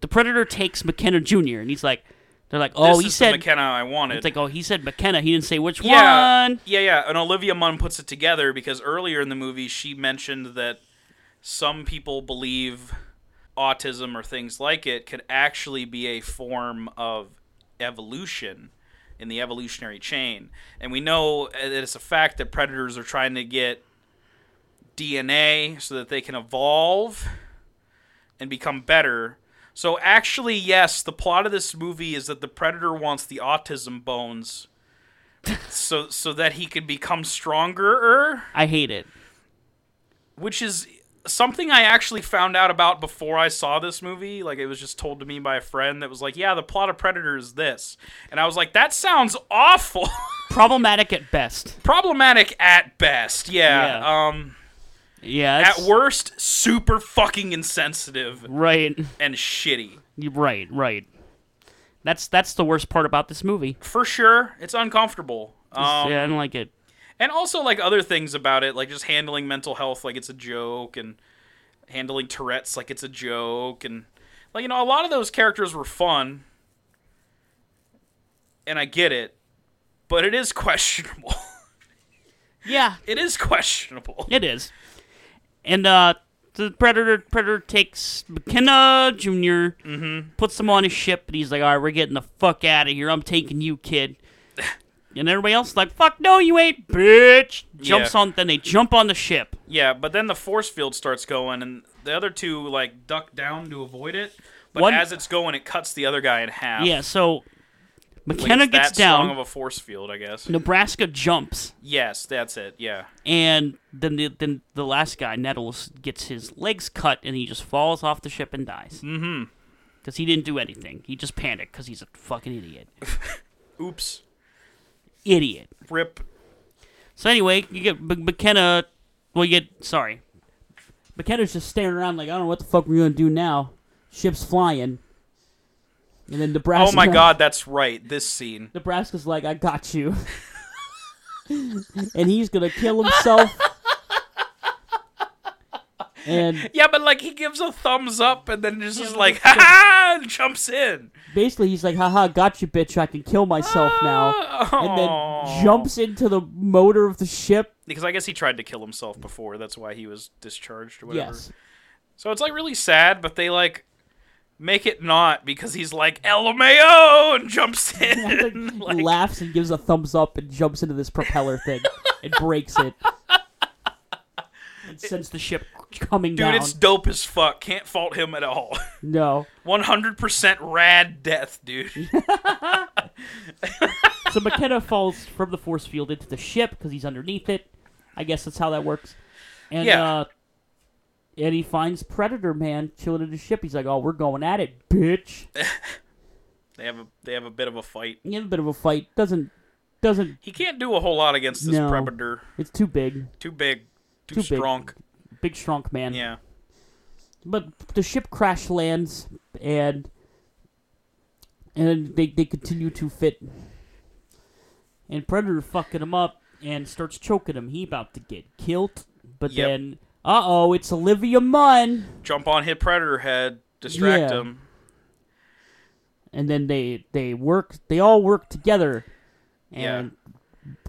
S1: the predator takes McKenna Jr. and he's like, they're like, oh,
S2: this
S1: he
S2: is
S1: said,
S2: the McKenna I wanted.
S1: it's like, oh, he said McKenna. He didn't say which
S2: yeah,
S1: one.
S2: yeah, yeah. And Olivia Munn puts it together because earlier in the movie she mentioned that some people believe autism or things like it could actually be a form of evolution in the evolutionary chain, and we know that it's a fact that predators are trying to get DNA so that they can evolve and become better. So actually, yes, the plot of this movie is that the predator wants the autism bones so so that he could become stronger,
S1: I hate it.
S2: which is something I actually found out about before I saw this movie. Like it was just told to me by a friend that was like, "Yeah, the plot of Predator is this," and I was like, "That sounds awful." (laughs)
S1: Problematic at best.
S2: Problematic at best, yeah. Um,
S1: Yeah.
S2: at
S1: that's-
S2: worst, super fucking insensitive
S1: Right.
S2: and shitty.
S1: Right. Right. That's that's the worst part about this movie.
S2: For sure, it's uncomfortable. Um,
S1: yeah, I don't like it.
S2: and also like other things about it like just handling mental health like it's a joke and handling tourette's like it's a joke and like you know a lot of those characters were fun and i get it but it is (laughs) questionable
S1: Yeah,
S2: it is questionable
S1: it is. And uh, the predator predator takes McKenna junior
S2: Mm-hmm.
S1: puts him on his ship, and he's like, "All right, we're getting the fuck out of here. I'm taking you, kid."
S2: (laughs)
S1: And everybody else is like, "Fuck no, you ain't, bitch!" Jumps
S2: Yeah.
S1: on. Then they jump on the ship.
S2: yeah but then the force field starts going and the other two like duck down to avoid it but
S1: One-
S2: as it's going it cuts the other guy in half
S1: Yeah. So
S2: Like,
S1: McKenna
S2: it's
S1: gets
S2: that
S1: down.
S2: strong of a force field i guess
S1: Nebraska jumps,
S2: yes that's it yeah
S1: and then the, then the last guy, Nettles, gets his legs cut, and he just falls off the ship and dies. Mm-hmm. Because he didn't do anything. He just panicked because he's a fucking idiot.
S2: oops
S1: idiot.
S2: rip
S1: So anyway, you get B- McKenna. Well, you get sorry.
S3: McKenna's just staring around like, I don't know what the fuck we're gonna do now. Ship's flying. And then Nebraska
S2: Oh my god, that's right. This scene.
S3: Nebraska's like, I got you. (laughs) and he's gonna kill himself. and
S2: Yeah, but like he gives a thumbs up and then just is like, ha ha, and jumps in.
S3: basically he's like, haha, got you bitch, I can kill myself now. And
S2: Aw.
S3: then jumps into the motor of the ship.
S2: Because I guess he tried to kill himself before. That's why he was discharged or whatever.
S3: Yes.
S2: So it's like really sad, but they like make it not because he's like LMAO
S3: (laughs)
S2: and jumps (laughs) in. like,
S3: laughs and gives a thumbs up and jumps into this propeller thing and breaks
S2: (laughs)
S3: it. and sends the ship coming
S2: dude,
S3: down.
S2: it's dope as fuck. Can't fault him at all. (laughs)
S3: No.
S2: 100% rad death,
S3: (laughs)
S2: dude.
S3: So McKenna falls from the force field into the ship because he's underneath it. I guess that's how that works. And
S2: Yeah.
S3: uh and he finds Predator Man chilling in the ship. He's like, "Oh, we're going at it, bitch."
S2: (laughs) they have a they have a bit of a fight.
S3: He has a bit of a fight. Doesn't doesn't.
S2: He can't do a whole lot against this
S3: No.
S2: predator.
S3: It's too big,
S2: Too big. Too,
S3: Too big.
S2: strong.
S3: big strong man.
S2: Yeah.
S3: But the ship crash lands, and and they they continue to fit. And Predator fucking him up and starts choking him. He about to get killed, but
S2: Yep.
S3: then uh oh, it's Olivia Munn.
S2: Jump on hit predator head, distract
S3: Yeah.
S2: him.
S3: and then they they work they all work together
S2: Yeah.
S3: and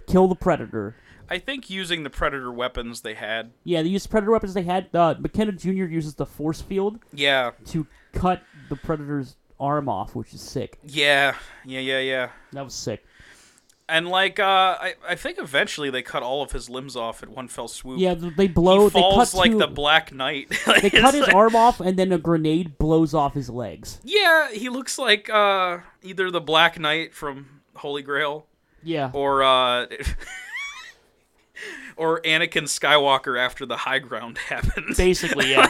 S3: kill the predator
S2: I think using the predator weapons they had.
S3: Yeah, they used predator weapons they had. Uh, McKenna Jr. uses the force field
S2: Yeah,
S3: to cut the predator's arm off, which is sick.
S2: yeah, yeah, yeah, yeah.
S3: That was sick.
S2: And like, uh, I I think eventually they cut all of his limbs off at one fell swoop.
S3: Yeah, th- they
S2: he
S3: blow. they
S2: falls
S3: cut
S2: like
S3: two-
S2: the Black Knight. (laughs)
S3: They
S1: (laughs)
S3: cut his arm off, and then a grenade blows off his legs.
S2: Yeah, he looks like uh, either the Black Knight from Holy Grail
S3: Yeah,
S2: or uh, (laughs) or Anakin Skywalker after the High Ground (laughs) happens.
S1: basically, yeah.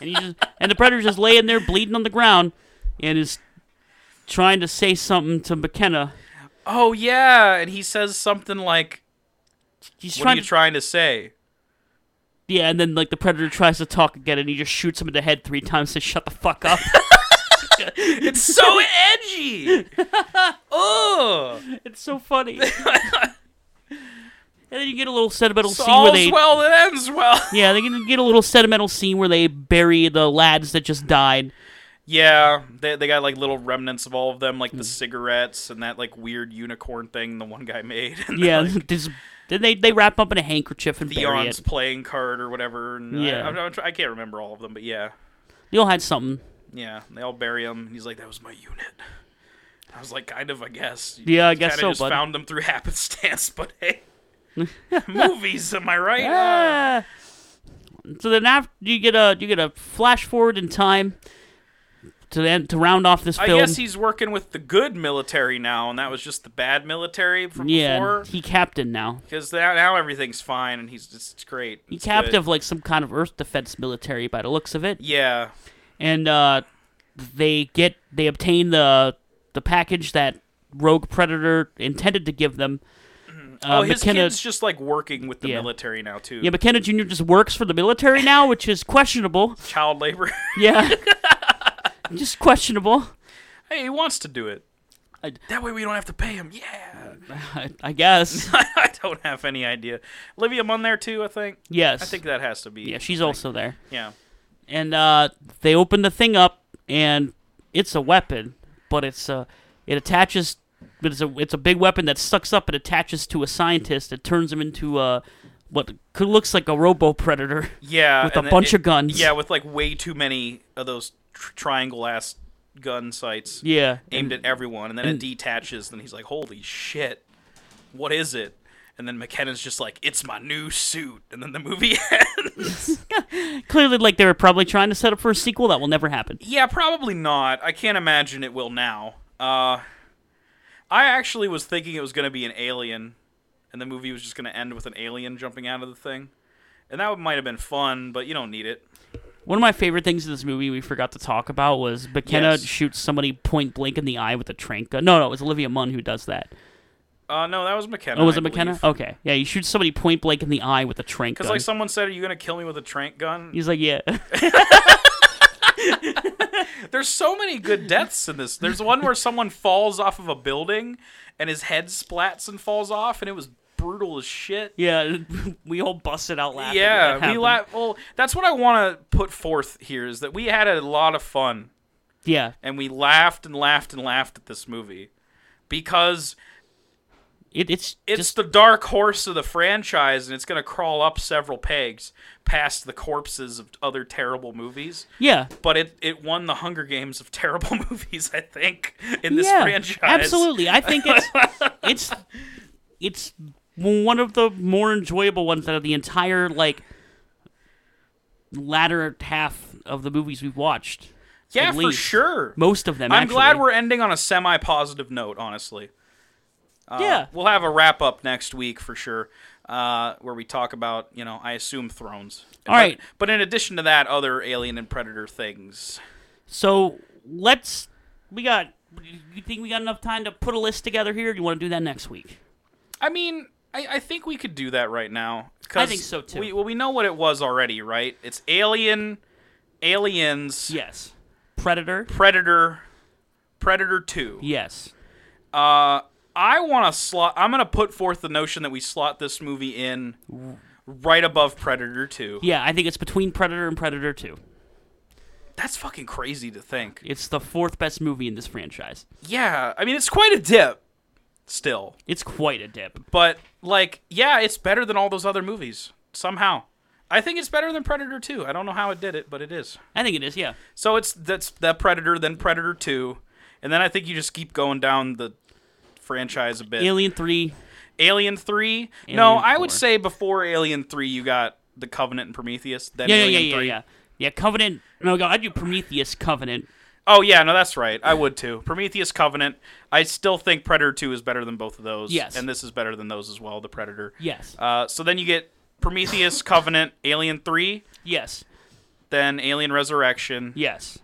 S1: and he just and the predator's just laying there bleeding on the ground, and is trying to say something to McKenna.
S2: oh yeah, and he says something like,
S1: He's
S2: "What are
S1: trying
S2: you
S1: to,
S2: trying to say?"
S1: yeah, and then like the predator tries to talk again, and he just shoots him in the head three times. Says, "Shut the fuck
S2: (laughs)
S1: up." (laughs)
S2: It's (laughs) so (laughs) edgy. Ugh.
S1: it's so funny.
S2: (laughs)
S1: and then you get a little sentimental
S2: So
S1: scene where
S2: all's
S1: they
S2: well that ends well. (laughs)
S1: yeah they get a little sentimental scene where they bury the lads that just died.
S2: Yeah, they they got like little remnants of all of them, like the cigarettes and that like weird unicorn thing the one guy (laughs) made. And
S1: Yeah, (laughs) this- then they they wrap up in a handkerchief and bury
S2: Theon's
S1: it.
S2: playing card or whatever. And
S1: Yeah.
S2: yeah, I, I'm, I'm, try- I can't remember all of them, but yeah,
S1: They all had something.
S2: yeah, they all bury him. And he's like, "That was my unit." I was like, "Kind of, I guess." You
S1: Yeah, I guess
S2: kinda
S1: so,
S2: Just
S1: bud.
S2: found them through (laughs) happenstance, but
S1: (laughs)
S2: hey, movies, am I right? Uh,
S1: Ah. So then after you get a you get a flash forward in time to then to round off this
S2: I
S1: film.
S2: guess he's working with the good military now, and that was just the bad military from
S1: yeah,
S2: before.
S1: he captain now.
S2: Because now, now everything's fine, and he's just it's great.
S1: He
S2: It's good.
S1: captive like some kind of Earth defense military by the looks of it,
S2: Yeah,
S1: and uh, they get they obtain the the package that Rogue Predator intended to give them. Uh,
S2: oh, his
S1: McKenna-
S2: kid's just like working with the
S1: Yeah.
S2: military now too.
S1: yeah, McKenna Jr. just works for the military now, which is questionable.
S2: Child labor. (laughs)
S1: (laughs) Yeah, just questionable.
S2: hey, he wants to do it.
S1: I-
S2: that way we don't have to pay him. Yeah.
S1: I, I guess.
S2: (laughs) I don't have any idea. Livia Munn there too. I think.
S1: Yes.
S2: I think that has to be.
S1: Yeah, she's also there.
S2: yeah.
S1: And uh, they open the thing up, and it's a weapon, but it's uh, it attaches. But it's a it's a big weapon that sucks up and attaches to a scientist. It turns him into a what could looks like a robo predator. (laughs)
S2: Yeah.
S1: With a
S2: and then
S1: bunch of guns.
S2: Yeah, with like way too many of those tr- triangle ass gun sights
S1: Yeah,
S2: aimed at everyone, and then it detaches. And he's like, "Holy shit, what is it?" And then McKenna's just like, "It's my new suit." And then the movie (laughs) ends.
S1: clearly, like they were probably trying to set up for a sequel that will never happen.
S2: Yeah, probably not. I can't imagine it will now. Uh, I actually was thinking it was going to be an alien, and the movie was just going to end with an alien jumping out of the thing. And that might have been fun, but you don't need it.
S1: One of my favorite things in this movie we forgot to talk about was McKenna
S2: Yes.
S1: shoots somebody point blank in the eye with a trank gun. No, no, it's Olivia Munn who does that.
S2: Uh, no, that was McKenna.
S1: Oh, was
S2: I
S1: it McKenna?
S2: believe.
S1: Okay, yeah, you shoot somebody point blank in the eye with a trank gun.
S2: Because like someone said, "Are you going to kill me with a trank gun?"
S1: He's like,
S2: (laughs)
S1: yeah. (laughs)
S2: There's so many good deaths in this. There's one where someone falls off of a building, and his head splats and falls off, and it was brutal as shit.
S1: Yeah, (laughs) we all busted out laughing. when that
S2: Yeah, we
S1: happened.
S2: la- well, that's what I want to put forth here is that we had a lot of fun
S1: Yeah,
S2: and we laughed and laughed and laughed at this movie because
S1: it, it's
S2: it's
S1: just
S2: the dark horse of the franchise and it's going to crawl up several pegs past the corpses of other terrible movies
S1: yeah,
S2: but it, it won the hunger games of (laughs) terrible movies i think in this
S1: yeah,
S2: franchise
S1: absolutely. I think it's
S2: (laughs)
S1: it's it's one of the more enjoyable ones out of the entire like latter half of the movies we've watched.
S2: yeah
S1: at
S2: for
S1: least.
S2: sure
S1: Most of them.
S2: i'm
S1: actually.
S2: glad we're ending on a semi-positive note honestly Uh,
S1: yeah.
S2: we'll have a wrap up next week for sure uh, where we talk about you know i assume thrones
S1: All right.
S2: but, but in addition to that other alien and predator things
S1: So let's. We got. You think we got enough time to put a list together here? Or do you want to do that next week?
S2: I mean, I, I think we could do that right now. 'cause
S1: I think so, too.
S2: We, well, we know what it was already, right? It's Alien, Aliens,
S1: Yes. Predator.
S2: Predator, Predator Two.
S1: Yes.
S2: Uh, I want to slot. I'm gonna put forth the notion that we slot this movie in right above Predator Two.
S1: Yeah, I think it's between Predator and Predator Two.
S2: That's fucking crazy to think.
S1: It's the fourth best movie in this franchise.
S2: Yeah, I mean it's quite a dip. still.
S1: It's quite a dip.
S2: But like, yeah, it's better than all those other movies somehow. I think it's better than Predator 2. I don't know how it did it, but it is.
S1: I think it is. Yeah.
S2: So it's that's that Predator, then Predator 2, and then I think you just keep going down the franchise a bit.
S1: Alien Three.
S2: Alien 3? no,
S1: Alien
S2: I would
S1: 4.
S2: say before Alien 3 you got The Covenant and Prometheus, then
S1: Yeah, yeah, yeah,
S2: Alien
S1: yeah,
S2: 3.
S1: yeah. Yeah, Covenant. No, God, I do Prometheus Covenant.
S2: Oh yeah, no, that's right. I would too. Prometheus Covenant. I still think Predator Two is better than both of those.
S1: Yes.
S2: and this is better than those as well. The Predator.
S1: Yes.
S2: Uh, so then you get Prometheus Covenant, Alien Three,
S1: yes.
S2: then Alien Resurrection,
S1: Yes.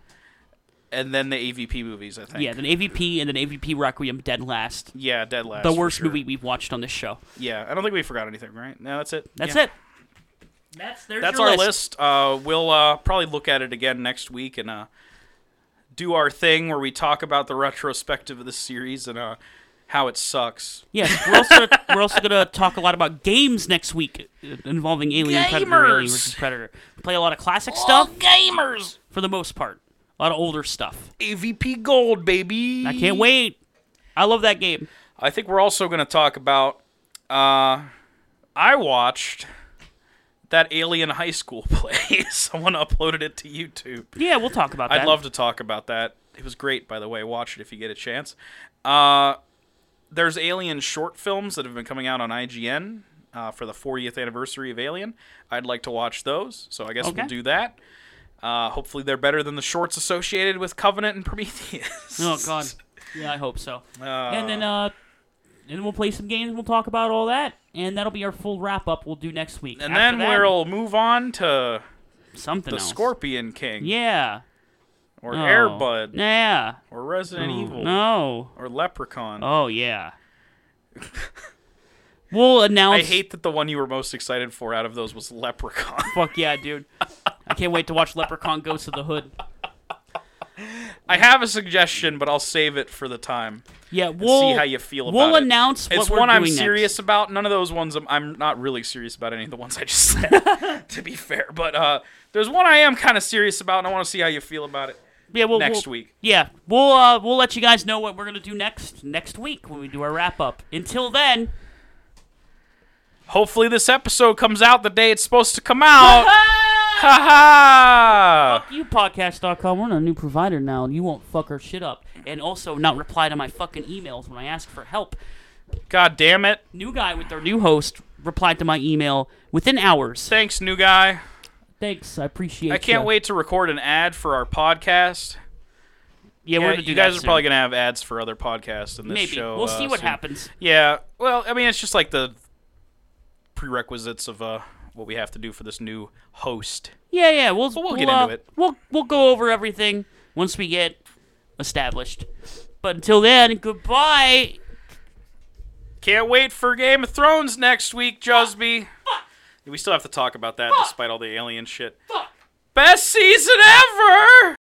S2: and then the AVP movies. I think.
S1: Yeah, then AVP and then AVP Requiem dead last.
S2: Yeah, Dead Last.
S1: the
S2: for
S1: worst
S2: sure.
S1: movie we've watched on this show.
S2: Yeah, I don't think we forgot anything, right? No, that's it.
S1: That's
S2: Yeah.
S1: it. That's there's
S2: That's
S1: your
S2: our list. Uh, we'll uh, probably look at it again next week and uh, do our thing where we talk about the retrospective of the series and uh, how it sucks. (laughs)
S1: Yes, we're also we're also gonna talk a lot about games next week uh, involving Alien Predator, Alien
S2: Gamers.
S1: versus Predator. We play a lot of classic stuff
S2: gamers.
S1: for the most part, a lot of older stuff.
S2: AVP Gold, baby.
S1: I can't wait. I love that game.
S2: I think we're also going to talk about. Uh, I watched that Alien High School (laughs) play. Someone uploaded it to YouTube.
S1: Yeah, we'll talk about that.
S2: I'd love to talk about that. It was great, by the way. Watch it if you get a chance. Uh, there's Alien short films that have been coming out on IGN uh, for the 40th anniversary of Alien. I'd like to watch those, so I guess
S1: Okay.
S2: we'll do that. Uh, hopefully, they're better than the shorts associated with Covenant and (laughs) Prometheus.
S1: Oh God. Yeah, I hope so.
S2: Uh,
S1: and then uh, and we'll play some games. We'll talk about all that, and that'll be our full wrap up. We'll do next week.
S2: and
S1: After
S2: then
S1: that,
S2: we'll move on to
S1: something
S2: the
S1: else.
S2: Scorpion King,
S1: Yeah.
S2: or
S1: Oh.
S2: Airbud,
S1: Yeah.
S2: or Resident Evil,
S1: No.
S2: or Leprechaun.
S1: Oh yeah. we'll announce.
S2: I hate that the one you were most excited for out of those was Leprechaun.
S1: (laughs) Fuck yeah, dude! I can't wait to watch Leprechaun Ghost of the Hood.
S2: I have a suggestion, but I'll save it for the time.
S1: Yeah, we'll
S2: how you feel
S1: We'll
S2: about it.
S1: announce what
S2: It's
S1: we're
S2: one I'm
S1: doing next.
S2: serious about. None of those ones I'm, I'm not really serious about any of the ones I just said,
S1: (laughs)
S2: to be fair. But uh, there's one I am kind of serious about, and I want to see how you feel about it.
S1: Yeah, we'll,
S2: next
S1: we'll-
S2: week.
S1: Yeah, we'll uh, we'll let you guys know what we're gonna do next next week when we do our wrap up. Until then,
S2: Hopefully, this episode comes out the day it's supposed to come out. ha ha!
S1: you podcast.com. We're on a new provider now, and you won't fuck our shit up. And also, not reply to my fucking emails when I ask for help.
S2: God damn it!
S1: New guy with their new host replied to my email within hours.
S2: Thanks, new guy.
S3: Thanks, I appreciate.
S2: I can't
S3: ya.
S2: wait to record an ad for our podcast.
S1: Yeah, we're
S2: Yeah,
S1: gonna do
S2: you
S1: that
S2: guys are
S1: soon.
S2: probably gonna have ads for other podcasts in this
S1: maybe
S2: show.
S1: we'll
S2: uh,
S1: see what
S2: soon.
S1: happens.
S2: Yeah. Well, I mean, it's just like the prerequisites of uh, what we have to do for this new host.
S1: Yeah, yeah. We'll
S2: we'll get
S1: uh,
S2: into it.
S1: We'll we'll go over everything once we get established. But until then, goodbye.
S2: Can't wait for Game of Thrones next week, Jusby. We still have to talk about that despite all the alien shit. Best season ever!